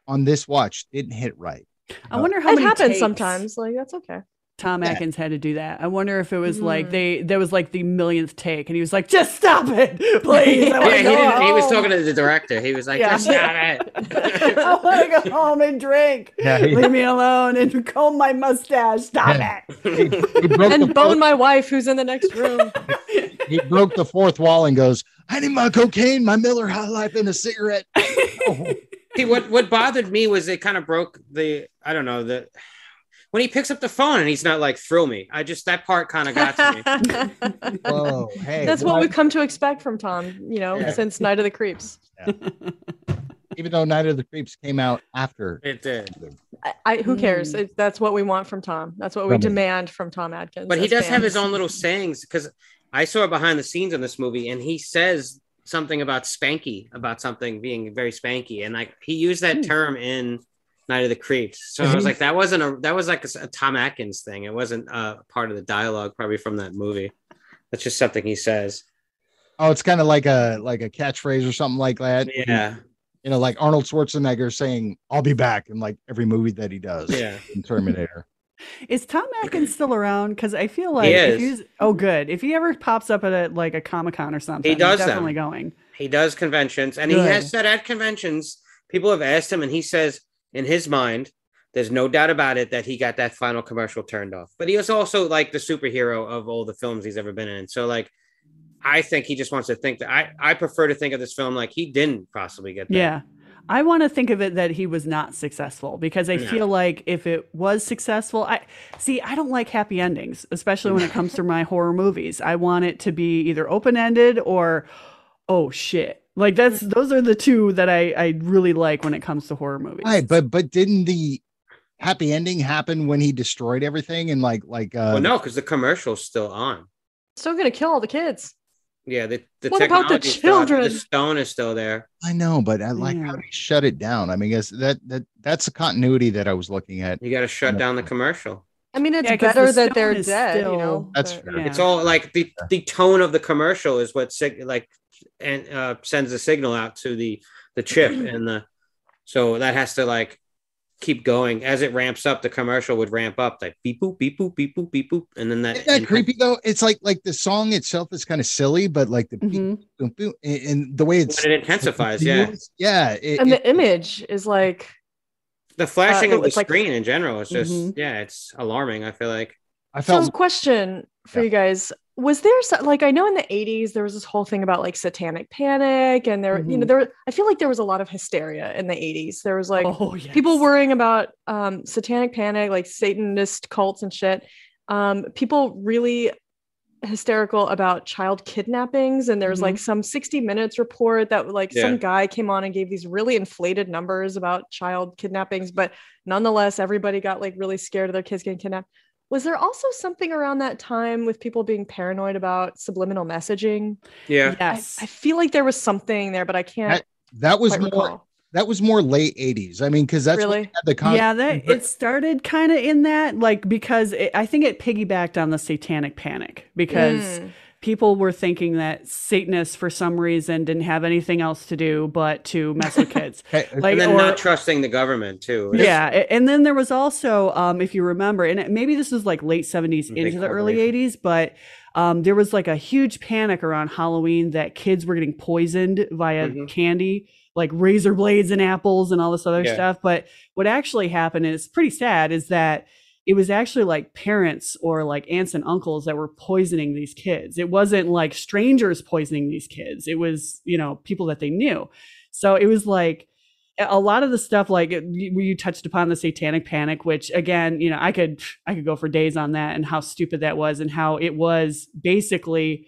A: on this watch didn't hit right.
E: I wonder how
D: It
E: many
D: happens
E: takes
D: sometimes. Like that's okay.
E: Tom
A: Yeah.
E: Atkins had to do that. I wonder if it was
D: Mhm.
E: like they there was like the millionth take, and he was like, "Just stop it, please." I
D: Oh,
B: Yeah,
E: wanna
B: he,
E: go
B: didn't, he was
E: home."
B: talking to the director. He was like,
E: Yeah.
B: "Just not it."
E: I want to go home and drink.
A: Yeah,
E: Leave me alone and comb my mustache. Stop
A: Yeah.
E: it.
A: he broke the
D: And bone my wife who's in the next room.
A: he broke the fourth wall and goes, I need my cocaine, my Miller High Life, and a cigarette. Oh,
B: See, what what bothered me was it kind of broke the I don't know the when he picks up the phone and he's not like thrill me. I just that part kind of got to me.
A: Whoa, hey,
D: That's what
A: well,
D: we've come to expect from Tom, you know,
A: Yeah.
D: since Night of the Creeps.
A: even though Night of the Creeps came out after.
B: It did,
D: I, I who cares?
E: Mm.
D: It, that's what we want from Tom. That's what we
A: From him.
D: demand from Tom Atkins.
B: but he
D: as
B: does have
D: fans.
B: his own little sayings because I saw behind the scenes on this movie and he says something about spanky about something being very spanky and like he used that term in Night of the Creeps. So I was like, that wasn't a that was like a, s- a Tom Atkins thing. It wasn't uh, part of the dialogue probably from that movie. That's just something he says.
A: Oh, it's kind of like a like a catchphrase or something like that.
B: Yeah,
A: You know, like Arnold Schwarzenegger saying, I'll be back in like every movie that he does
B: yeah.
A: in Terminator.
E: Is Tom Atkins still around? Because I feel like
B: is.
E: if he's oh good. If he ever pops up at a like a comic con or something, he's
B: does them.
E: definitely going.
B: He does conventions, and he
E: Good.
B: has said at conventions, people have asked him, and he says in his mind, there's no doubt about it that he got that final commercial turned off. But he is also like the superhero of all the films he's ever been in. So like, I think he just wants to think that I I prefer to think of this film like he didn't possibly get that.
E: Yeah. I want to think of it that he was not successful because I
B: Yeah.
E: feel like if it was successful, I see, I don't like happy endings, especially when it comes to my horror movies. I want it to be either open ended or, oh shit. Like that's, those are the two that I, I really like when it comes to horror movies.
A: Right. But but didn't the happy ending happen when he destroyed everything and like like uh
B: Well, no, because the commercial's still on.
D: Still gonna kill all the kids.
B: Yeah, the, the
D: What about the
B: technology still out there.
D: children?
B: the stone is still there.
A: I know, but I like
E: Yeah.
A: how they shut it down. I mean, I guess that that that's the continuity that I was looking at.
B: You got to shut down the commercial.
D: I mean, it's
E: Yeah, 'cause the
D: better that they're
E: stone is
D: dead. You
E: still-
D: know,
A: That's
D: but-
A: fair.
E: Yeah.
B: It's all like the the tone of the commercial is what sig- like and uh, sends a signal out to the the chip and the so that has to like keep going as it ramps up. The commercial would ramp up like beep boop beep boop beep boop beep boop, and then that,
A: Isn't that
B: and-
A: creepy though? It's like like the song itself is kind of silly, but like the beep,
E: Mhm.
A: boom, boom, and, and the way it's
B: But it intensifies. Yeah,
A: yeah. It,
D: and
A: it-
D: the image is like
B: the flashing
D: Uh,
B: of the
D: it's like-
B: screen in general is just
E: Mhm.
B: yeah, it's alarming. I feel like
A: I
D: so.
A: felt
D: Question for
A: Yeah.
D: you guys: Was there so- like I know in the '80s there was this whole thing about like satanic panic, and there you know
E: Mhm.
D: there I feel like there was a lot of hysteria in the '80s. There was like
E: oh, yes.
D: people worrying about um, satanic panic, like Satanist cults and shit. Um, people really hysterical about child kidnappings, and there was like some 60 Minutes report that like some
B: Yeah.
D: guy came on and gave these really inflated numbers about child kidnappings, but nonetheless, everybody got like really scared of their kids getting kidnapped. Was there also something around that time with people being paranoid about subliminal messaging?
B: yeah,
D: I-
E: Yes.
D: I, feel like there was something there, but I can't
A: that was
D: quite
A: more
D: recall.
A: that was more late eighties. I mean, because that's when
D: Really?
A: we had the con-
E: yeah, that
A: but-
E: it started kind of in that, like, because it, I think it piggybacked on the satanic panic because
D: Mm.
E: people were thinking that Satanists, for some reason, didn't have anything else to do but to mess with kids.
A: okay,
E: Like,
B: and then
E: or-
B: not trusting the government too. It's-
E: yeah, a- and then there was also, um, if you remember, and it- maybe this was like late seventies
B: Big
E: into the early
B: corporation.
E: eighties, but um, there was like a huge panic around Halloween that kids were getting poisoned via
B: Mhm.
E: candy, like razor blades and apples and all this other
B: Yeah.
E: stuff. But what actually happened, and it's pretty sad, is that it was actually like parents or like aunts and uncles that were poisoning these kids. It wasn't like strangers poisoning these kids. It was, you know, people that they knew. So it was like a- a lot of the stuff like it- you you touched upon the satanic panic which again, you know, I could I could go for days on that and how stupid that was and how it was basically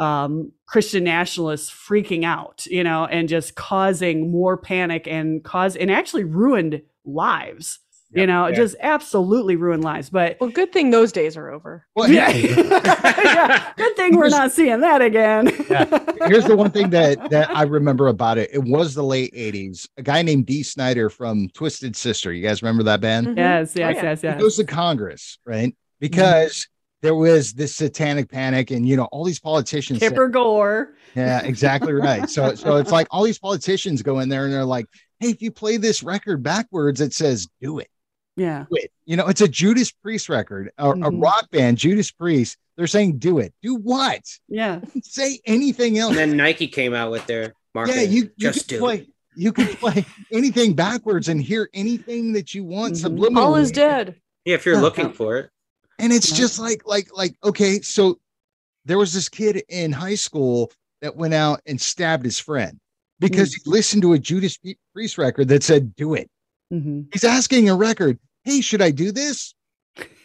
E: um, Christian nationalists freaking out, you know, and just causing more panic and cause and actually ruined lives. You
B: Yep.
E: know,
B: Yeah.
E: just absolutely ruined lives. But
D: Well, good thing those days are over.
A: Well,
E: yeah, Yeah. good thing we're not seeing that again.
A: Yeah. here's the one thing that that I remember about it. It was the late '80s. A guy named D. Snyder from Twisted Sister. You guys remember that band?
D: Mhm.
E: Yes, yes,
D: yeah.
E: yes,
A: He
E: yes.
A: Oh, goes to Congress, right? Because there was this satanic panic, and you know all these politicians. said-
E: Tipper Gore.
A: yeah, exactly right. So so it's like all these politicians go in there and they're like, "Hey, if you play this record backwards, it says do it,
E: Yeah.
A: do it." You know, it's a Judas Priest record, a, a
D: Mm-hmm.
E: Mhm.
A: rock band, Judas Priest. They're saying, "Do it, do what?
E: Yeah.
A: Say anything else."
B: And then Nike came out with their marketing.
A: yeah, you, you
B: just
A: can
B: do.
A: play.
B: it.
A: You can play anything backwards and hear anything that you want
E: Mhm.
A: subliminally.
D: Mm-hmm. All is dead.
B: Yeah, if you're
E: Yeah.
B: looking for it.
A: And it's
E: Yeah.
A: just like, like, like, okay, so there was this kid in high school that went out and stabbed his friend because
D: Mm.
A: he listened to a Judas P- Priest record that said, "Do it."
E: hmm
A: He's asking a record, "Hey, should I do this?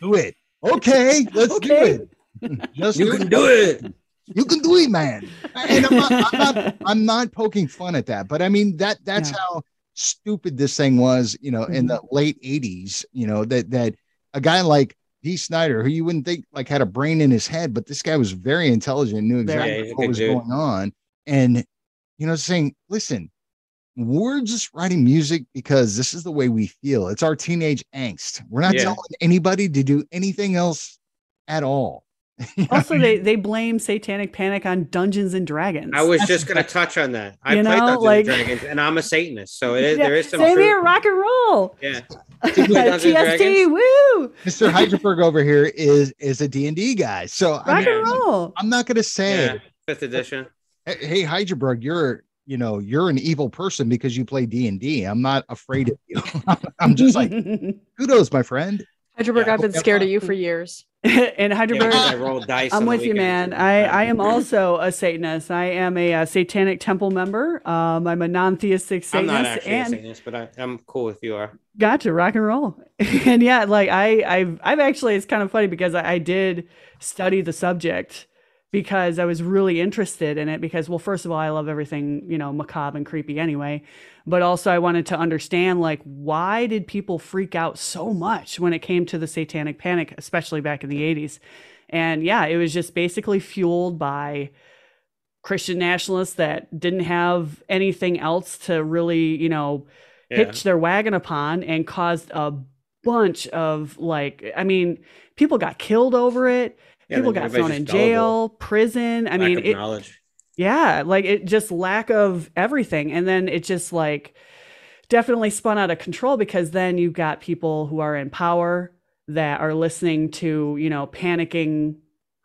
A: Do it." Okay, let's do
E: Okay.
A: it. Just
B: You
A: do
B: can
A: it.
B: do it.
A: You can do it, man. And I'm not, I'm not I'm not poking fun at that, but I mean that that's
E: Yeah. Mm-hmm.
A: how stupid this thing was, you know, in the late 80s, you know, that that a guy like D. Snyder, who you wouldn't think like had a brain in his head, but this guy was very intelligent, knew
E: Very.
B: Yeah,
A: exactly
B: he's a
A: what
B: good
A: was
B: dude.
A: going on. And you know, saying, listen, we're just writing music because this is the way we feel. It's our teenage angst. We're not
B: Yeah.
A: telling anybody to do anything else at all.
E: Also, they they blame Satanic Panic on Dungeons and Dragons.
B: I was just going to touch on that. I
E: You
B: play
E: know,
B: Dungeons
E: like-
B: and Dragons, and I'm a Satanist, so it is,
E: Yeah,
B: there is some
E: Same
B: truth.
E: here, rock and roll.
B: Yeah, Dungeons and
E: TST,
B: Dragons?
E: woo!
A: Mr. Heidelberg over here is is a D&D guy. So I
E: Rock
A: mean,
E: and roll.
A: I'm not going to say
B: yeah. Fifth edition.
A: hey, hey Heidelberg, you're you know you're an evil person because you play D and D. I'm not afraid of you. I'm just like kudos, my friend.
D: Heidelberg,
B: Yeah.
D: I've been scared of you for years.
E: and
B: Yeah,
E: Heidelberg.
B: because I roll dice. on
E: I'm
B: the
E: with you, man.
B: weekends.
E: I, I am also a Satanist. I am a, uh Satanic Temple member. Um, I'm a non-theistic
B: I'm
E: Satanist.
B: not actually a
E: and
B: Satanist, but I, I'm cool if you are.
E: Gotcha, rock and roll. and yeah, like I, I've, I've actually, it's kind of funny because I, I did study the subject because I was really interested in it because, well, first of all, I love everything, you know, macabre and creepy anyway. But also I wanted to understand like, why did people freak out so much when it came to the satanic panic, especially back in the 80s? And yeah, it was just basically fueled by Christian nationalists that didn't have anything else to really, you know,
B: Yeah.
E: hitched their wagon upon and caused a bunch of like i mean people got killed over it
B: Yeah,
E: people
B: then
E: got
B: everybody's
E: thrown
B: just
E: in
B: gullible.
E: jail prison i
B: Lack
E: mean
B: of
E: it,
B: knowledge.
E: yeah like it just lack of everything and then it just like definitely spun out of control because then you've got people who are in power that are listening to you know panicking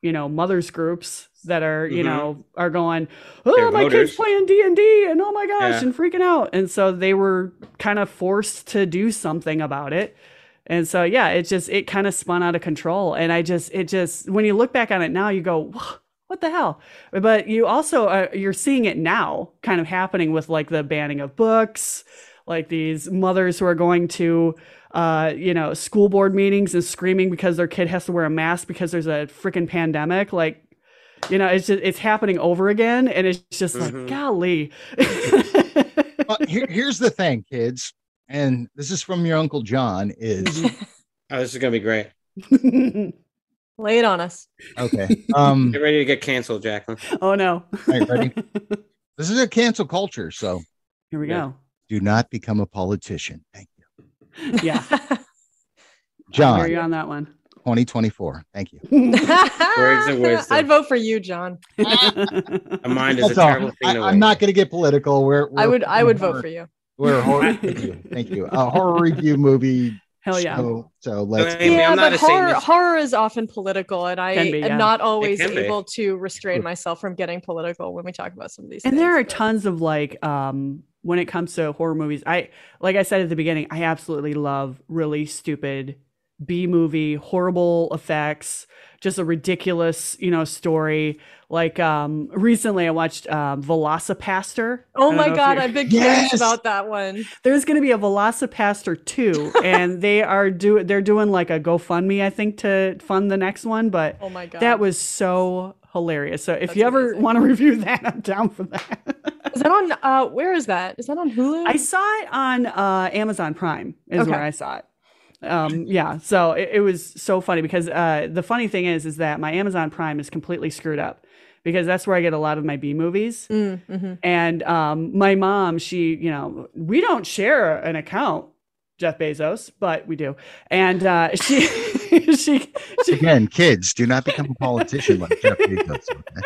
E: you know mothers groups that are you
B: Mhm.
E: know are going oh
B: They're
E: my
B: voters.
E: kids playing d&d and oh my gosh
B: Yeah.
E: and freaking out and so they were kind of forced to do something about it and so yeah it just it kind of spun out of control and i just it just when you look back on it now you go what the hell but you also are, you're seeing it now kind of happening with like the banning of books like these mothers who are going to uh, you know school board meetings and screaming because their kid has to wear a mask because there's a freaking pandemic like you know it's just it's happening over again and it's just
B: Mhm.
E: like golly
A: Uh, here- here's the thing, kids, and this is from your uncle John. Is
B: Oh, this is gonna be great.
D: Lay it on us.
A: okay. Um,
B: Get ready to get canceled, Jacqueline.
E: oh no
A: all right, ready? This is a cancel culture, so
E: here we
B: Yeah.
A: do not become a politician. Thank you,
E: go yeah
A: John.
E: are you on that one
A: 2024. Thank you.
B: Words of wisdom.
D: I'd vote for you, John.
B: A mind is a
A: That's all.
B: terrible thing to
A: I, am
B: waste.
A: not going to get political. We're,
D: I
A: we're-
D: would I would vote for you.
A: We're horror. thank you. Thank you. A horror review movie.
E: hell yeah
A: show, so let's.
B: I mean,
D: yeah,
B: I'm
D: but
B: not a
D: horror
B: Satanist.
D: horror is often political, and I
E: Can be, yeah.
D: am not always
B: can be.
D: able to restrain myself from getting political when we talk about some of these.
E: and there are
D: things.
E: tons of like um when it comes to horror movies i like i said at the beginning i absolutely love really stupid B movie, horrible effects, just a ridiculous, you know, story. Like um recently I watched uh, Velocipaster. I
D: Oh
E: don't
D: my
E: know if
D: God,
E: you're-
D: I've been
A: Yes!
D: curious about that one.
E: There's going to be a Velocipaster 2 and they are do they're doing like a GoFundMe I think to fund the next one, but
D: Oh my God.
E: that was so hilarious. So if
D: That's
E: you ever
D: amazing.
E: want to review that, I'm down for that.
D: Is that on, uh, where is that? Is that on Hulu?
E: I saw it on uh, Amazon Prime is
D: Okay.
E: where I saw it. Um, yeah, so it, it was so funny because uh, the funny thing is, is that my Amazon Prime is completely screwed up because that's where I get a lot of my B movies.
D: Mm, mhm.
E: And um, my mom, she, you know, we don't share an account, Jeff Bezos, but we do. And uh, she, she, she,
A: Again, kids, do not become a politician like Jeff Bezos. Okay?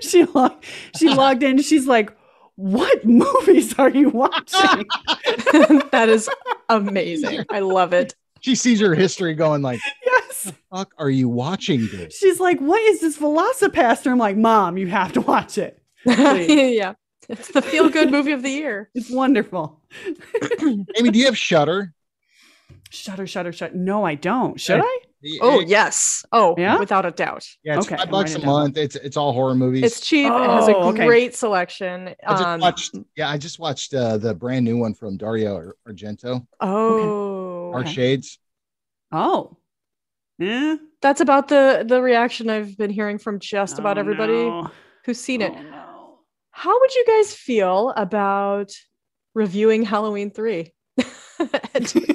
E: she, log- she logged in. She's like, "What movies are you watching?"
D: that is amazing. I love it.
A: She sees her history going like,
E: yes.
A: "Fuck, are you watching this?"
E: She's like, "What is this Velocipaster?" I'm like, "Mom, you have to watch it. Please.
D: yeah. It's the feel good movie of the year.
E: It's wonderful."
A: Amy, do you have Shutter?
E: Shutter, shutter, shut. No, I don't. Should I?
D: Oh, yes. Oh,
E: Yeah?
D: without a doubt.
A: yeah. It's
E: okay,
A: five
E: I'm
A: bucks a
E: writing it down.
A: month. It's it's all horror movies.
D: It's cheap. it has a
E: Oh, okay.
D: great selection.
A: I just
D: Um,
A: watched. Yeah, I just watched uh, the brand new one from Dario Ar- Argento,
D: oh,
A: Our
E: Okay.
A: Shades.
E: Oh, Eh? yeah.
D: that's about the the reaction I've been hearing from just about
E: Oh,
D: everybody
E: no.
D: who's seen it.
E: Oh, no.
D: How would you guys feel about reviewing Halloween three? and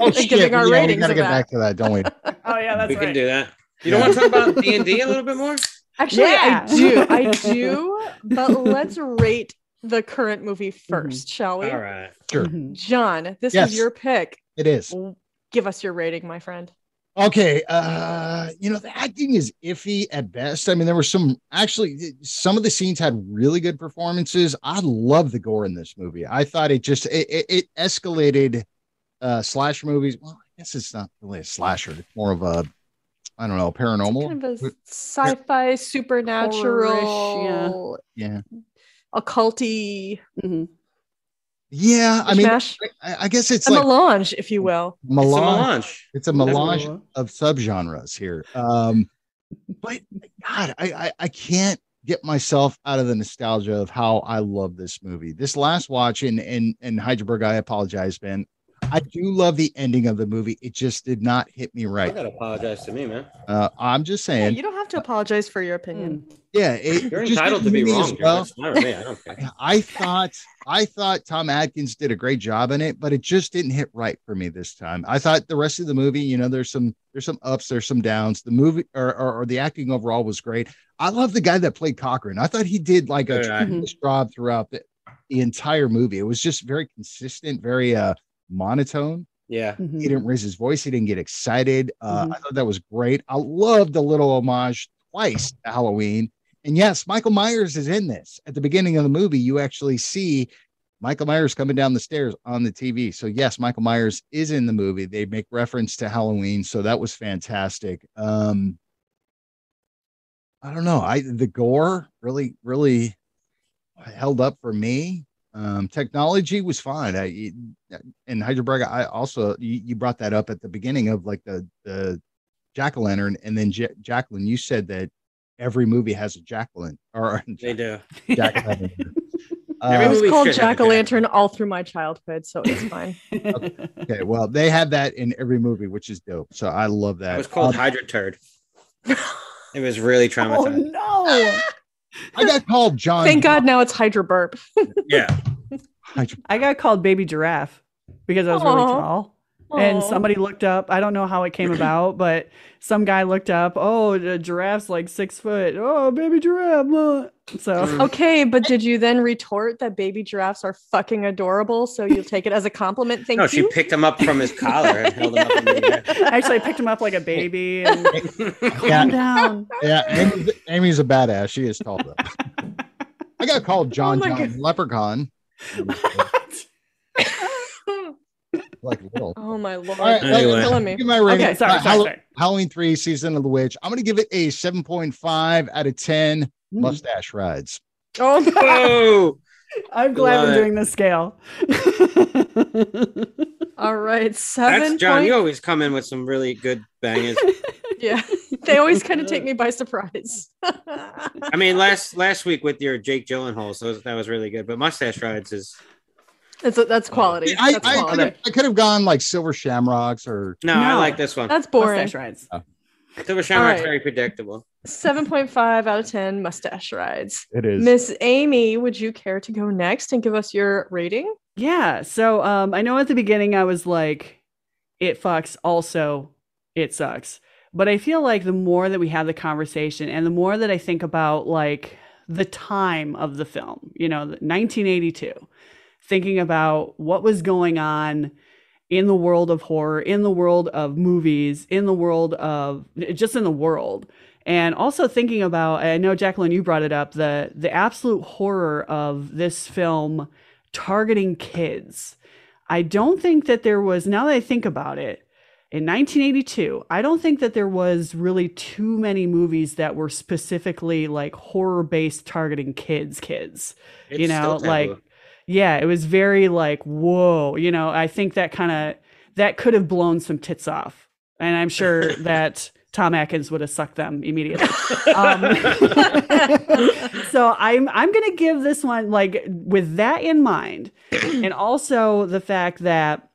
A: Oh
D: and
A: shit!
D: giving our
A: yeah, we
D: ratings
A: gotta
D: of
A: get
D: that.
A: back to that, don't we?
E: Oh, yeah, that's
B: we
E: right.
B: can do that.
A: Yeah.
B: You don't want to talk about D and D a little bit more?
D: Actually,
E: Yeah.
D: I do, I do. But let's rate the current movie 1st shall we?
B: All right.
A: Sure,
E: Mhm.
D: John, this
A: Yes.
D: is your pick.
A: it is.
D: Give us your rating, my friend.
A: Okay, uh, you know the acting is iffy at best. I mean, there were some actually eh, some of the scenes had really good performances. I love the gore in this movie. I thought it just it, it, it escalated uh slasher movies. Well, I guess it's not really a slasher. It's more of a I don't know paranormal.
D: Kind of a sci-fi, supernatural,
A: yeah,
D: occulty
E: Mhm.
A: yeah. I mean,
D: smash,
A: I, I guess it's
D: a
A: like
D: melange, if you will.
B: It's a
A: melange.
B: melange.
A: It's a melange of subgenres here. Um, but God, I, I I can't get myself out of the nostalgia of how I love this movie. This last watch in in in Heidelberg, I apologize, Ben. I do love the ending of the movie. It just did not hit me
B: I
A: right.
B: gotta apologize to me, man.
A: Uh, I'm just
D: Yeah,
A: saying,
D: you don't have to apologize for your opinion.
E: Mm.
A: yeah, it,
B: You're
A: it just
B: entitled to
A: didn't
B: be
A: hit me as
B: wrong. dude.
A: well.
B: It's not with me. I don't care.
A: I thought I thought Tom Atkins did a great job in it, but it just didn't hit right for me this time. I thought the rest of the movie, you know, there's some there's some ups, there's some downs. The movie or or, or the acting overall was great. I love the guy that played Cochrane. I thought he did like a
B: Good eye.
A: tremendous job throughout the, the entire movie. It was just very consistent, very uh monotone
B: Yeah.
A: he
E: Mhm.
A: didn't raise his voice he didn't get excited uh, i thought that was great i loved the little homage twice to halloween and yes michael myers is in this at the beginning of the movie you actually see michael myers coming down the stairs on the tv so yes michael myers is in the movie they make reference to halloween so that was fantastic um i don't know i the gore really really held up for me um technology was fine i and Heidelberg, I also you, you brought that up at the beginning of like the the jack o' lantern, and then J- Jacqueline, you said that every movie has a Jacqueline or
B: They do.
A: jack o' lantern.
D: It
B: Every
A: Uh,
D: was
B: movie
D: called
B: should have
D: Jack
B: a
D: o' Lantern all through my childhood, so it's fine.
A: okay, well, they have that in every movie, which is dope. So I love that.
B: It was called
A: Um,
B: Hydra Turd. It was really
E: Oh
B: traumatizing.
E: no!
A: I got called John.
D: Thank God now it's Hydra Burp.
B: Yeah.
A: Hydra-
E: I got called baby giraffe because I was really
D: Aw.
E: tall. and
D: Aw.
E: somebody looked up i don't know how it came about but some guy looked up oh the giraffe's like six foot oh baby giraffe blah." so
D: Okay, but did you then retort that baby giraffes are fucking adorable? So you'll take it as a compliment? Thank
B: no,
D: you.
B: she picked him up from his collar and held him up in the
E: actually i picked him up like a baby and
B: air.
E: calm down
A: Yeah, Amy's, Amy's a badass. She is tall though. I got called John
D: Oh my
A: John
D: God.
A: Leprechaun, like little.
D: oh my lord,
A: All right,
D: you're
B: Anyway.
D: killing
A: Give me
D: me.
A: my rating.
E: okay sorry
A: Uh,
E: sorry,
A: Hall-
E: sorry.
A: Halloween 3 Season of the Witch. I'm going to give it a
E: Mm.
A: 7.5 out of 10 mustache rides.
D: Oh,
B: Whoa.
E: I'm glad
B: Love
E: we're
B: it.
E: doing this scale.
D: All right, seven.
B: That's John.
D: point-
B: You always come in with some really good bangers.
D: Yeah, they always kind of take me by surprise.
B: I mean, last last week with your Jake Gyllenhaal, so that was really good. But mustache rides is
D: that's that's quality.
A: I,
D: that's,
A: I, could
D: quality.
A: have, I could have gone like Silver Shamrocks or
B: no, I
E: No.
B: like this one.
D: that's boring.
E: Mustache rides.
B: Silver Shamrock's
D: Alright.
B: very predictable.
D: Seven point five out of ten mustache rides.
A: it is.
D: Miss Amy, would you care to go next and give us your rating?
E: Yeah. So um, I know at the beginning I was like, it fucks, also it sucks. But I feel like the more that we have the conversation and the more that I think about like the time of the film, you know, 1982, thinking about what was going on in the world of horror, in the world of movies, in the world of just in the world. And also thinking about, I know Jacqueline, you brought it up, the the absolute horror of this film targeting kids. I don't think that there was, now that I think about it, in 1982, I don't think that there was really too many movies that were specifically like horror based targeting kids, kids.
B: It's
E: you know,
B: still
E: like,
B: taboo.
E: yeah, it was very like, whoa, you know, I think that kind of, that could have blown some tits off. And I'm sure that Tom Atkins would have sucked them immediately. Um, so I'm I'm gonna give this one like with that in mind, and also the fact that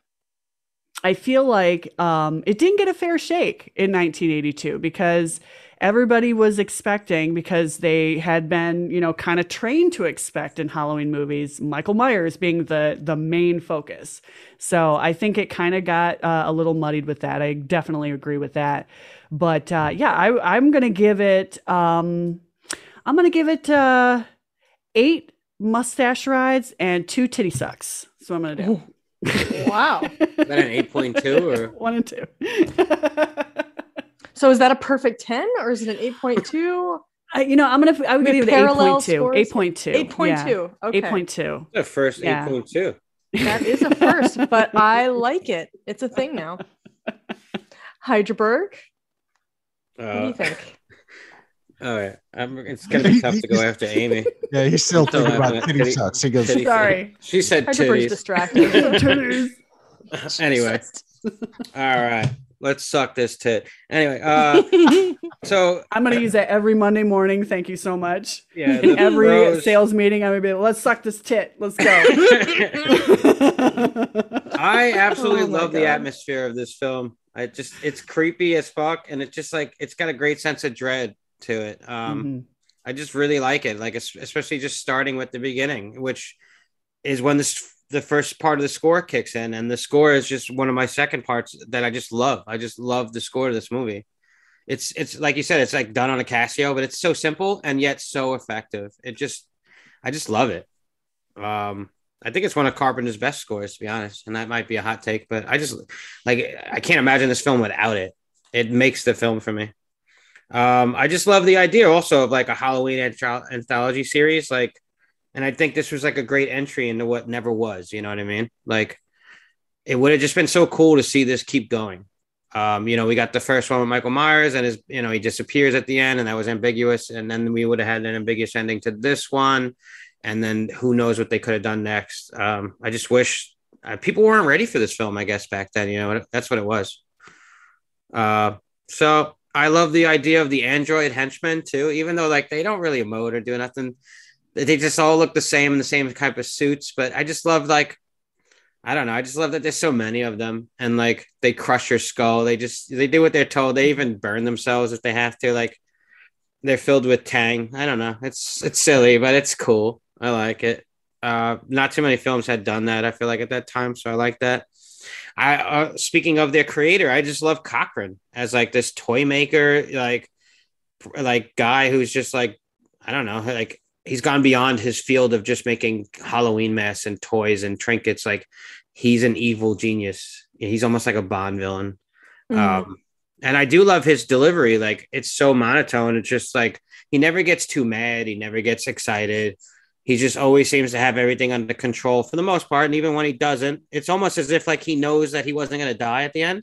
E: I feel like um, it didn't get a fair shake in 1982 because everybody was expecting because they had been you know kind of trained to expect in Halloween movies Michael Myers being the the main focus. So I think it kind of got uh, a little muddied with that. I definitely agree with that. But uh, yeah, I, I'm gonna give it. Um, I'm gonna give it uh, eight mustache rides and two titty sucks. That's what I'm gonna do.
D: Wow.
B: Is that an 8.2 or-
E: one and two?
D: So is that a perfect 10 or is it an 8.2?
E: I, you know, I'm gonna. I would
D: We
E: give it
D: parallel
E: 8.2.
D: scores?
E: 8.2. 8.2.
D: 8.2. Okay.
E: 8.2.
B: the first
E: Yeah.
B: 8.2.
D: That is a first, but I like it. It's a thing now. Hydraberg, what do
B: Uh,
D: you think?
B: all right, I'm, it's gonna be tough to go after Amy.
A: yeah, he's still
B: Still
A: thinking
B: have
A: about
B: it.
A: titty
B: Titty-
A: sucks. He goes,
B: titty-
E: Sorry.
B: She said
D: Hydraberg's
B: titties.
D: distracted.
B: anyway, all right, let's suck this tit. Anyway, uh, so
E: I'm gonna use that every Monday morning. Thank you so much.
B: yeah,
E: In
B: the
E: every
B: pros-
E: sales meeting, I'm gonna be. like, Let's suck this tit. Let's go.
B: I absolutely
D: Oh my
B: love the
D: God.
B: atmosphere of this film. I just it's creepy as fuck, and it's just like it's got a great sense of dread to it. Um,
E: Mhm.
B: I just really like it, like es- especially just starting with the beginning, which is when this the first part of the score kicks in, and the score is just one of my second parts that I just love. I just love the score of this movie. It's it's like you said, it's like done on a Casio, but it's so simple and yet so effective. It just I just love it. Um, I think it's one of Carpenter's best scores, to be honest, and that might be a hot take, but I just like I can't imagine this film without it. It makes the film for me. Um, I just love the idea also of like a Halloween anthro- anthology series, like, and I think this was like a great entry into what never was. You know what I mean? Like, it would have just been so cool to see this keep going. Um, you know, we got the first one with Michael Myers, and his, you know, he disappears at the end, and that was ambiguous. And then we would have had an ambiguous ending to this one, and then who knows what they could have done next. Um, I just wish uh, people weren't ready for this film. I guess back then, you know, that's what it was. Uh, so I love the idea of the android henchmen too, even though like they don't really emote or do nothing. They just all look the same in the same type of suits. But I just love like I don't know. I just love that there's so many of them and like they crush your skull. They just they do what they're told. They even burn themselves if they have to. Like they're filled with tang. I don't know. It's it's silly, but it's cool. I like it. Uh, not too many films had done that. I feel like at that time, so I like that. I uh, speaking of their creator, I just love Cochran as like this toy maker, like like guy who's just like I don't know, like he's gone beyond his field of just making Halloween masks and toys and trinkets. Like he's an evil genius. He's almost like a Bond villain. Um, and I do love his delivery. Like it's so monotone. It's just like he never gets too mad. He never gets excited. He just always seems to have everything under control for the most part. And even when he doesn't, it's almost as if like he knows that he wasn't going to die at the end.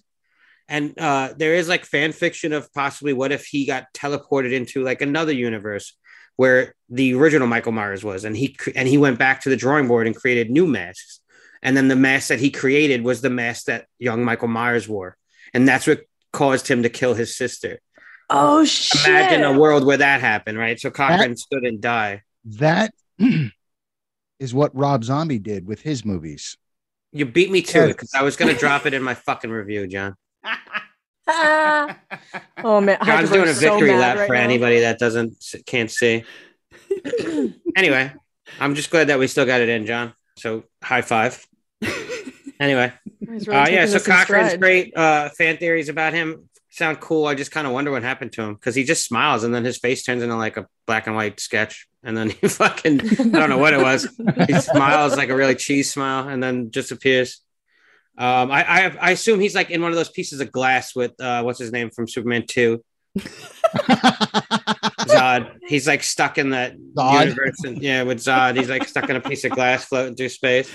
B: And uh, there is like fan fiction of possibly what if he got teleported into like another universe where the original Michael Myers was, and he cr- and he went back to the drawing board and created new masks. And then the mask that he created was the mask that young Michael Myers wore, and that's what caused him to kill his sister.
D: Oh shit!
B: Imagine a world where that happened, right? So Cochran stood and die.
A: That is what Rob Zombie did with his movies.
B: You beat me to it
A: Yeah.
B: because I was gonna drop it in my fucking review, John.
D: Ah. oh man,
B: John's
D: Hyper's
B: doing a
D: so
B: victory
D: mad
B: lap
D: right
B: for
D: now.
B: anybody that doesn't can't see.
E: Mm-hmm.
B: anyway, I'm just glad that we still got it in, John. So high five. Anyway,
D: He's really
B: uh,
D: taking
B: yeah. So
D: this in
B: Cochran's
D: stride.
B: great uh, fan theories about him sound cool. I just kind of wonder what happened to him because he just smiles and then his face turns into like a black and white sketch, and then he fucking I don't know what it was. He smiles like a really cheese smile and then disappears. Um, I, I I assume he's like in one of those pieces of glass with uh, what's his name from Superman Two, Zod. He's like stuck in that
A: Zod.
B: universe, and, yeah, with Zod, he's like stuck in a piece of glass floating through space.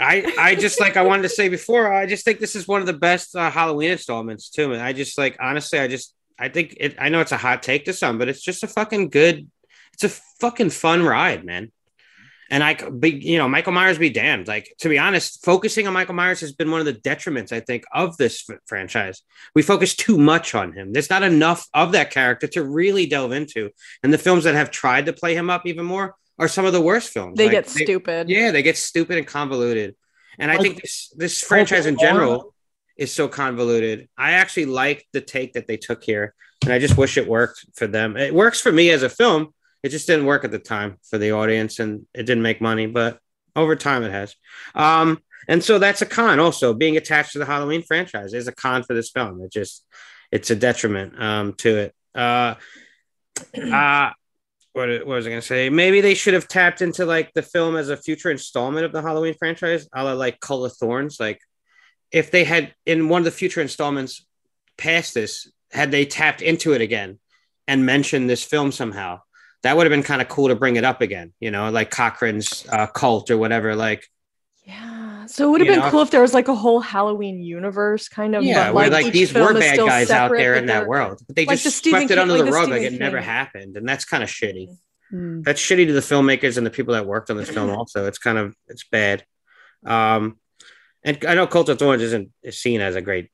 B: I I just like I wanted to say before. I just think this is one of the best uh, Halloween installments too, and I just like honestly, I just I think it. I know it's a hot take to some, but it's just a fucking good. It's a fucking fun ride, man. And I, c- be, you know, Michael Myers be damned. Like to be honest, focusing on Michael Myers has been one of the detriments I think of this f- franchise. We focus too much on him. There's not enough of that character to really delve into, and the films that have tried to play him up even more are some of the worst films.
D: They
B: Like,
D: get stupid.
B: yeah, they get stupid and convoluted. And I
A: Like-
B: think this this franchise in general is so convoluted. I actually like the take that they took here, and I just wish it worked for them. It works for me as a film. It just didn't work at the time for the audience, and it didn't make money. But over time, it has. Um, and so that's a con. Also, being attached to the Halloween franchise is a con for this film. It just it's a detriment um, to it. Uh, uh, what, what was I going to say? Maybe they should have tapped into like the film as a future installment of the Halloween franchise, a la like Cull of Thorns. Like, if they had in one of the future installments past this, had they tapped into it again and mentioned this film somehow, that would have been kind of cool to bring it up again, you know, like Cochrane's uh, cult or whatever. Like,
D: Yeah. So it would have
B: You
D: been
B: know?
D: cool if there was like a whole Halloween universe kind of.
B: yeah,
D: but,
B: where
D: each
B: like these
D: film
B: were
D: is
B: bad
D: still
B: guys out
D: separate,
B: there
D: but
B: in that
D: they're-
B: world, but they
D: like
B: just
D: the Stephen
B: swept it
D: King-
B: under
D: like
B: the
D: the
B: rug like it
D: Stephen
B: never
D: King.
B: happened. And that's kind of shitty.
E: Hmm.
B: that's shitty to the filmmakers and the people that worked on this film also it's kind of it's bad um and i know cult of thorns isn't is seen as a great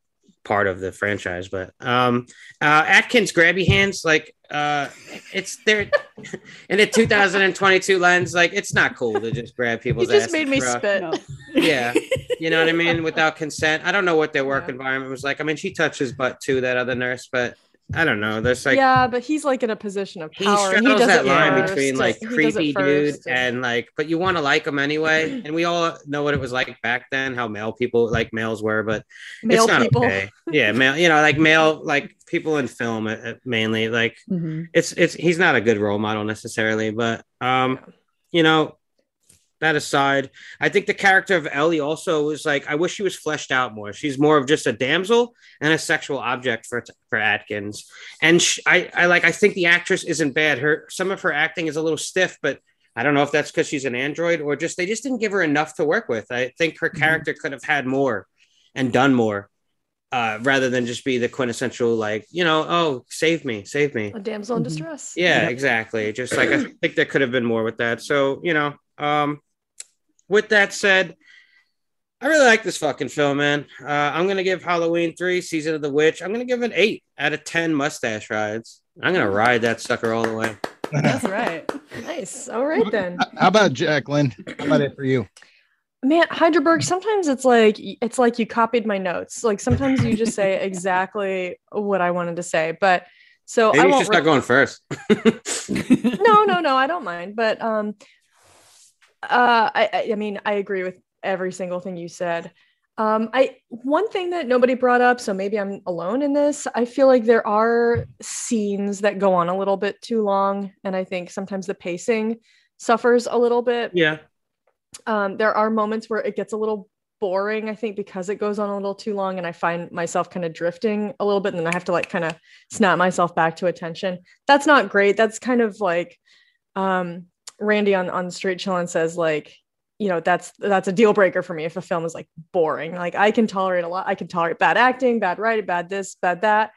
B: part of the franchise but um uh atkins grabby hands like uh it's there in a 2022 lens like it's not cool to just grab
D: You
B: people's
D: just
B: asses,
D: made me
B: bro.
D: spit.
E: No.
B: yeah you know what i mean without consent i don't know what their work environment was like i mean she touches butt too that other nurse but i don't know there's like
D: yeah, but he's like in a position of
B: he
D: power. and
B: straddles
D: does
B: that
D: it
B: line
D: first.
B: between like
D: He does it
B: creepy dude
D: first.
B: and like, but you want to like him anyway. And we all know what it was like back then, how male people like males were, but
D: male
B: it's not
D: people.
B: okay. Yeah, male, you know, like male, like people in film uh, uh, mainly. Like
D: Mm-hmm.
E: Mhm.
B: it's it's he's not a good role model necessarily, but um, you know, that aside, I think the character of Ellie also was like I wish she was fleshed out more. She's more of just a damsel and a sexual object for for Atkins. And sh I I like I think the actress isn't bad. Her some of her acting is a little stiff, but I don't know if that's because she's an android or just they just didn't give her enough to work with. I think her character could have had more and done more. Uh, rather than just be the quintessential, like, you know, oh, save me, save me.
D: A damsel in
E: Mhm.
D: distress.
B: Mm-hmm. Yeah,
E: Yep.
B: exactly. Just like I think there could have been more with that. So, you know, um with that said, I really like this fucking film, man. Uh, I'm gonna give Halloween three, Season of the Witch. I'm gonna give it eight out of ten mustache rides. I'm gonna ride that sucker all the way.
E: That's right.
D: Nice. All right then.
A: How about Jacqueline? How about it for you?
D: Man, Heidelberg, sometimes it's like it's like you copied my notes. Like sometimes you just say exactly what I wanted to say. But so Oh, I
B: Maybe you
D: won't
B: should
D: re-
B: start going first.
D: no, no, no, I don't mind. But um, uh, I, I- I mean, I agree with every single thing you said. Um, I one thing that nobody brought up, so maybe I'm alone in this. I feel like there are scenes that go on a little bit too long, and I think sometimes the pacing suffers a little bit
B: yeah.
D: um, there are moments where it gets a little boring i think because it goes on a little too long and i find myself kind of drifting a little bit and then i have to like kind of snap myself back to attention that's not great that's kind of like um randy on on straight chillin says like you know that's that's a deal breaker for me if a film is like boring like i can tolerate a lot i can tolerate bad acting bad writing bad this bad that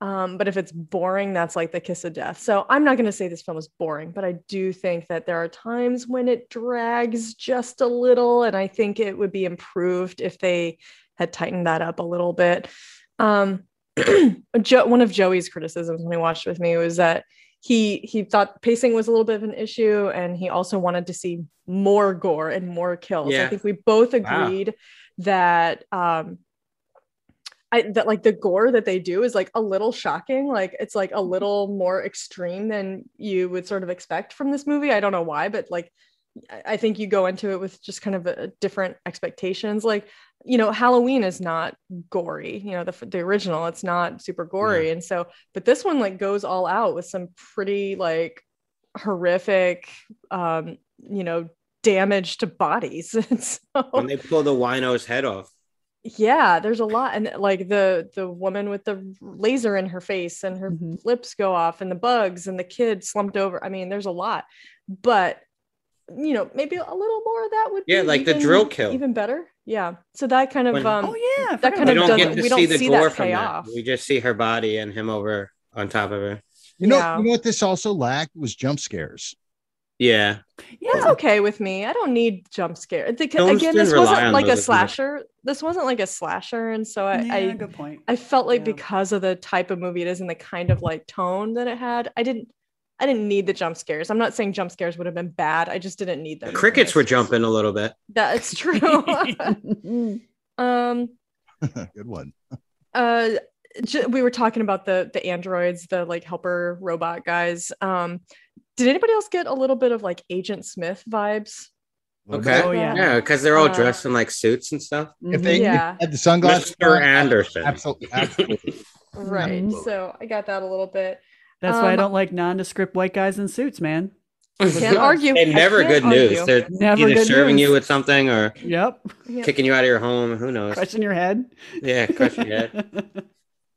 D: Um, but if it's boring, that's like the kiss of death. So I'm not going to say this film is boring, but I do think that there are times when it drags just a little. And I think it would be improved if they had tightened that up a little bit. Um, jo- one of Joey's criticisms when he watched with me was that he he thought pacing was a little bit of an issue, and he also wanted to see more gore and more kills. I
B: Yeah.
D: think we both
B: Wow.
D: agreed that um, I, that like the gore that they do is like a little shocking. Like it's like a little more extreme than you would sort of expect from this movie. I don't know why, but like I I think you go into it with just kind of a, different expectations. Like you know, Halloween is not gory. You know, the f- the original it's not super gory, and so but this one like goes all out with some pretty like horrific, um, you know, damage to bodies. And so
B: When they pull the wino's head off.
D: yeah there's a lot and like the the woman with the laser in her face and her
E: Mhm.
B: Mm-hmm.
D: lips go off and the bugs and the kid slumped over i mean there's a lot but you know maybe a little more of that would
B: Yeah,
D: be
B: like the
D: even-
B: drill kill.
D: even better yeah so that kind of
B: When-
D: um
E: Oh yeah, I
D: that
E: forgot
D: kind
E: about
B: We
D: of
B: don't
E: that.
B: get
D: doesn't-
B: to
D: we don't
B: see the
D: see
B: gore
D: that
B: from
D: pay
B: that.
D: off.
B: We just see her body and him over on top of her.
A: You know,
D: Yeah.
A: you know what this also lacked was jump scares.
B: Yeah.
D: that's
E: Yeah,
D: okay with me i don't need jump scare The-
B: Films
D: again
B: didn't
D: this
B: rely
D: wasn't
B: on
D: like a
B: those as much.
D: slasher this wasn't like a slasher and so i,
E: yeah,
D: I
E: good point.
D: I felt like
E: Yeah.
D: because of the type of movie it is and the kind of like tone that it had, I didn't I didn't need the jump scares. I'm not saying jump scares would have been bad. I just didn't need them.
B: The crickets were jumping a little bit.
D: That's true. um
A: Good one.
D: uh j- we were talking about the the androids, the like helper robot guys. Um did anybody else get a little bit of like Agent Smith vibes?
B: Okay.
E: Oh, yeah. Mm-hmm.
B: Yeah, because they're all
D: Uh,
B: dressed in like suits and stuff.
A: If they, if they
D: Yeah.
A: had the sunglasses,
B: Mr.
A: on,
B: Anderson.
A: Absolutely. absolutely.
D: Right.
E: Mhm.
D: So I got that a little bit.
E: That's why I
D: Um,
E: don't like nondescript white guys in suits, man.
D: Can't argue.
B: They're
D: I
B: never
D: can't
B: good
D: argue.
B: news. They're
E: Never
B: either
E: good
B: serving
E: news.
B: you with something or
E: Yep,
D: Yeah.
B: kicking you out of your home. Who knows?
E: crushing your head.
B: Yeah, crushing your head.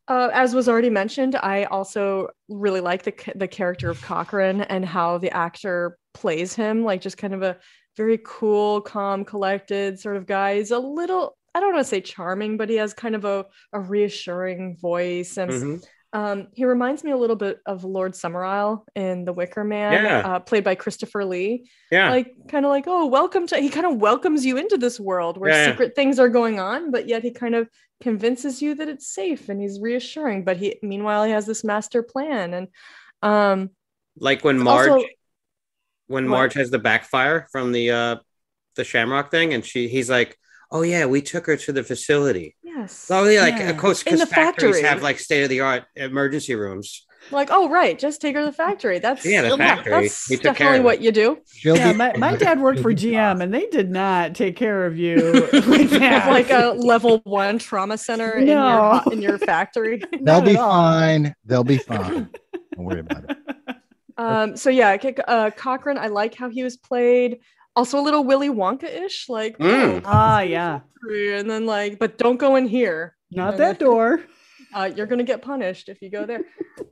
D: Uh, as was already mentioned, I also really like the ca- the character of Cochrane and how the actor plays him, like just kind of a very cool, calm, collected sort of guy. He's a little, I don't want to say charming, but he has kind of a, a reassuring voice, and
B: Mhm.
D: um, he reminds me a little bit of Lord Summerisle in The Wicker Man,
B: Yeah.
D: uh, played by Christopher Lee
B: Yeah.
D: like kind of like oh welcome to he kind of welcomes you into this world where
B: Yeah, yeah.
D: secret things are going on but yet he kind of convinces you that it's safe and he's reassuring but he meanwhile he has this master plan and um
B: like when
D: it's
B: Marge
D: also-
B: when
D: What?
B: Marge has the backfire from the uh the Shamrock thing, and she he's like, "Oh yeah, we took her to the facility."
D: yes
B: Oh yeah, like
E: Yeah.
B: of course,
D: In
B: because
D: the
B: factories
D: factory.
B: have like state of the art emergency rooms.
D: like oh right just take her to the factory that's
B: Yeah, the factory.
D: that's
B: He took care of
D: definitely
B: it.
D: what you do
A: She'll
E: yeah,
A: be-
E: my, my dad worked for GM, and they did not take care of you like that.
D: like a level one trauma center
E: No.
D: in your in your factory
A: They'll
E: Not
A: be
E: at all.
A: fine. They'll be fine. Don't worry about it.
D: Um, so yeah, K- uh, Cochrane, I like how he was played. Also a little Willy Wonka-ish, like
B: Mm.
E: Ah, yeah,
D: "Oh," and then like, but don't go in here.
E: not
D: And
E: that
D: then-
E: door.
D: Uh, you're gonna get punished if you go there.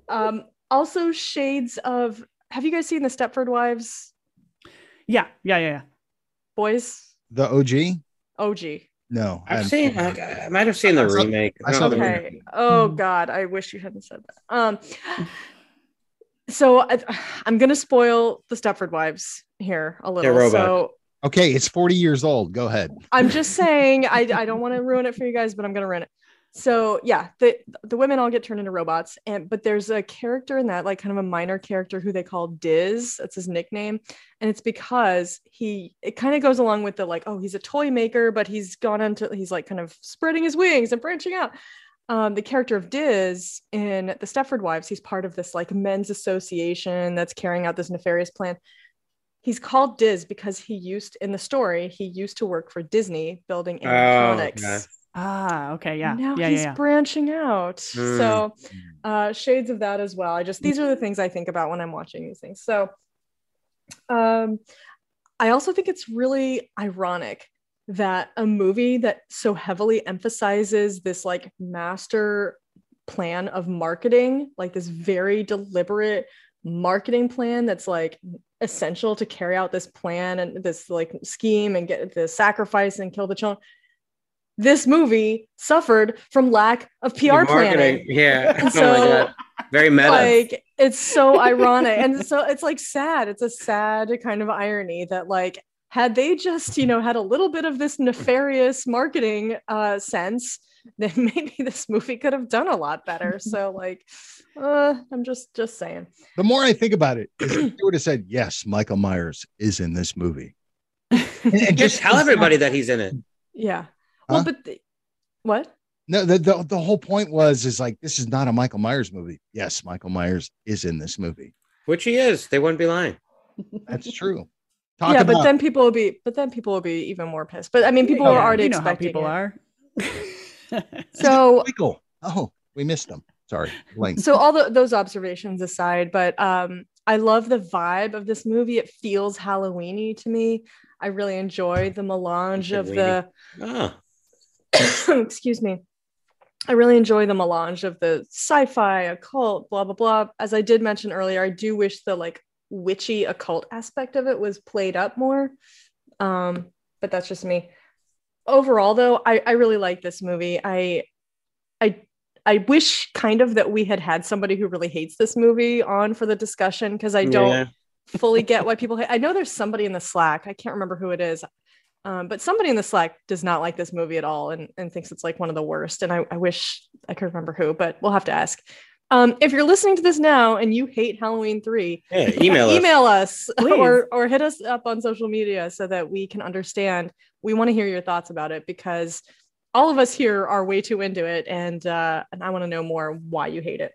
D: um, also shades of. Have you guys seen the Stepford Wives
E: Yeah, yeah, yeah, yeah.
D: boys?
A: The OG?
D: OG.
A: No. I
B: I've
A: haven't
B: seen.
A: it.
B: I, I might have seen the
A: I saw-
B: remake.
A: I saw the
B: don't know.
D: Okay. Oh
E: Mm.
D: God, I wish you hadn't said that. Um, so I, I'm gonna spoil the Stepford Wives here a little.
B: robots.
D: So
A: Okay, it's 40 years old. Go ahead.
D: I'm just saying I, I don't want to ruin it for you guys, but I'm gonna ruin it. So yeah, the the women all get turned into robots, and but there's a character in that, like kind of a minor character who they call Diz. That's his nickname. And it's because he it kind of goes along with the like, oh, he's a toy maker, but he's gone into he's like kind of spreading his wings and branching out. Um, the character of Diz in the Stepford Wives, he's part of this like men's association that's carrying out this nefarious plan he's called Diz because he used in the story he used to work for Disney building
B: Oh,
D: animatronics.
B: okay.
E: Ah, okay, yeah,
D: Now
E: yeah,
D: he's
E: yeah, yeah.
D: branching out.
B: Hmm.
D: So uh, shades of that as well. I just these are the things I think about when I'm watching these things. So um, I also think it's really ironic that a movie that so heavily emphasizes this like master plan of marketing, like this very deliberate marketing plan that's like essential to carry out this plan and this like scheme and get the sacrifice and kill the children this movie suffered from lack of PR
B: Your
D: planning.
B: Yeah. Oh my
D: So-
B: God. Very meta.
D: Like it's so ironic. And so it's like sad. It's a sad kind of irony that like had they just, you know, had a little bit of this nefarious marketing uh sense, then maybe this movie could have done a lot better. So like uh I'm just just saying.
A: The more I think about it, is if they would have said, yes, Michael Myers is in this movie. And- and
B: just tell everybody that he's in it.
D: Yeah. Well,
A: Huh?
D: but the, what?
A: No, the, the, the whole point was, is like, this is not a Michael Myers movie. Yes, Michael Myers is in this movie.
B: Which he is. They wouldn't be lying.
A: That's true. Talk
D: yeah,
A: about
D: but then people will be but then people will be even more pissed. But I mean people
E: Oh, Yeah,
D: are already
E: you know how
D: expecting
E: people
D: it.
E: are.
D: So
A: Michael. Oh, we missed him. Sorry. Link.
D: so all tho- those observations aside but um i love the vibe of this movie it feels halloweeny to me i really enjoy the melange of the
B: Oh.
D: excuse me i really enjoy the melange of the sci-fi occult blah blah blah as i did mention earlier i do wish the like witchy occult aspect of it was played up more um but that's just me overall though i i really like this movie i i i wish kind of that we had had somebody who really hates this movie on for the discussion because i don't
B: Yeah.
D: fully get why people hate. I know there's somebody in the Slack. I can't remember who it is. Um, but somebody in the Slack does not like this movie at all and, and thinks it's like one of the worst. And I, I wish I could remember who, but we'll have to ask. Um, if you're listening to this now and you hate Halloween 3,
B: Yeah, email us.
D: email us
E: Please.
D: or, or hit us up on social media so that we can understand. We want to hear your thoughts about it because all of us here are way too into it. And, uh, and I want to know more why you hate it.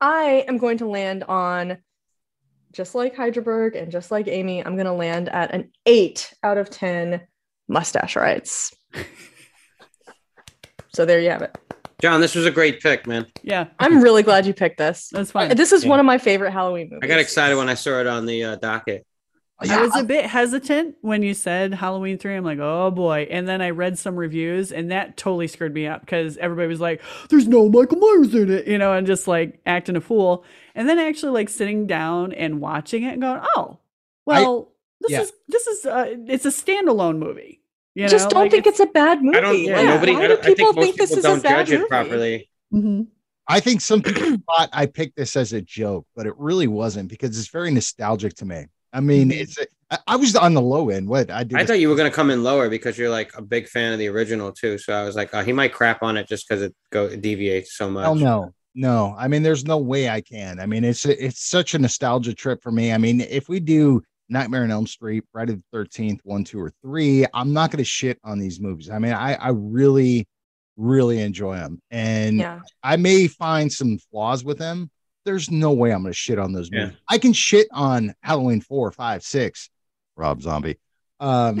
D: I am going to land on just like Hydraberg and just like Amy, I'm going to land at an eight out of 10 mustache rides. so there you have it.
B: John, this was a great pick, man.
E: yeah,
D: I'm really glad you picked this.
E: that's fine.
D: This is
B: Yeah.
D: one of my favorite Halloween movies.
B: I got excited when I saw it on the uh, docket.
E: I was a bit hesitant when you said Halloween 3. I'm like, oh boy. And then I read some reviews and that totally screwed me up because everybody was like, there's no Michael Myers in it, you know, and just like acting a fool. And then actually like sitting down and watching it and going, oh, well, this
A: yeah.
E: is, this is, uh, it's a standalone movie. You
D: just
E: know,
D: don't
E: like,
D: think it's, a bad movie.
B: I don't. Yeah,
D: Like,
B: nobody.
D: Why
B: I,
D: do
B: don't, I
D: people
B: think most
D: think this
B: people
D: is a
B: don't
D: bad
B: judge
D: movie?
B: it properly.
E: Mhm.
A: I think some people thought I picked this as a joke, but it really wasn't because it's very nostalgic to me. I mean, it's I I was on the low end. What I did,
B: I thought you were going to come in lower because you're like a big fan of the original too. So I was like, oh, he might crap on it just because it go it deviates so much.
A: hell no, no. I mean, there's no way I can. I mean, it's it's such a nostalgia trip for me. I mean, if we do Nightmare on Elm Street, Friday the Thirteenth, one, two, or three, I'm not going to shit on these movies. I mean, I I really, really enjoy them, and
D: Yeah.
A: I may find some flaws with them. There's no way I'm going to shit on those
B: Yeah.
A: movies. I can shit on Halloween four, five, six. Rob Zombie. Um,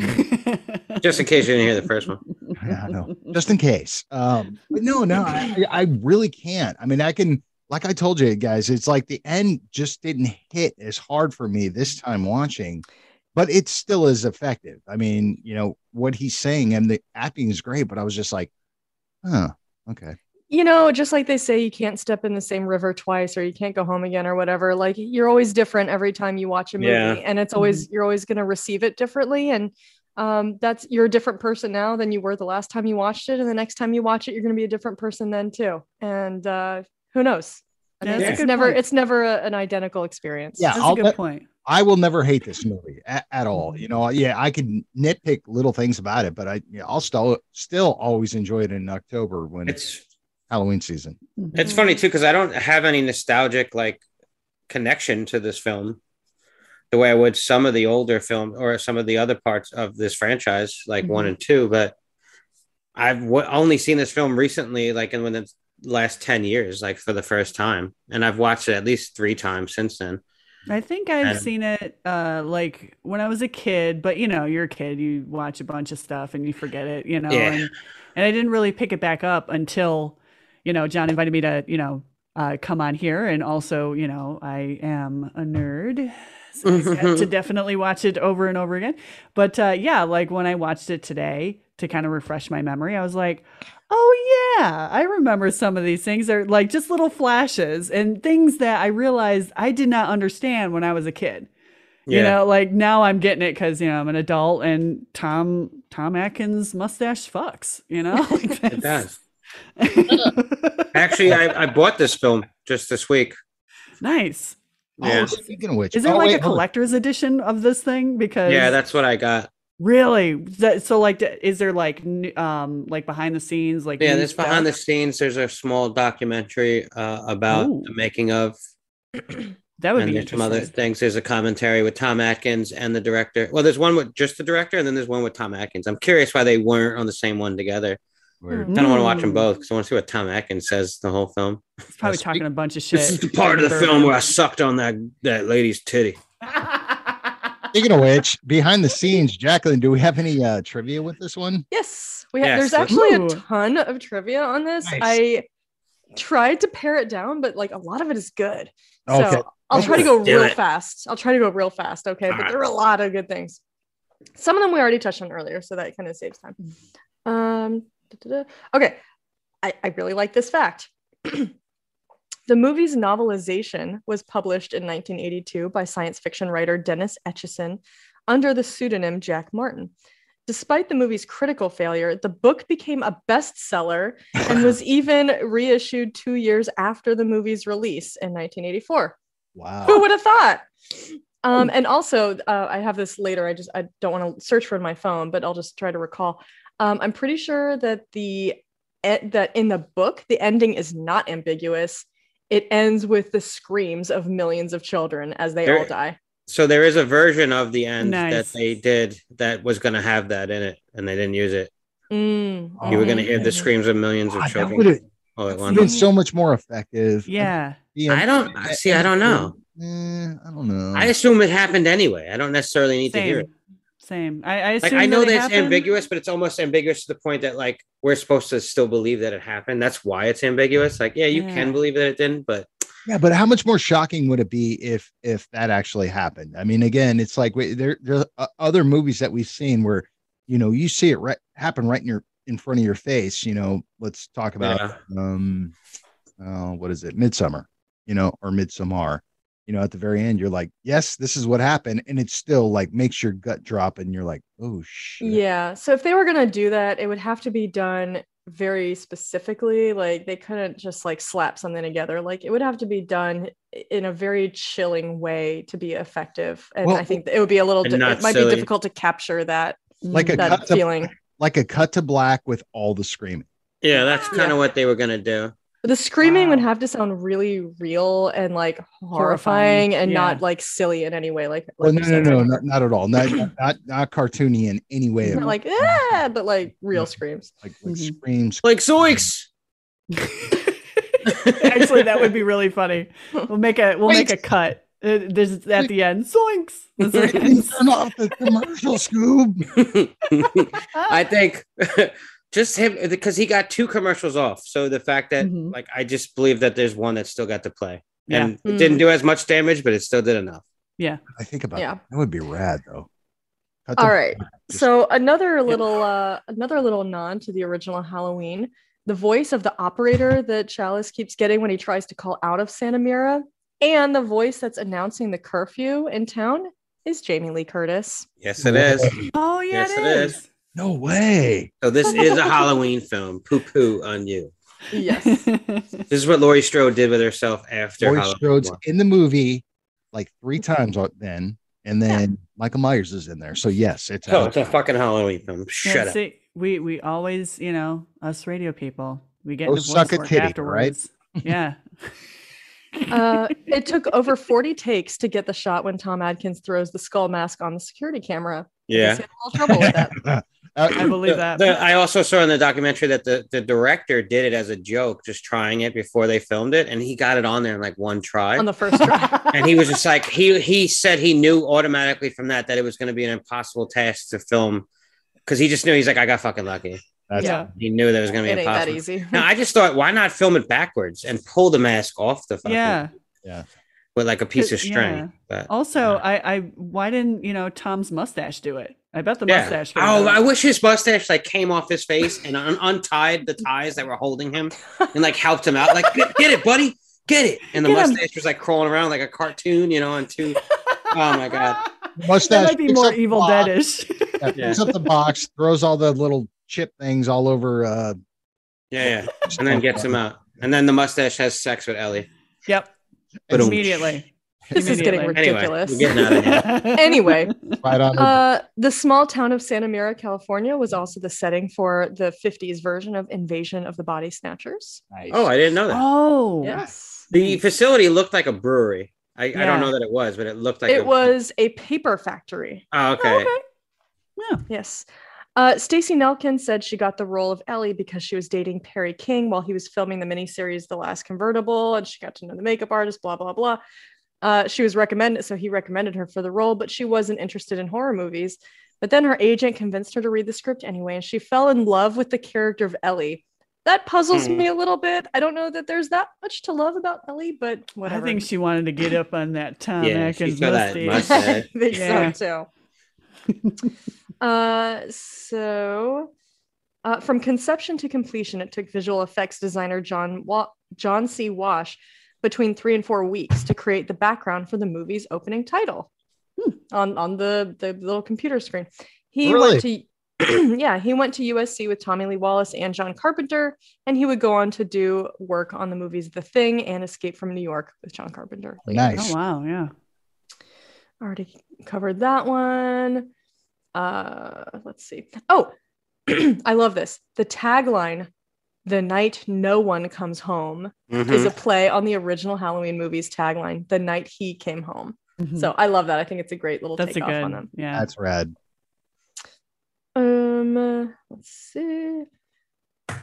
B: Just in case you didn't hear the first one.
A: Yeah, I know. just in case. Um, but no, no, I, I I really can't. I mean, I can, like I told you guys, it's like the end just didn't hit as hard for me this time watching, but it still is effective. I mean, you know, what he's saying and the acting is great, but I was just like, huh, okay.
D: you know, just like they say, you can't step in the same river twice or you can't go home again or whatever. Like you're always different every time you watch a movie,
B: Yeah.
D: and it's always you're always going to receive it differently. And um, that's you're a different person now than you were the last time you watched it, and the next time you watch it, you're going to be a different person then too. And uh, who knows? I mean,
E: That's
B: a
D: it's
E: good
D: never
E: point.
D: it's never a, an identical experience.
A: Yeah,
E: That's
A: I'll
E: a good
A: let-
E: point.
A: I will never hate this movie at, at all. You
B: Mm-hmm.
A: know, yeah, I can nitpick little things about it, but I, you know, I'll still still always enjoy it in October when it's
B: It's
A: Halloween season.
E: Mm-hmm.
B: it's
E: Hmm.
B: funny too because I don't have any nostalgic like connection to this film the way I would some of the older film or some of the other parts of this franchise, like one
D: Mhm.
E: Hmm.
B: and two. But I've w- only seen this film recently, like in the last ten years, like for the first time, and I've watched it at least three times since then.
E: I think I've
B: And-
E: seen it uh like when I was a kid, but you know, you're a kid, you watch a bunch of stuff and you forget it, you know.
B: Yeah.
E: And and I didn't really pick it back up until, you know, John invited me to, you know, uh come on here and also, you know, I am a nerd. So I had to definitely watch it over and over again. But uh yeah, like when I watched it today to kind of refresh my memory, I was like, oh yeah, I remember some of these things are like just little flashes and things that I realized I did not understand when I was a kid. You know, like now I'm getting it because you know I'm an adult, and Tom Tom Atkins mustache fucks, you know? Like
B: It
E: that's-
B: does. Actually, I, I bought this film just this week.
E: nice.
B: Yeah.
A: Oh, speaking of which,
E: Is there
A: oh,
E: like
A: wait,
E: a
A: hold on.
E: collector's edition of this thing? Because
B: Yeah, that's what I got.
E: really, that, so like, d- is there like, n- um, like behind the scenes, like
B: Yeah,
E: new
B: this behind the
E: stuff?
B: scenes. There's a small documentary uh, about
E: Ooh.
B: the making of,
E: That would
B: and
E: be
B: there's some other
E: Oh, interesting.
B: things. There's a commentary with Tom Atkins and the director. Well, there's one with just the director, and then there's one with Tom Atkins. I'm curious why they weren't on the same one together.
A: Weird.
B: I kind of want to watch them
E: Mm.
B: both because I want to see what Tom Atkins says the whole film.
E: He's probably
A: Speak-
E: talking a bunch of shit.
B: This is the part of the film where I sucked on that that lady's titty.
A: Speaking of which, behind the scenes, Jacqueline, do we have any uh, trivia with this one?
D: Yes, we have.
B: Yes,
D: There's
B: let's-
D: actually
E: Ooh.
D: a ton of trivia on this.
B: Nice.
D: I tried to pare it down, but like a lot of it is good.
A: Okay.
D: So I'll try to go
B: Do
D: real
B: it.
D: fast. I'll try to go real fast. Okay, but
B: Alright.
D: there are a lot of good things. Some of them we already touched on earlier, so that kind of saves time. Um, da-da-da. okay, I, I really like this fact. the movie's novelization was published in 1982 by science fiction writer Dennis Etchison under the pseudonym Jack Martin. Despite the movie's critical failure, the book became a bestseller and was even reissued two years after the movie's release in 1984.
B: Oh,
D: Who
A: Wow.
D: would have thought? Uh, Um, and also, uh, I have this later. I just I don't want to search for it on my phone, but I'll just try to recall. Um, I'm pretty sure that the eh, that in the book the ending is not ambiguous. It ends with the screams of millions of children as they
B: There-
D: all die.
B: So there is a version of the end
E: Nice.
B: that they did that was going to have that in it, and they didn't use it.
D: Mm,
B: you were going to
D: mhm,
B: hear the
D: mhm.
B: screams of millions
A: God,
B: of
A: that would've-
B: children all at
A: It's
B: once.
A: been so much more effective.
E: Yeah.
A: Yeah.
B: I don't I- see. I don't know.
A: Eh, I don't know.
B: I assume it happened anyway. I don't necessarily need to hear it.
E: Same. Same. I, I
B: Like
E: assume
B: I know
E: that it
B: that it's
E: happened.
B: ambiguous, but it's almost ambiguous to the point that like we're supposed to still believe that it happened. That's why it's ambiguous. Like yeah, you
E: Yeah.
B: can believe that it didn't, but
A: yeah, but how much more shocking would it be if if that actually happened? I mean, again, it's like wait, there there are other movies that we've seen where you know you see it right happen right in your in front of your face. You know, let's talk about
B: yeah.
A: um uh, what is it midsummer you know or midsummer you know at the very end you're like yes this is what happened and it still like makes your gut drop and you're like oh shit
D: Yeah. So if they were going to do that, it would have to be done very specifically. Like they couldn't just like slap something together. Like it would have to be done in a very chilling way to be effective. And
A: Well-
D: I think it would be a little,
B: And
D: di-
B: not
D: it might be
B: silly.
D: difficult to capture that,
A: like
E: Mm,
A: a
D: that
A: cut to,
D: feeling.
A: like a cut to black with all the screaming
B: yeah, that's kind
D: Yeah.
B: of what they were gonna do.
D: But the screaming would
E: Wow.
D: have to sound really real and like
E: Horrifying,
D: horrifying, and
E: yeah.
D: not like silly in any way. Like,
A: well,
D: like
A: no
D: you
A: no
D: said,
A: no
D: right?
A: not, not at all not not not cartoony in any way
D: Not
A: like
D: like, mm-hmm. ah, but like real screams.
A: like, like
E: Mhm.
A: screams
B: Like Zoinks.
E: Actually, that would be really funny. We'll make a we'll make a cut. Uh, This is at the end. Zoinks. That's what it
A: Please
E: is.
A: turn off the commercial scoob
B: I think just him because he got two commercials off. So the fact that
E: Mhm.
B: like I just believe that there's one that still got to play.
E: Yeah. Mm.
B: And it didn't do as much damage, but it still did enough.
A: i think about
D: Yeah.
A: that. that would be rad though Cut to
D: All right.
A: Just-
D: So another little uh another little nod to the original Halloween. The voice of the operator that Chalice keeps getting when he tries to call out of Santa Mira, and the voice that's announcing the curfew in town is Jamie Lee Curtis.
B: Yes, it is.
E: Oh yeah,
B: Yes, it is.
A: no way
B: So this is a Halloween film. Poo poo on you.
D: Yes.
B: This is what Laurie Strode did with herself after
A: Laurie
B: Halloween.
A: Strode's
B: one.
A: in the movie like three times on- then, and then Michael Myers is in there. So yes, it's
B: Oh,
A: out.
B: it's a fucking Halloween film. Shut
E: Yeah,
B: up.
E: see, we we always, you know, us radio people, we get
A: Go
E: divorce
A: Oh, suck a
E: work
A: titty, right?
E: afterwards. Yeah.
D: uh, it took over 40 takes to get the shot when Tom Adkins throws the skull mask on the security camera. I guess
B: Yeah.
D: he had a little trouble with that.
E: I believe that.
B: The- I also saw in the documentary that the, the director did it as a joke, just trying it before they filmed it, and he got it on there in like one try.
D: On the first try.
B: and he was just like he he said he knew automatically from that that it was going to be an impossible task to film because he just knew he's like I got fucking lucky.
A: That's-
E: yeah.
B: He knew that was going
D: It
B: to be
D: ain't that
B: impossible.
D: easy.
B: Now I just thought, why not film it backwards and pull the mask off the fucking
E: Yeah.
B: with like a piece of
E: Yeah.
B: string? But
E: Also, I I why didn't, you know, Tom's mustache do it? I bet the mustache. would've
B: Oh,
E: done
B: I
E: it.
B: wish his mustache like came off his face and un- untied the ties that were holding him and like helped him out. Like, get, get it, buddy, get it. And the
E: Get him.
B: mustache was like crawling around like a cartoon, you know, on two. Oh my god.
A: Mustache
E: That might be
A: picks
E: more
A: up
E: Evil
A: claw.
E: Deadish.
A: Yeah, picks up the box, throws all the little chip things all over. Uh,
B: Yeah, yeah. And then gets him out. And then the mustache has sex with Ellie.
E: Yep.
B: But
E: Immediately.
D: This is getting
E: Immediately.
B: Anyway,
D: ridiculous.
B: we're getting out of here.
D: Anyway,
A: Right on.
D: uh, the small town of Santa Mira, California was also the setting for the 50s version of Invasion of the Body Snatchers.
A: nice.
B: Oh, I didn't know that.
E: Oh.
D: Yes.
B: The facility looked like a brewery. I, I
E: Yeah.
B: don't know that it was, but it looked like
D: It
B: a-
D: was a paper factory.
B: Oh, okay.
D: Yes. Uh, Stacy Nelkin said she got the role of Ellie because she was dating Perry King while he was filming the miniseries The Last Convertible, and she got to know the makeup artist, blah, blah, blah. Uh, she was recommended, so he recommended her for the role, but she wasn't interested in horror movies. But then her agent convinced her to read the script anyway, and she fell in love with the character of Ellie. That puzzles
B: Hmm.
D: me a little bit. I don't know that there's that much to love about Ellie, but
E: I
D: whatever.
E: think she wanted to get up on that Tom
B: Yeah,
E: Atkins
B: she's got that
E: mustache.
B: mustache.
D: I think
E: Yeah.
D: so too. uh, so, uh, from conception to completion, it took visual effects designer John Wa- John C. Wash between three and four weeks to create the background for the movie's opening title on on the the little computer screen. He went to yeah, he went to USC with Tommy Lee Wallace and John Carpenter, and he would go on to do work on the movies The Thing and Escape from New York with John Carpenter. later.
A: nice.
E: Oh wow, yeah.
D: Already covered that one. Uh, let's see. Oh, I love this. The tagline, The Night No One Comes Home, is
B: Mhm.
D: a
E: Hmm.
D: play on the original Halloween movie's tagline, The Night He Came Home.
E: Mhm.
D: So I love that. I think it's a great little
E: that's a
D: takeoff on
E: good
D: them.
E: yeah.
A: That's rad.
D: Um, uh, let's see.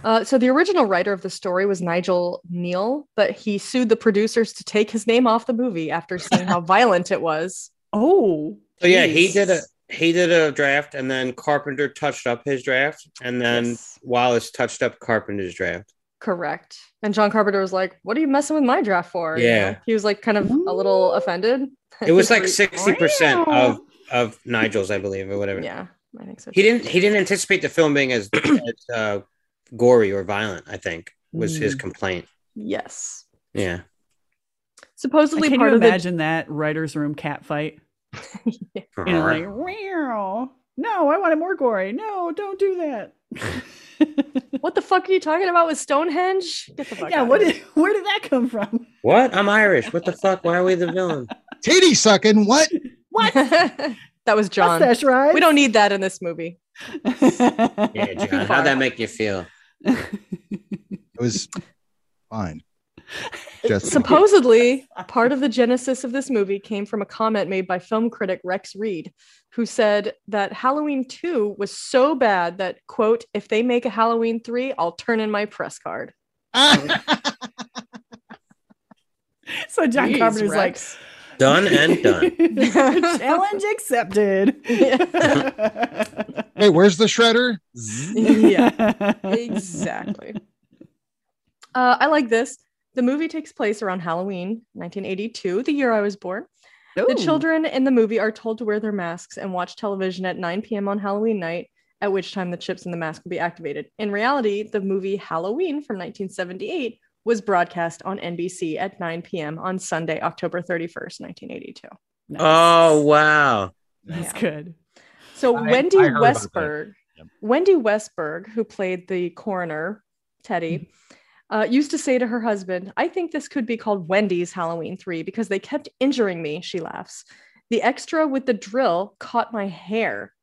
D: Uh, so the original writer of the story was Nigel Neal, but he sued the producers to take his name off the movie after seeing how violent it was.
E: oh.
B: So yeah, he did a
E: Jesus.
B: he did a draft, and then Carpenter touched up his draft, and then
D: Yes.
B: Wallace touched up Carpenter's draft.
D: Correct. And John Carpenter was like, "What are you messing with my draft for?" You know?
B: Yeah.
D: he was like kind of a little offended.
B: It was like
D: He-
B: sixty percent of of Nigel's, I believe, or whatever.
D: yeah, I think so.
B: He didn't he didn't anticipate the film being as, as uh, gory or violent. I think was his
D: Hmm.
E: Mm.
B: complaint.
D: Yes,
B: Yeah.
D: supposedly
E: Can
D: part
E: you
D: of the
E: imagine that writer's room cat fight? You know, like,
B: Grr.
E: "Meow. no, I wanted more gory. No, don't do that.
D: what the fuck are you talking about with Stonehenge? Get the fuck
E: yeah,
D: out
E: what
D: of
E: did, where did that come from?
B: What? I'm Irish. What the fuck? Why are we the villain?
A: Titty sucking. What?
E: What?
D: here. that was John.
E: Mustache right?
D: We don't need that in this movie.
B: Yeah,
E: need.
B: John. How'd that make you feel?
A: It was fine. Just
D: Supposedly, part of the genesis of this movie came from a comment made by film critic Rex Reed, who said that Halloween 2 was so bad that, quote, if they make a Halloween 3, I'll turn in my press card.
A: Ah!
E: so John
D: Jeez,
E: Carpenter's like,
D: Rex.
B: Done and done.
E: Challenge accepted.
A: hey, where's the shredder?
D: yeah, exactly. Uh, I like this. The movie takes place around Halloween, 1982, the year I was born. The
E: Ooh.
D: children in the movie are told to wear their masks and watch television at 9 p.m. on Halloween night, at which time the chips in the mask will be activated. In reality, the movie Halloween from 1978 was broadcast on NBC at 9 p.m. on Sunday, October 31st, 1982.
E: Nice.
B: Oh wow.
E: that's
D: Yeah.
E: good.
D: So
A: I-
D: Wendy
A: I heard about that.
D: Westberg,
A: Yep.
D: Wendy Westberg, who played the coroner, Teddy,
A: Mm-hmm.
D: uh, used to say to her husband, "I think this could be called Wendy's Halloween Three because they kept injuring me." She laughs. The extra with the drill caught my hair,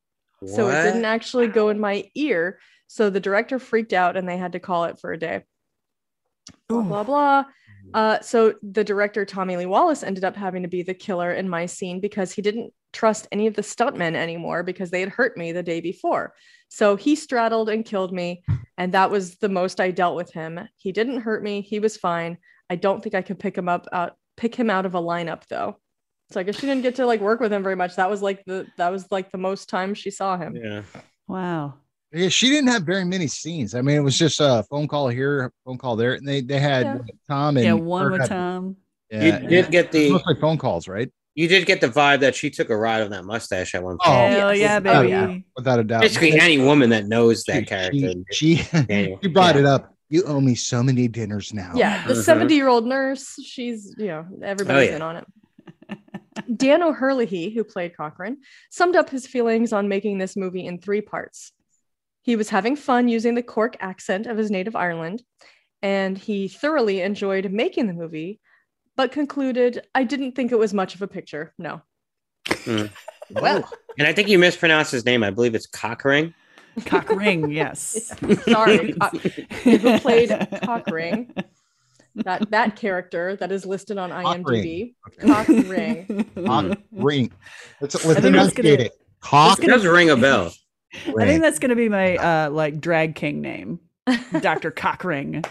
D: so it didn't
B: What?
D: actually go in my ear. So the director freaked out, and they had to call it for a day
A: Oh
D: blah blah blah. Uh, so the director Tommy Lee Wallace ended up having to be the killer in my scene because he didn't trust any of the stuntmen anymore because they had hurt me the day before. So he straddled and killed me, and that was the most I dealt with him. He didn't hurt me; he was fine. I don't think I could pick him up out pick him out of a lineup though. So I guess she didn't get to like work with him very much. That was like the that was like the most time she saw him.
B: Yeah.
E: Wow.
A: Yeah, she didn't have very many scenes. I mean, it was just a phone call here, phone call there, and they they had
D: Yeah.
A: Tom and
E: Yeah, one
A: her
E: with
A: had-
E: Tom.
A: Yeah,
B: You did get the
A: mostly phone calls, right?
B: you did get the vibe that she took a ride on that mustache at one point.
A: Oh,
E: Hell
D: yes.
E: yeah,
A: Oh,
E: baby.
A: yeah. Without a doubt.
B: Basically, any woman that knows that character.
A: She she,
B: Daniel.
A: she brought
B: Yeah.
A: it up. You owe me so many dinners now.
D: Yeah, the
B: Mhm.
D: 70 year old nurse, she's, you know, everybody's
B: yeah.
D: in on it. Dan O'Herlihy, who played Cochrane, summed up his feelings on making this movie in three parts. He was having fun using the Cork accent of his native Ireland, and he thoroughly enjoyed making the movie, but concluded, I didn't think it was much of a picture. No.
A: Well,
B: And I think you mispronounced his name. I believe it's Cockring.
E: Cock ring, yes.
D: Sorry. Co- who played Cockring, that, that character that is listed on IMDb.
B: Hmm.
D: Cockring.
A: Cock ring. Let's,
E: I
A: let's
E: think that's
A: enunciate
E: gonna-
A: it. Cock
B: It does ring a bell.
E: I
A: ring.
E: think that's gonna be my uh like drag king name. Dr. Cockring.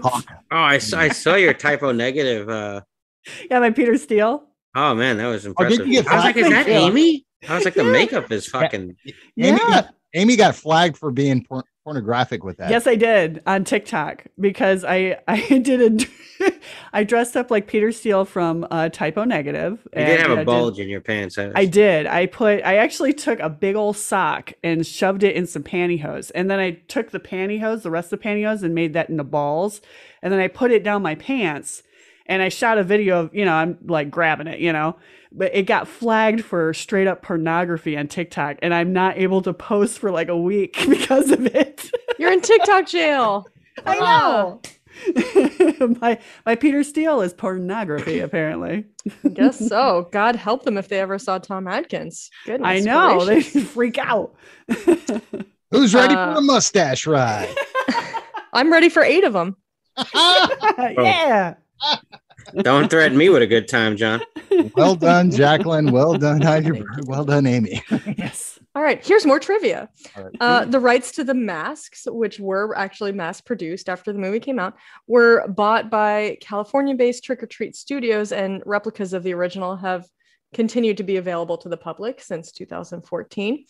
A: Cock
B: Oh, I saw, I saw your typo negative. Uh,
E: Yeah, my Peter Steele.
B: oh man, that was
A: did
B: impressive.
A: you get
B: I was like, is
A: flagged?
B: that Amy? I was like, the
E: Yeah.
B: makeup is fucking.
A: Amy,
E: Yeah.
A: Amy got flagged for being por- pornographic with that.
E: Yes, I did on TikTok because I I did a I dressed up like Peter Steele from uh, Typo Negative.
B: You did
E: and
B: have
E: I
B: a bulge in your pants. Uh, I,
E: I did. I put. I actually took a big old sock and shoved it in some pantyhose, and then I took the pantyhose, the rest of the pantyhose, and made that into balls, and then I put it down my pants, and I shot a video of you know I'm like grabbing it, you know, but it got flagged for straight up pornography on TikTok, and I'm not able to post for like a week because of it.
D: You're in TikTok jail. Ah,
E: I
D: Wow.
E: know. my my Peter Steele is pornography apparently.
D: Guess so. God help them if they ever saw Tom Atkins.
B: Oh,
D: Goodness.
E: I know. They
D: gracious.
E: freak out.
A: Who's ready
D: Uh,
A: for a mustache ride?
D: I'm ready for eight of them.
B: Oh.
E: yeah.
B: don't threaten me with a good time, John.
A: well done, Jacqueline. Well done, Heidelberg. Well done, Amy.
E: Yes.
D: All right, here's more trivia.
A: All right.
D: Uh, the rights to the masks, which were actually mass produced after the movie came out, were bought by California based Trick or Treat Studios, and replicas of the original have continued to be available to the public since 2014.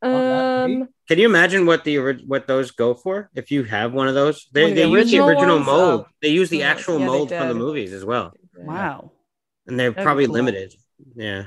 A: that
D: Um,
B: Can you imagine what the ori- what those go for? If you have one of those, they,
D: One of the
B: they use the
D: original
B: original
D: ones?
B: mold.
D: Oh.
B: They use the
D: Oh,
B: actual
D: yeah, they
B: mold from the
D: did.
B: movies as well,
E: Wow.
B: and they're
D: be
B: probably
D: cool.
B: limited. Yeah.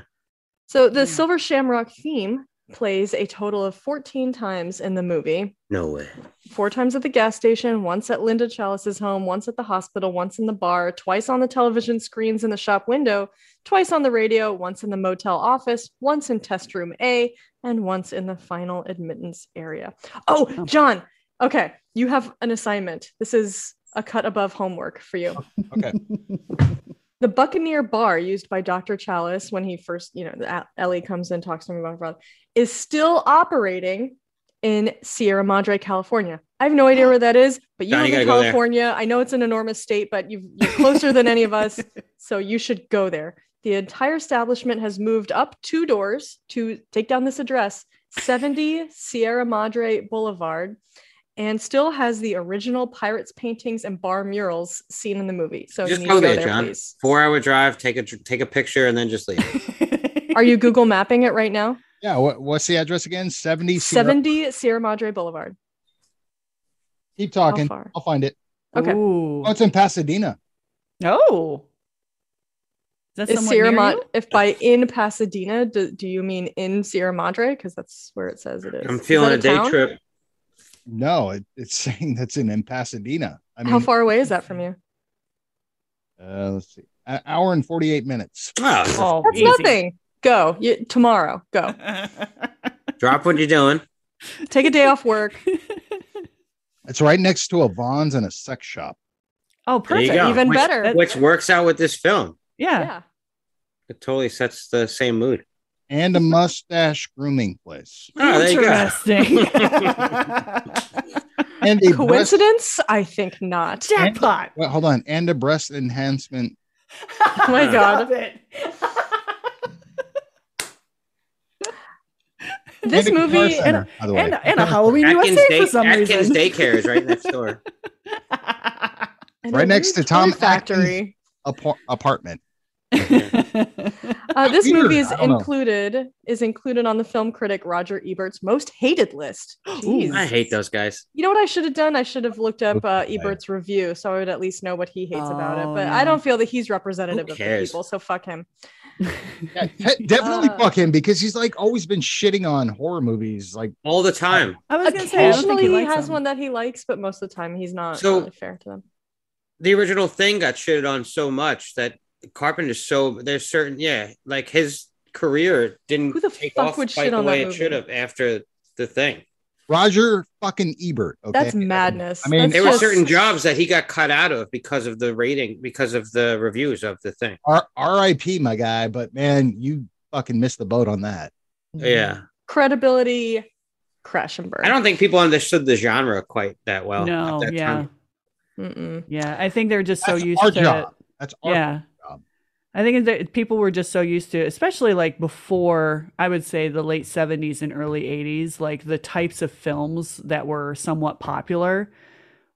D: so the
E: Yeah.
D: Silver Shamrock theme plays a total of 14 times in the movie.
B: No way.
D: four times at the gas station, once at Linda Chalice's home, once at the hospital, once in the bar, twice on the television screens in the shop window, twice on the radio, once in the motel office, once in test room A, and once in the final admittance area. Oh,
E: Oh.
D: John, okay, you have an assignment. This is a cut above homework for you.
A: Okay.
D: The Buccaneer bar used by Dr. Chalice when he first, you know, the- Ellie comes and talks to him about her brother, is still operating in Sierra Madre, California. I have no idea where that is, but you
B: John, you
D: live in
B: gotta go there.
D: California. I know it's an enormous state, but you've, you're closer than any of us, so you should go there. The entire establishment has moved up two doors to take down this address 70 Sierra Madre Boulevard and still has the original pirates paintings and bar murals seen in the movie. So
B: Just
D: you need to
B: go
D: go
B: there,
D: there,
B: John.
D: please.
B: Four hour drive. Take a tr- take a picture and then just leave.
D: Are you Google mapping it right now?
A: Yeah. What, what's the address again? 70 Sierra-
D: 70 Sierra Madre Boulevard.
A: Keep
D: How
A: talking.
D: far?
A: I'll find it.
D: Okay.
E: Ooh.
A: Oh, it's in Pasadena.
E: Oh. Is that
D: Is
E: somewhat
D: Sierra
E: near
D: Madre,
E: you?
D: if by in Pasadena, do, do you mean in Sierra Madre? Because that's where it says it is.
B: I'm
D: Is
B: feeling
D: that
B: a day
D: town?
B: trip.
A: No, it, it's saying that's in, in Pasadena. I mean,
D: How far away is that from you?
A: Uh, let's see. An hour and 48 minutes.
B: Oh,
E: Oh,
D: That's
E: easy.
D: nothing. Go you, tomorrow. Go
B: drop what you're doing.
D: take a day off work.
A: It's right next to a Vons and a sex shop.
E: oh,
B: There you
E: perfect.
B: go.
D: Even
B: which,
D: better.
B: Which works out with this film.
E: Yeah.
D: Yeah.
B: It totally sets the same mood.
A: And a mustache grooming place.
B: Oh, there you
E: Interesting.
B: go.
A: And a breast,
D: Coincidence? I think not.
E: Jackpot.
A: Wait, hold on. And a breast enhancement.
E: oh
D: my God. This
A: and a guitar
D: movie.
A: center, by the way.
E: and, and a Halloween
B: Atkins,
E: USA
B: day,
E: for some
B: Atkins
E: reason.
B: daycare is right next door.
D: and
A: Right
D: a
A: next
D: weird
A: to Tom
D: toy Factory.
A: Apar- apartment.
D: Uh, this
A: Weird.
D: movie is
A: I don't know.
D: included is included on the film critic Roger Ebert's most hated list. Jeez.
B: I hate those guys.
D: You know what I should have done? I should have looked up uh,
A: Okay.
D: Ebert's review so I would at least know what he hates about it.
E: Oh,
D: But
E: yeah.
D: I don't feel that he's representative
B: Who
D: of the
B: cares?
D: people, so fuck him.
A: Yeah, he- definitely
D: Uh,
A: fuck him because he's like always been shitting on horror movies. Like,
B: All the time.
E: I was gonna say, I don't think
D: Occasionally, he,
E: likes
D: has
E: them.
D: one that he likes, but most of the time, he's not
B: So-
D: really fair to them.
B: The original thing got shitted on so much that Carpenter's so there's certain yeah, like his career didn't
D: Who the
B: take
D: fuck
B: off
D: would
B: quite
D: shit
B: the
D: on that
B: way it
D: movie?
B: should have after the thing.
A: Roger fucking Ebert. Okay.
D: That's madness.
A: I mean,
D: That's
B: There were
D: just-
B: certain jobs that he got cut out of because of the rating, because of the reviews of the thing.
A: R- R.I.P. my guy, but man, you fucking missed the boat on that.
B: Yeah.
D: credibility crash and burn.
B: I don't think people understood the genre quite that well.
E: no,
B: at that
E: yeah,
B: time.
D: Mm-mm.
E: yeah. I think they're just
A: That's
E: so used
A: our
E: to
A: job. That's our
E: yeah.
A: job.
E: I think that people were just so used to, especially like before, I would say the late 70s and early 80s, like the types of films that were somewhat popular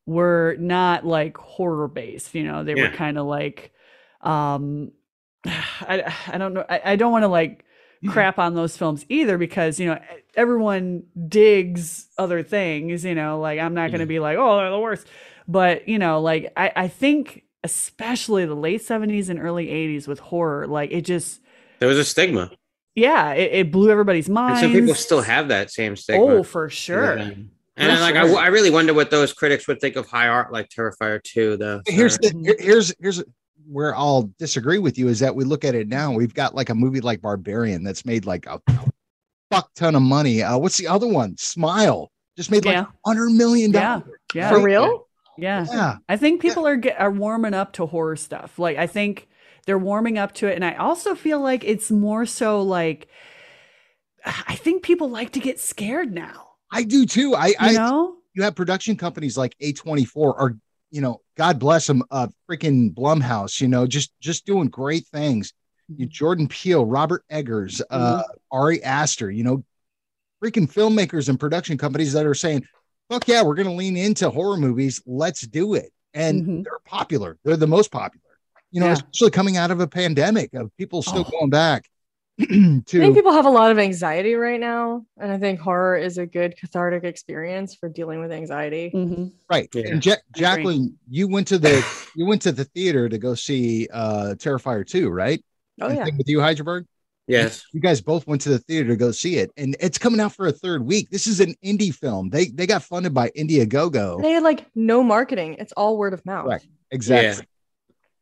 E: were not like horror based, you know, they
B: Yeah.
E: were kind of like, um, I, I don't know, I, I don't want to like crap on those films either because, you know, everyone digs other things, you know, like I'm not going to be like, oh, they're the worst but you know like I, I think especially the late 70s and early 80s with horror like it just
B: There was a stigma.
E: yeah it, it blew everybody's
B: And
E: minds
B: some people still have that same stigma.
E: oh for sure
B: Yeah. And then, like, I, I really wonder what those critics would think of high art, like Terrifier 2, though.
A: Here's
B: Or-
A: the, here- here's here's where I'll disagree with you is that we look at it now. We've got like a movie like Barbarian that's made like a fuck ton of money. Uh, what's the other one? Smile just made like
E: Yeah.
A: hundred million
E: yeah
A: dollars.
E: yeah
D: For real?
E: yeah
A: Yeah.
E: i think people are get, are warming up to horror stuff like i think they're warming up to it and i also feel like it's more so like i think people like to get scared now
A: I do too. I
E: you
A: I
E: know
A: you have production companies like A24 or you know, God bless them, uh freaking Blumhouse, you know, just just doing great things.
E: Mm-hmm.
A: You Jordan Peele, Robert Eggers, uh Ari Aster, you know, freaking filmmakers and production companies that are saying, "Fuck yeah, we're going to lean into horror movies. Let's do it." And
E: Mhm.
A: they're popular. They're the most popular. You know,
E: Yeah.
A: especially coming out of a pandemic of people still
E: Oh.
A: going back
D: I
A: to
D: think people have a lot of anxiety right now, and I think horror is a good cathartic experience for dealing with anxiety.
B: Mm-hmm.
E: Mhm.
A: Right.
B: Yeah.
A: And Ja-
E: agree.
A: Jacqueline, you went to the you went to the theater to go see uh Terrifier 2, right?
D: Oh
A: And
D: yeah,
A: same with you, Heidelberg.
B: yes.
A: You guys both went to the theater to go see it. And it's coming out for a third week. This is an indie film. They they got funded by Indiegogo.
D: they had like no marketing; it's all word of mouth.
A: Right. Exactly.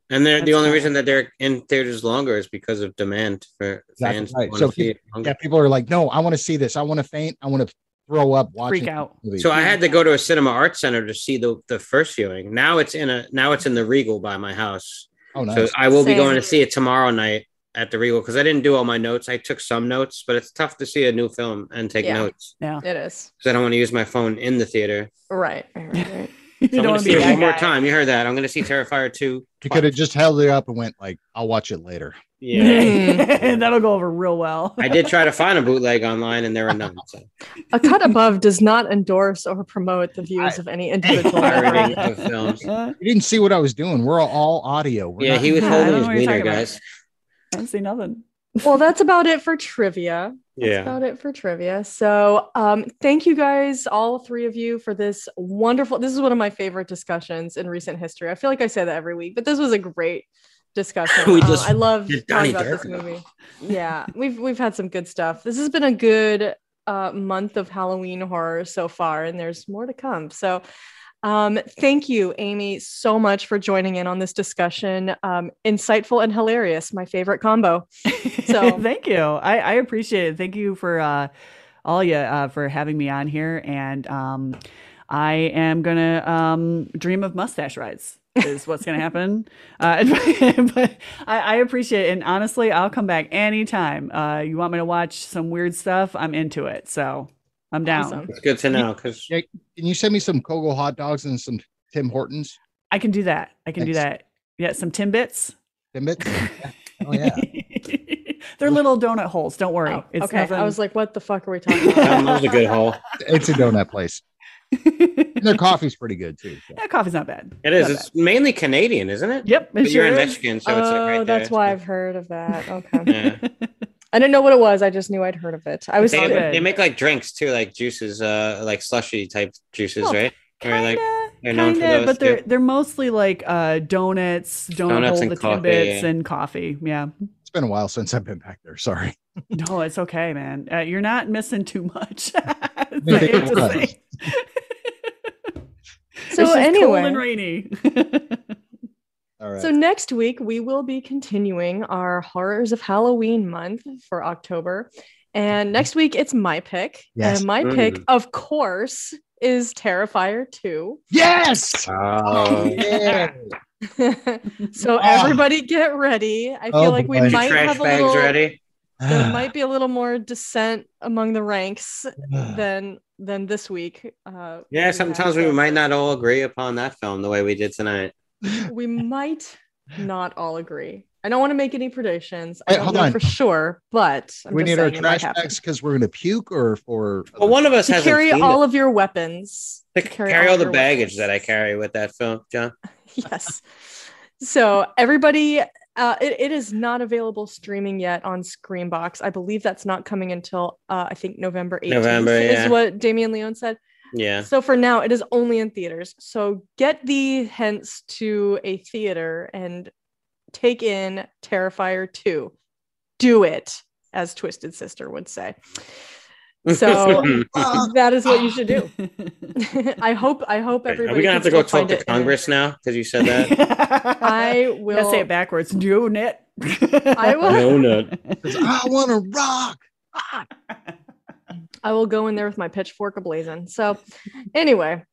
B: And they're, the
E: That's
B: only
E: wild.
B: reason that they're in theaters longer is because of demand for
A: Exactly
B: fans. to
A: right.
B: wanna
A: So
B: see
A: peop-
B: it longer.
A: Yeah. people are like, no, I want to see this. I want to faint. I want to throw up watching
E: freak out
A: the movie.
B: So I had to go to a cinema art center to see the, the first viewing. Now it's in a now it's in the Regal by my house.
A: oh no.
B: So I will be
D: Same.
B: going to see it tomorrow night at the Regal because I didn't do all my notes. I took some notes, but it's tough to see a new film and take
D: Yeah.
B: notes
E: yeah
D: It is
B: because I don't want to use my phone in the theater.
D: right. right, right, right.
E: you
B: So I'm
E: don't
B: going
E: want
B: to
E: to
B: see
E: be
B: it
E: that
B: one more
E: guy.
B: time. You heard that? I'm going to see Terrifier two.
A: you could have just held it up and went like, I'll watch it later.
B: Yeah.
E: that'll go over real well
B: I did try to find a bootleg online and there are none. So
D: a cut above does not endorse or promote the views of any individual.
B: pirating
D: member.
B: of films.
E: Uh,
A: You didn't see what I was doing. We're all audio. We're
B: Yeah,
A: not-
B: he was
D: Yeah, I
B: holding
E: don't
B: his
E: know what you're
B: wiener,
E: talking about.
B: guys.
E: I don't see nothing.
D: well, that's about it for trivia. That's about it for trivia. So, um, thank you guys, all three of you, for this wonderful. This is one of my favorite discussions in recent history. I feel like I say that every week, but this was a great discussion.
B: We
D: Um,
B: just
D: I love
B: did
D: talking
B: Donnie
D: about this
B: Darko.
D: movie. Yeah, we've we've had some good stuff. This has been a good uh, month of Halloween horror so far, and there's more to come. So. Um, thank you, Amy, so much for joining in on this discussion. Um, insightful and hilarious, my favorite combo. So-
E: thank you. I, I appreciate it. Thank you for uh, all you uh, for having me on here. And um, I am gonna um, dream of mustache rides. Is what's gonna happen. Uh, but I, I appreciate it. And honestly, I'll come back anytime. Uh, you want me to watch some weird stuff? I'm into it. So I'm down.
D: Awesome.
B: It's good to know because
A: Can you send me some Kogo hot dogs and some Tim Hortons?
E: I can do that. I can do
A: Thanks.
E: that. Yeah, some Timbits.
A: Timbits? Oh yeah.
E: They're little donut holes. Don't worry.
D: Oh,
E: It's
D: okay, I
E: nothing-
D: was like, what the fuck are we talking about?
B: that was a good hole.
A: it's a donut place. And their coffee's pretty good too. so.
E: Yeah, coffee's not bad.
B: It is.
E: Not
B: It's mainly Canadian, isn't it?
E: bad. Yep.
B: But
E: it
B: you're in
E: sure is.
B: Michigan, so it's like right
D: oh,
B: there.
D: that's why I've heard of that. Okay.
B: Yeah.
D: I didn't know what it was. I just knew I'd heard of it. I was
B: They,
E: all good.
B: they make like drinks too, like juices, uh, like slushy type juices,
E: Oh,
B: right? Or like
E: Kinda,
B: they're known for
E: kinda,
B: those,
E: but they're
B: yeah.
E: they're mostly like uh, donuts, donut
B: Donuts
E: hole,
B: and
E: the
B: coffee,
E: tidbits,
B: yeah.
E: and coffee. Yeah.
A: It's been a while since I've been back there. Sorry.
E: No, it's okay, man. Uh, you're not missing too much. That's what I
A: Maybe
E: hate
A: it
E: to say.
D: so
E: It's just cold
D: anyway,
E: and rainy.
A: All All right.
D: So next week we will be continuing our horrors of Halloween month for October, and next week it's my pick.
A: Yes.
D: And my pick,
B: Mm.
D: of course, is Terrifier two.
A: yes.
B: Oh,
A: Yeah.
D: so everybody get ready. I feel
A: Oh,
D: like we
A: boy.
D: might
B: trash
D: have a
B: bags
D: little.
B: ready.
D: There might be a little more dissent among the ranks than than this week. Uh,
B: Yeah,
D: we
B: sometimes
D: had,
B: we
D: but
B: might not all agree upon that film the way we did tonight.
D: We might not all agree. I don't want to make any predictions. I
A: Wait,
D: don't
A: hold
D: know
A: on.
D: for sure, but I'm
A: we
D: just
A: need our
D: saying it might
A: trash
D: happen.
A: bags because we're gonna puke or for.
B: Well, one of us
D: to
B: hasn't
D: carry
B: seen
D: all
B: it.
D: of your weapons.
B: To
D: to
B: carry, all
D: of
B: the
D: your
B: baggage
D: weapons.
B: that I carry with that film, John.
D: yes. So everybody, uh, it, it is not available streaming yet on Screenbox. I believe that's not coming until uh, I think November 18th
B: November, yeah.
D: is what Damian Leone said.
B: Yeah.
D: So for now, it is only in theaters. So get the hence to a theater and take in Terrifier 2. Do it, as Twisted Sister would say. So that is what you should do. I hope I hope
B: Wait,
D: everybody.
B: Are
D: can
B: we gonna have to go
D: still
B: talk
D: find
B: to
D: it in their-
B: Congress now because you said that?
D: I will
E: Gotta say it backwards. Doing it.
D: I will-
B: No, no.
A: I want to rock.
D: I will go in there with my pitchfork ablazing. So, anyway,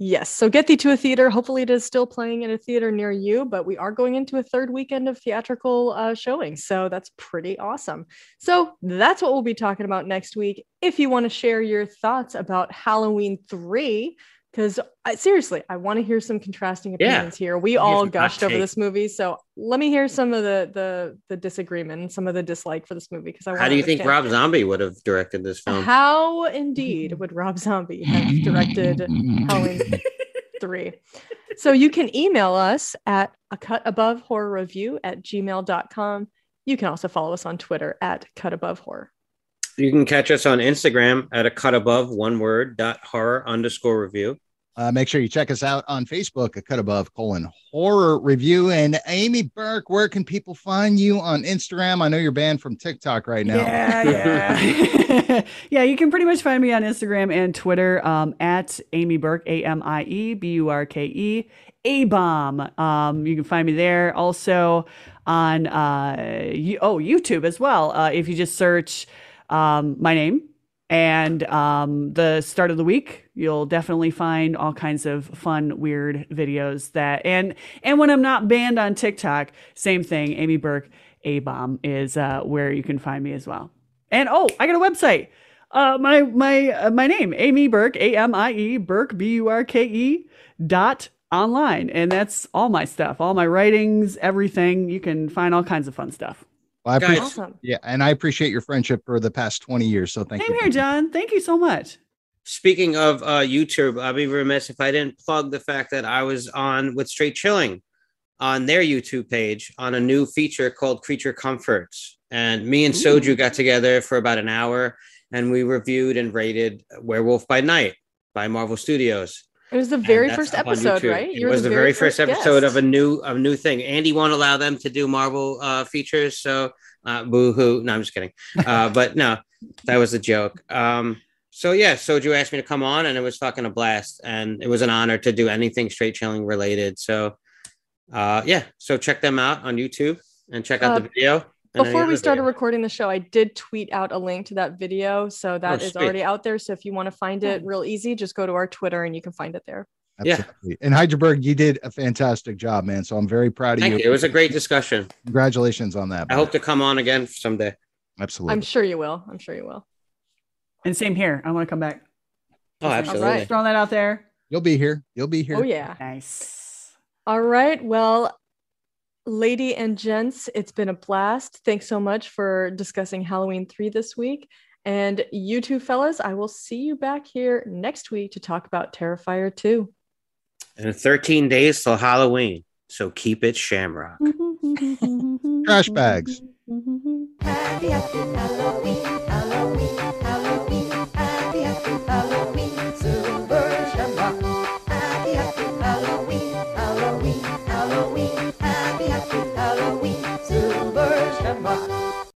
D: yes. So get thee to a theater. Hopefully, it is still playing in a theater near you. But we are going into a third weekend of theatrical uh, showing, so that's pretty awesome. So that's what we'll be talking about next week. If you want to share your thoughts about Halloween three. Because I, seriously, I want to hear some contrasting
B: Yeah.
D: opinions here. We
B: Give
D: all
B: some hot
D: gushed over
B: takes.
D: this movie, so let me hear some of the the the disagreement, and some of the dislike for this movie. Because I
B: How
D: wanna
B: do you think
D: understand.
B: Rob Zombie would have directed this film?
D: How indeed would Rob Zombie have directed Halloween 3? So you can email us at a cut above horror review at gmail.com. You can also follow us on Twitter at cut above horror.
B: You can catch us on Instagram at a cut above one word dot horror underscore review.
A: Uh, make sure you check us out on Facebook, a cut above colon horror review. And Amy Burke, where can people find you on Instagram? I know you're banned from TikTok right now.
E: Yeah, yeah. yeah, you can pretty much find me on Instagram and Twitter um, at Amy Burke, A M I E B U R K E, A bomb. Um, you can find me there. Also on, uh, you, oh, YouTube as well. Uh, if you just search um, my name and um, the start of the week, you'll definitely find all kinds of fun, weird videos that, and, and when I'm not banned on TikTok, same thing, Amy Burke. A bomb is uh, where you can find me as well. And oh, I got a website. Uh, my my uh, my name Amy Burke A M I E Burke B U R K E dot online, and that's all my stuff, all my writings, everything. You can find all kinds of fun stuff.
A: Well, I
B: Guys.
A: appreciate-
D: Awesome.
A: yeah, and I appreciate your friendship for the past 20 years. So thank
E: Same
A: you.
E: here, John. Thank you so much.
B: Speaking of uh, YouTube, I'd be remiss if I didn't plug the fact that I was on with Straight Chilling on their YouTube page on a new feature called Creature Comforts. And me and Soju got together for about an hour and we reviewed and rated Werewolf by Night by Marvel Studios.
D: It was the
B: And
D: very
B: that's
D: first
B: up on
D: episode,
B: YouTube.
D: right?
B: It
D: You were
B: was the, very first, episode of
D: guest.
B: a new a new thing. Andy won't allow them to do Marvel uh, features, so uh, boo hoo. No, I'm just kidding. Uh, but no, that was a joke. Um, so yeah, Soju asked me to come on, and it was fucking a blast, and it was an honor to do anything straight chilling related. So uh, yeah, so check them out on YouTube and check out
D: Uh,
B: the video. and any
D: Before
B: other
D: we started
B: video.
D: recording the show, I did tweet out a link to that video. So that is
B: Oh, sweet.
D: already out there. So if you want to find it real easy, just go to our Twitter and you can find it there.
B: Yeah.
A: Absolutely. And Hyderberg, you did a fantastic job, man. So I'm very proud of
B: Thank you. It was a great discussion.
A: Congratulations on that.
B: I
A: man.
B: hope to come on again someday.
A: Absolutely.
D: I'm sure you will. I'm sure you will.
E: And same here. I want to come back.
B: Oh,
E: Just
B: absolutely.
D: right.
E: Throwing that out there.
A: You'll be here. You'll be here.
D: Oh, yeah.
E: Nice.
D: All right. Well, lady and gents, it's been a blast. Thanks so much for discussing Halloween 3 this week. And you two fellas, I will see you back here next week to talk about Terrifier 2.
B: And 13 days till Halloween. So keep it shamrock.
A: Trash bags.
C: Happy, happy Halloween,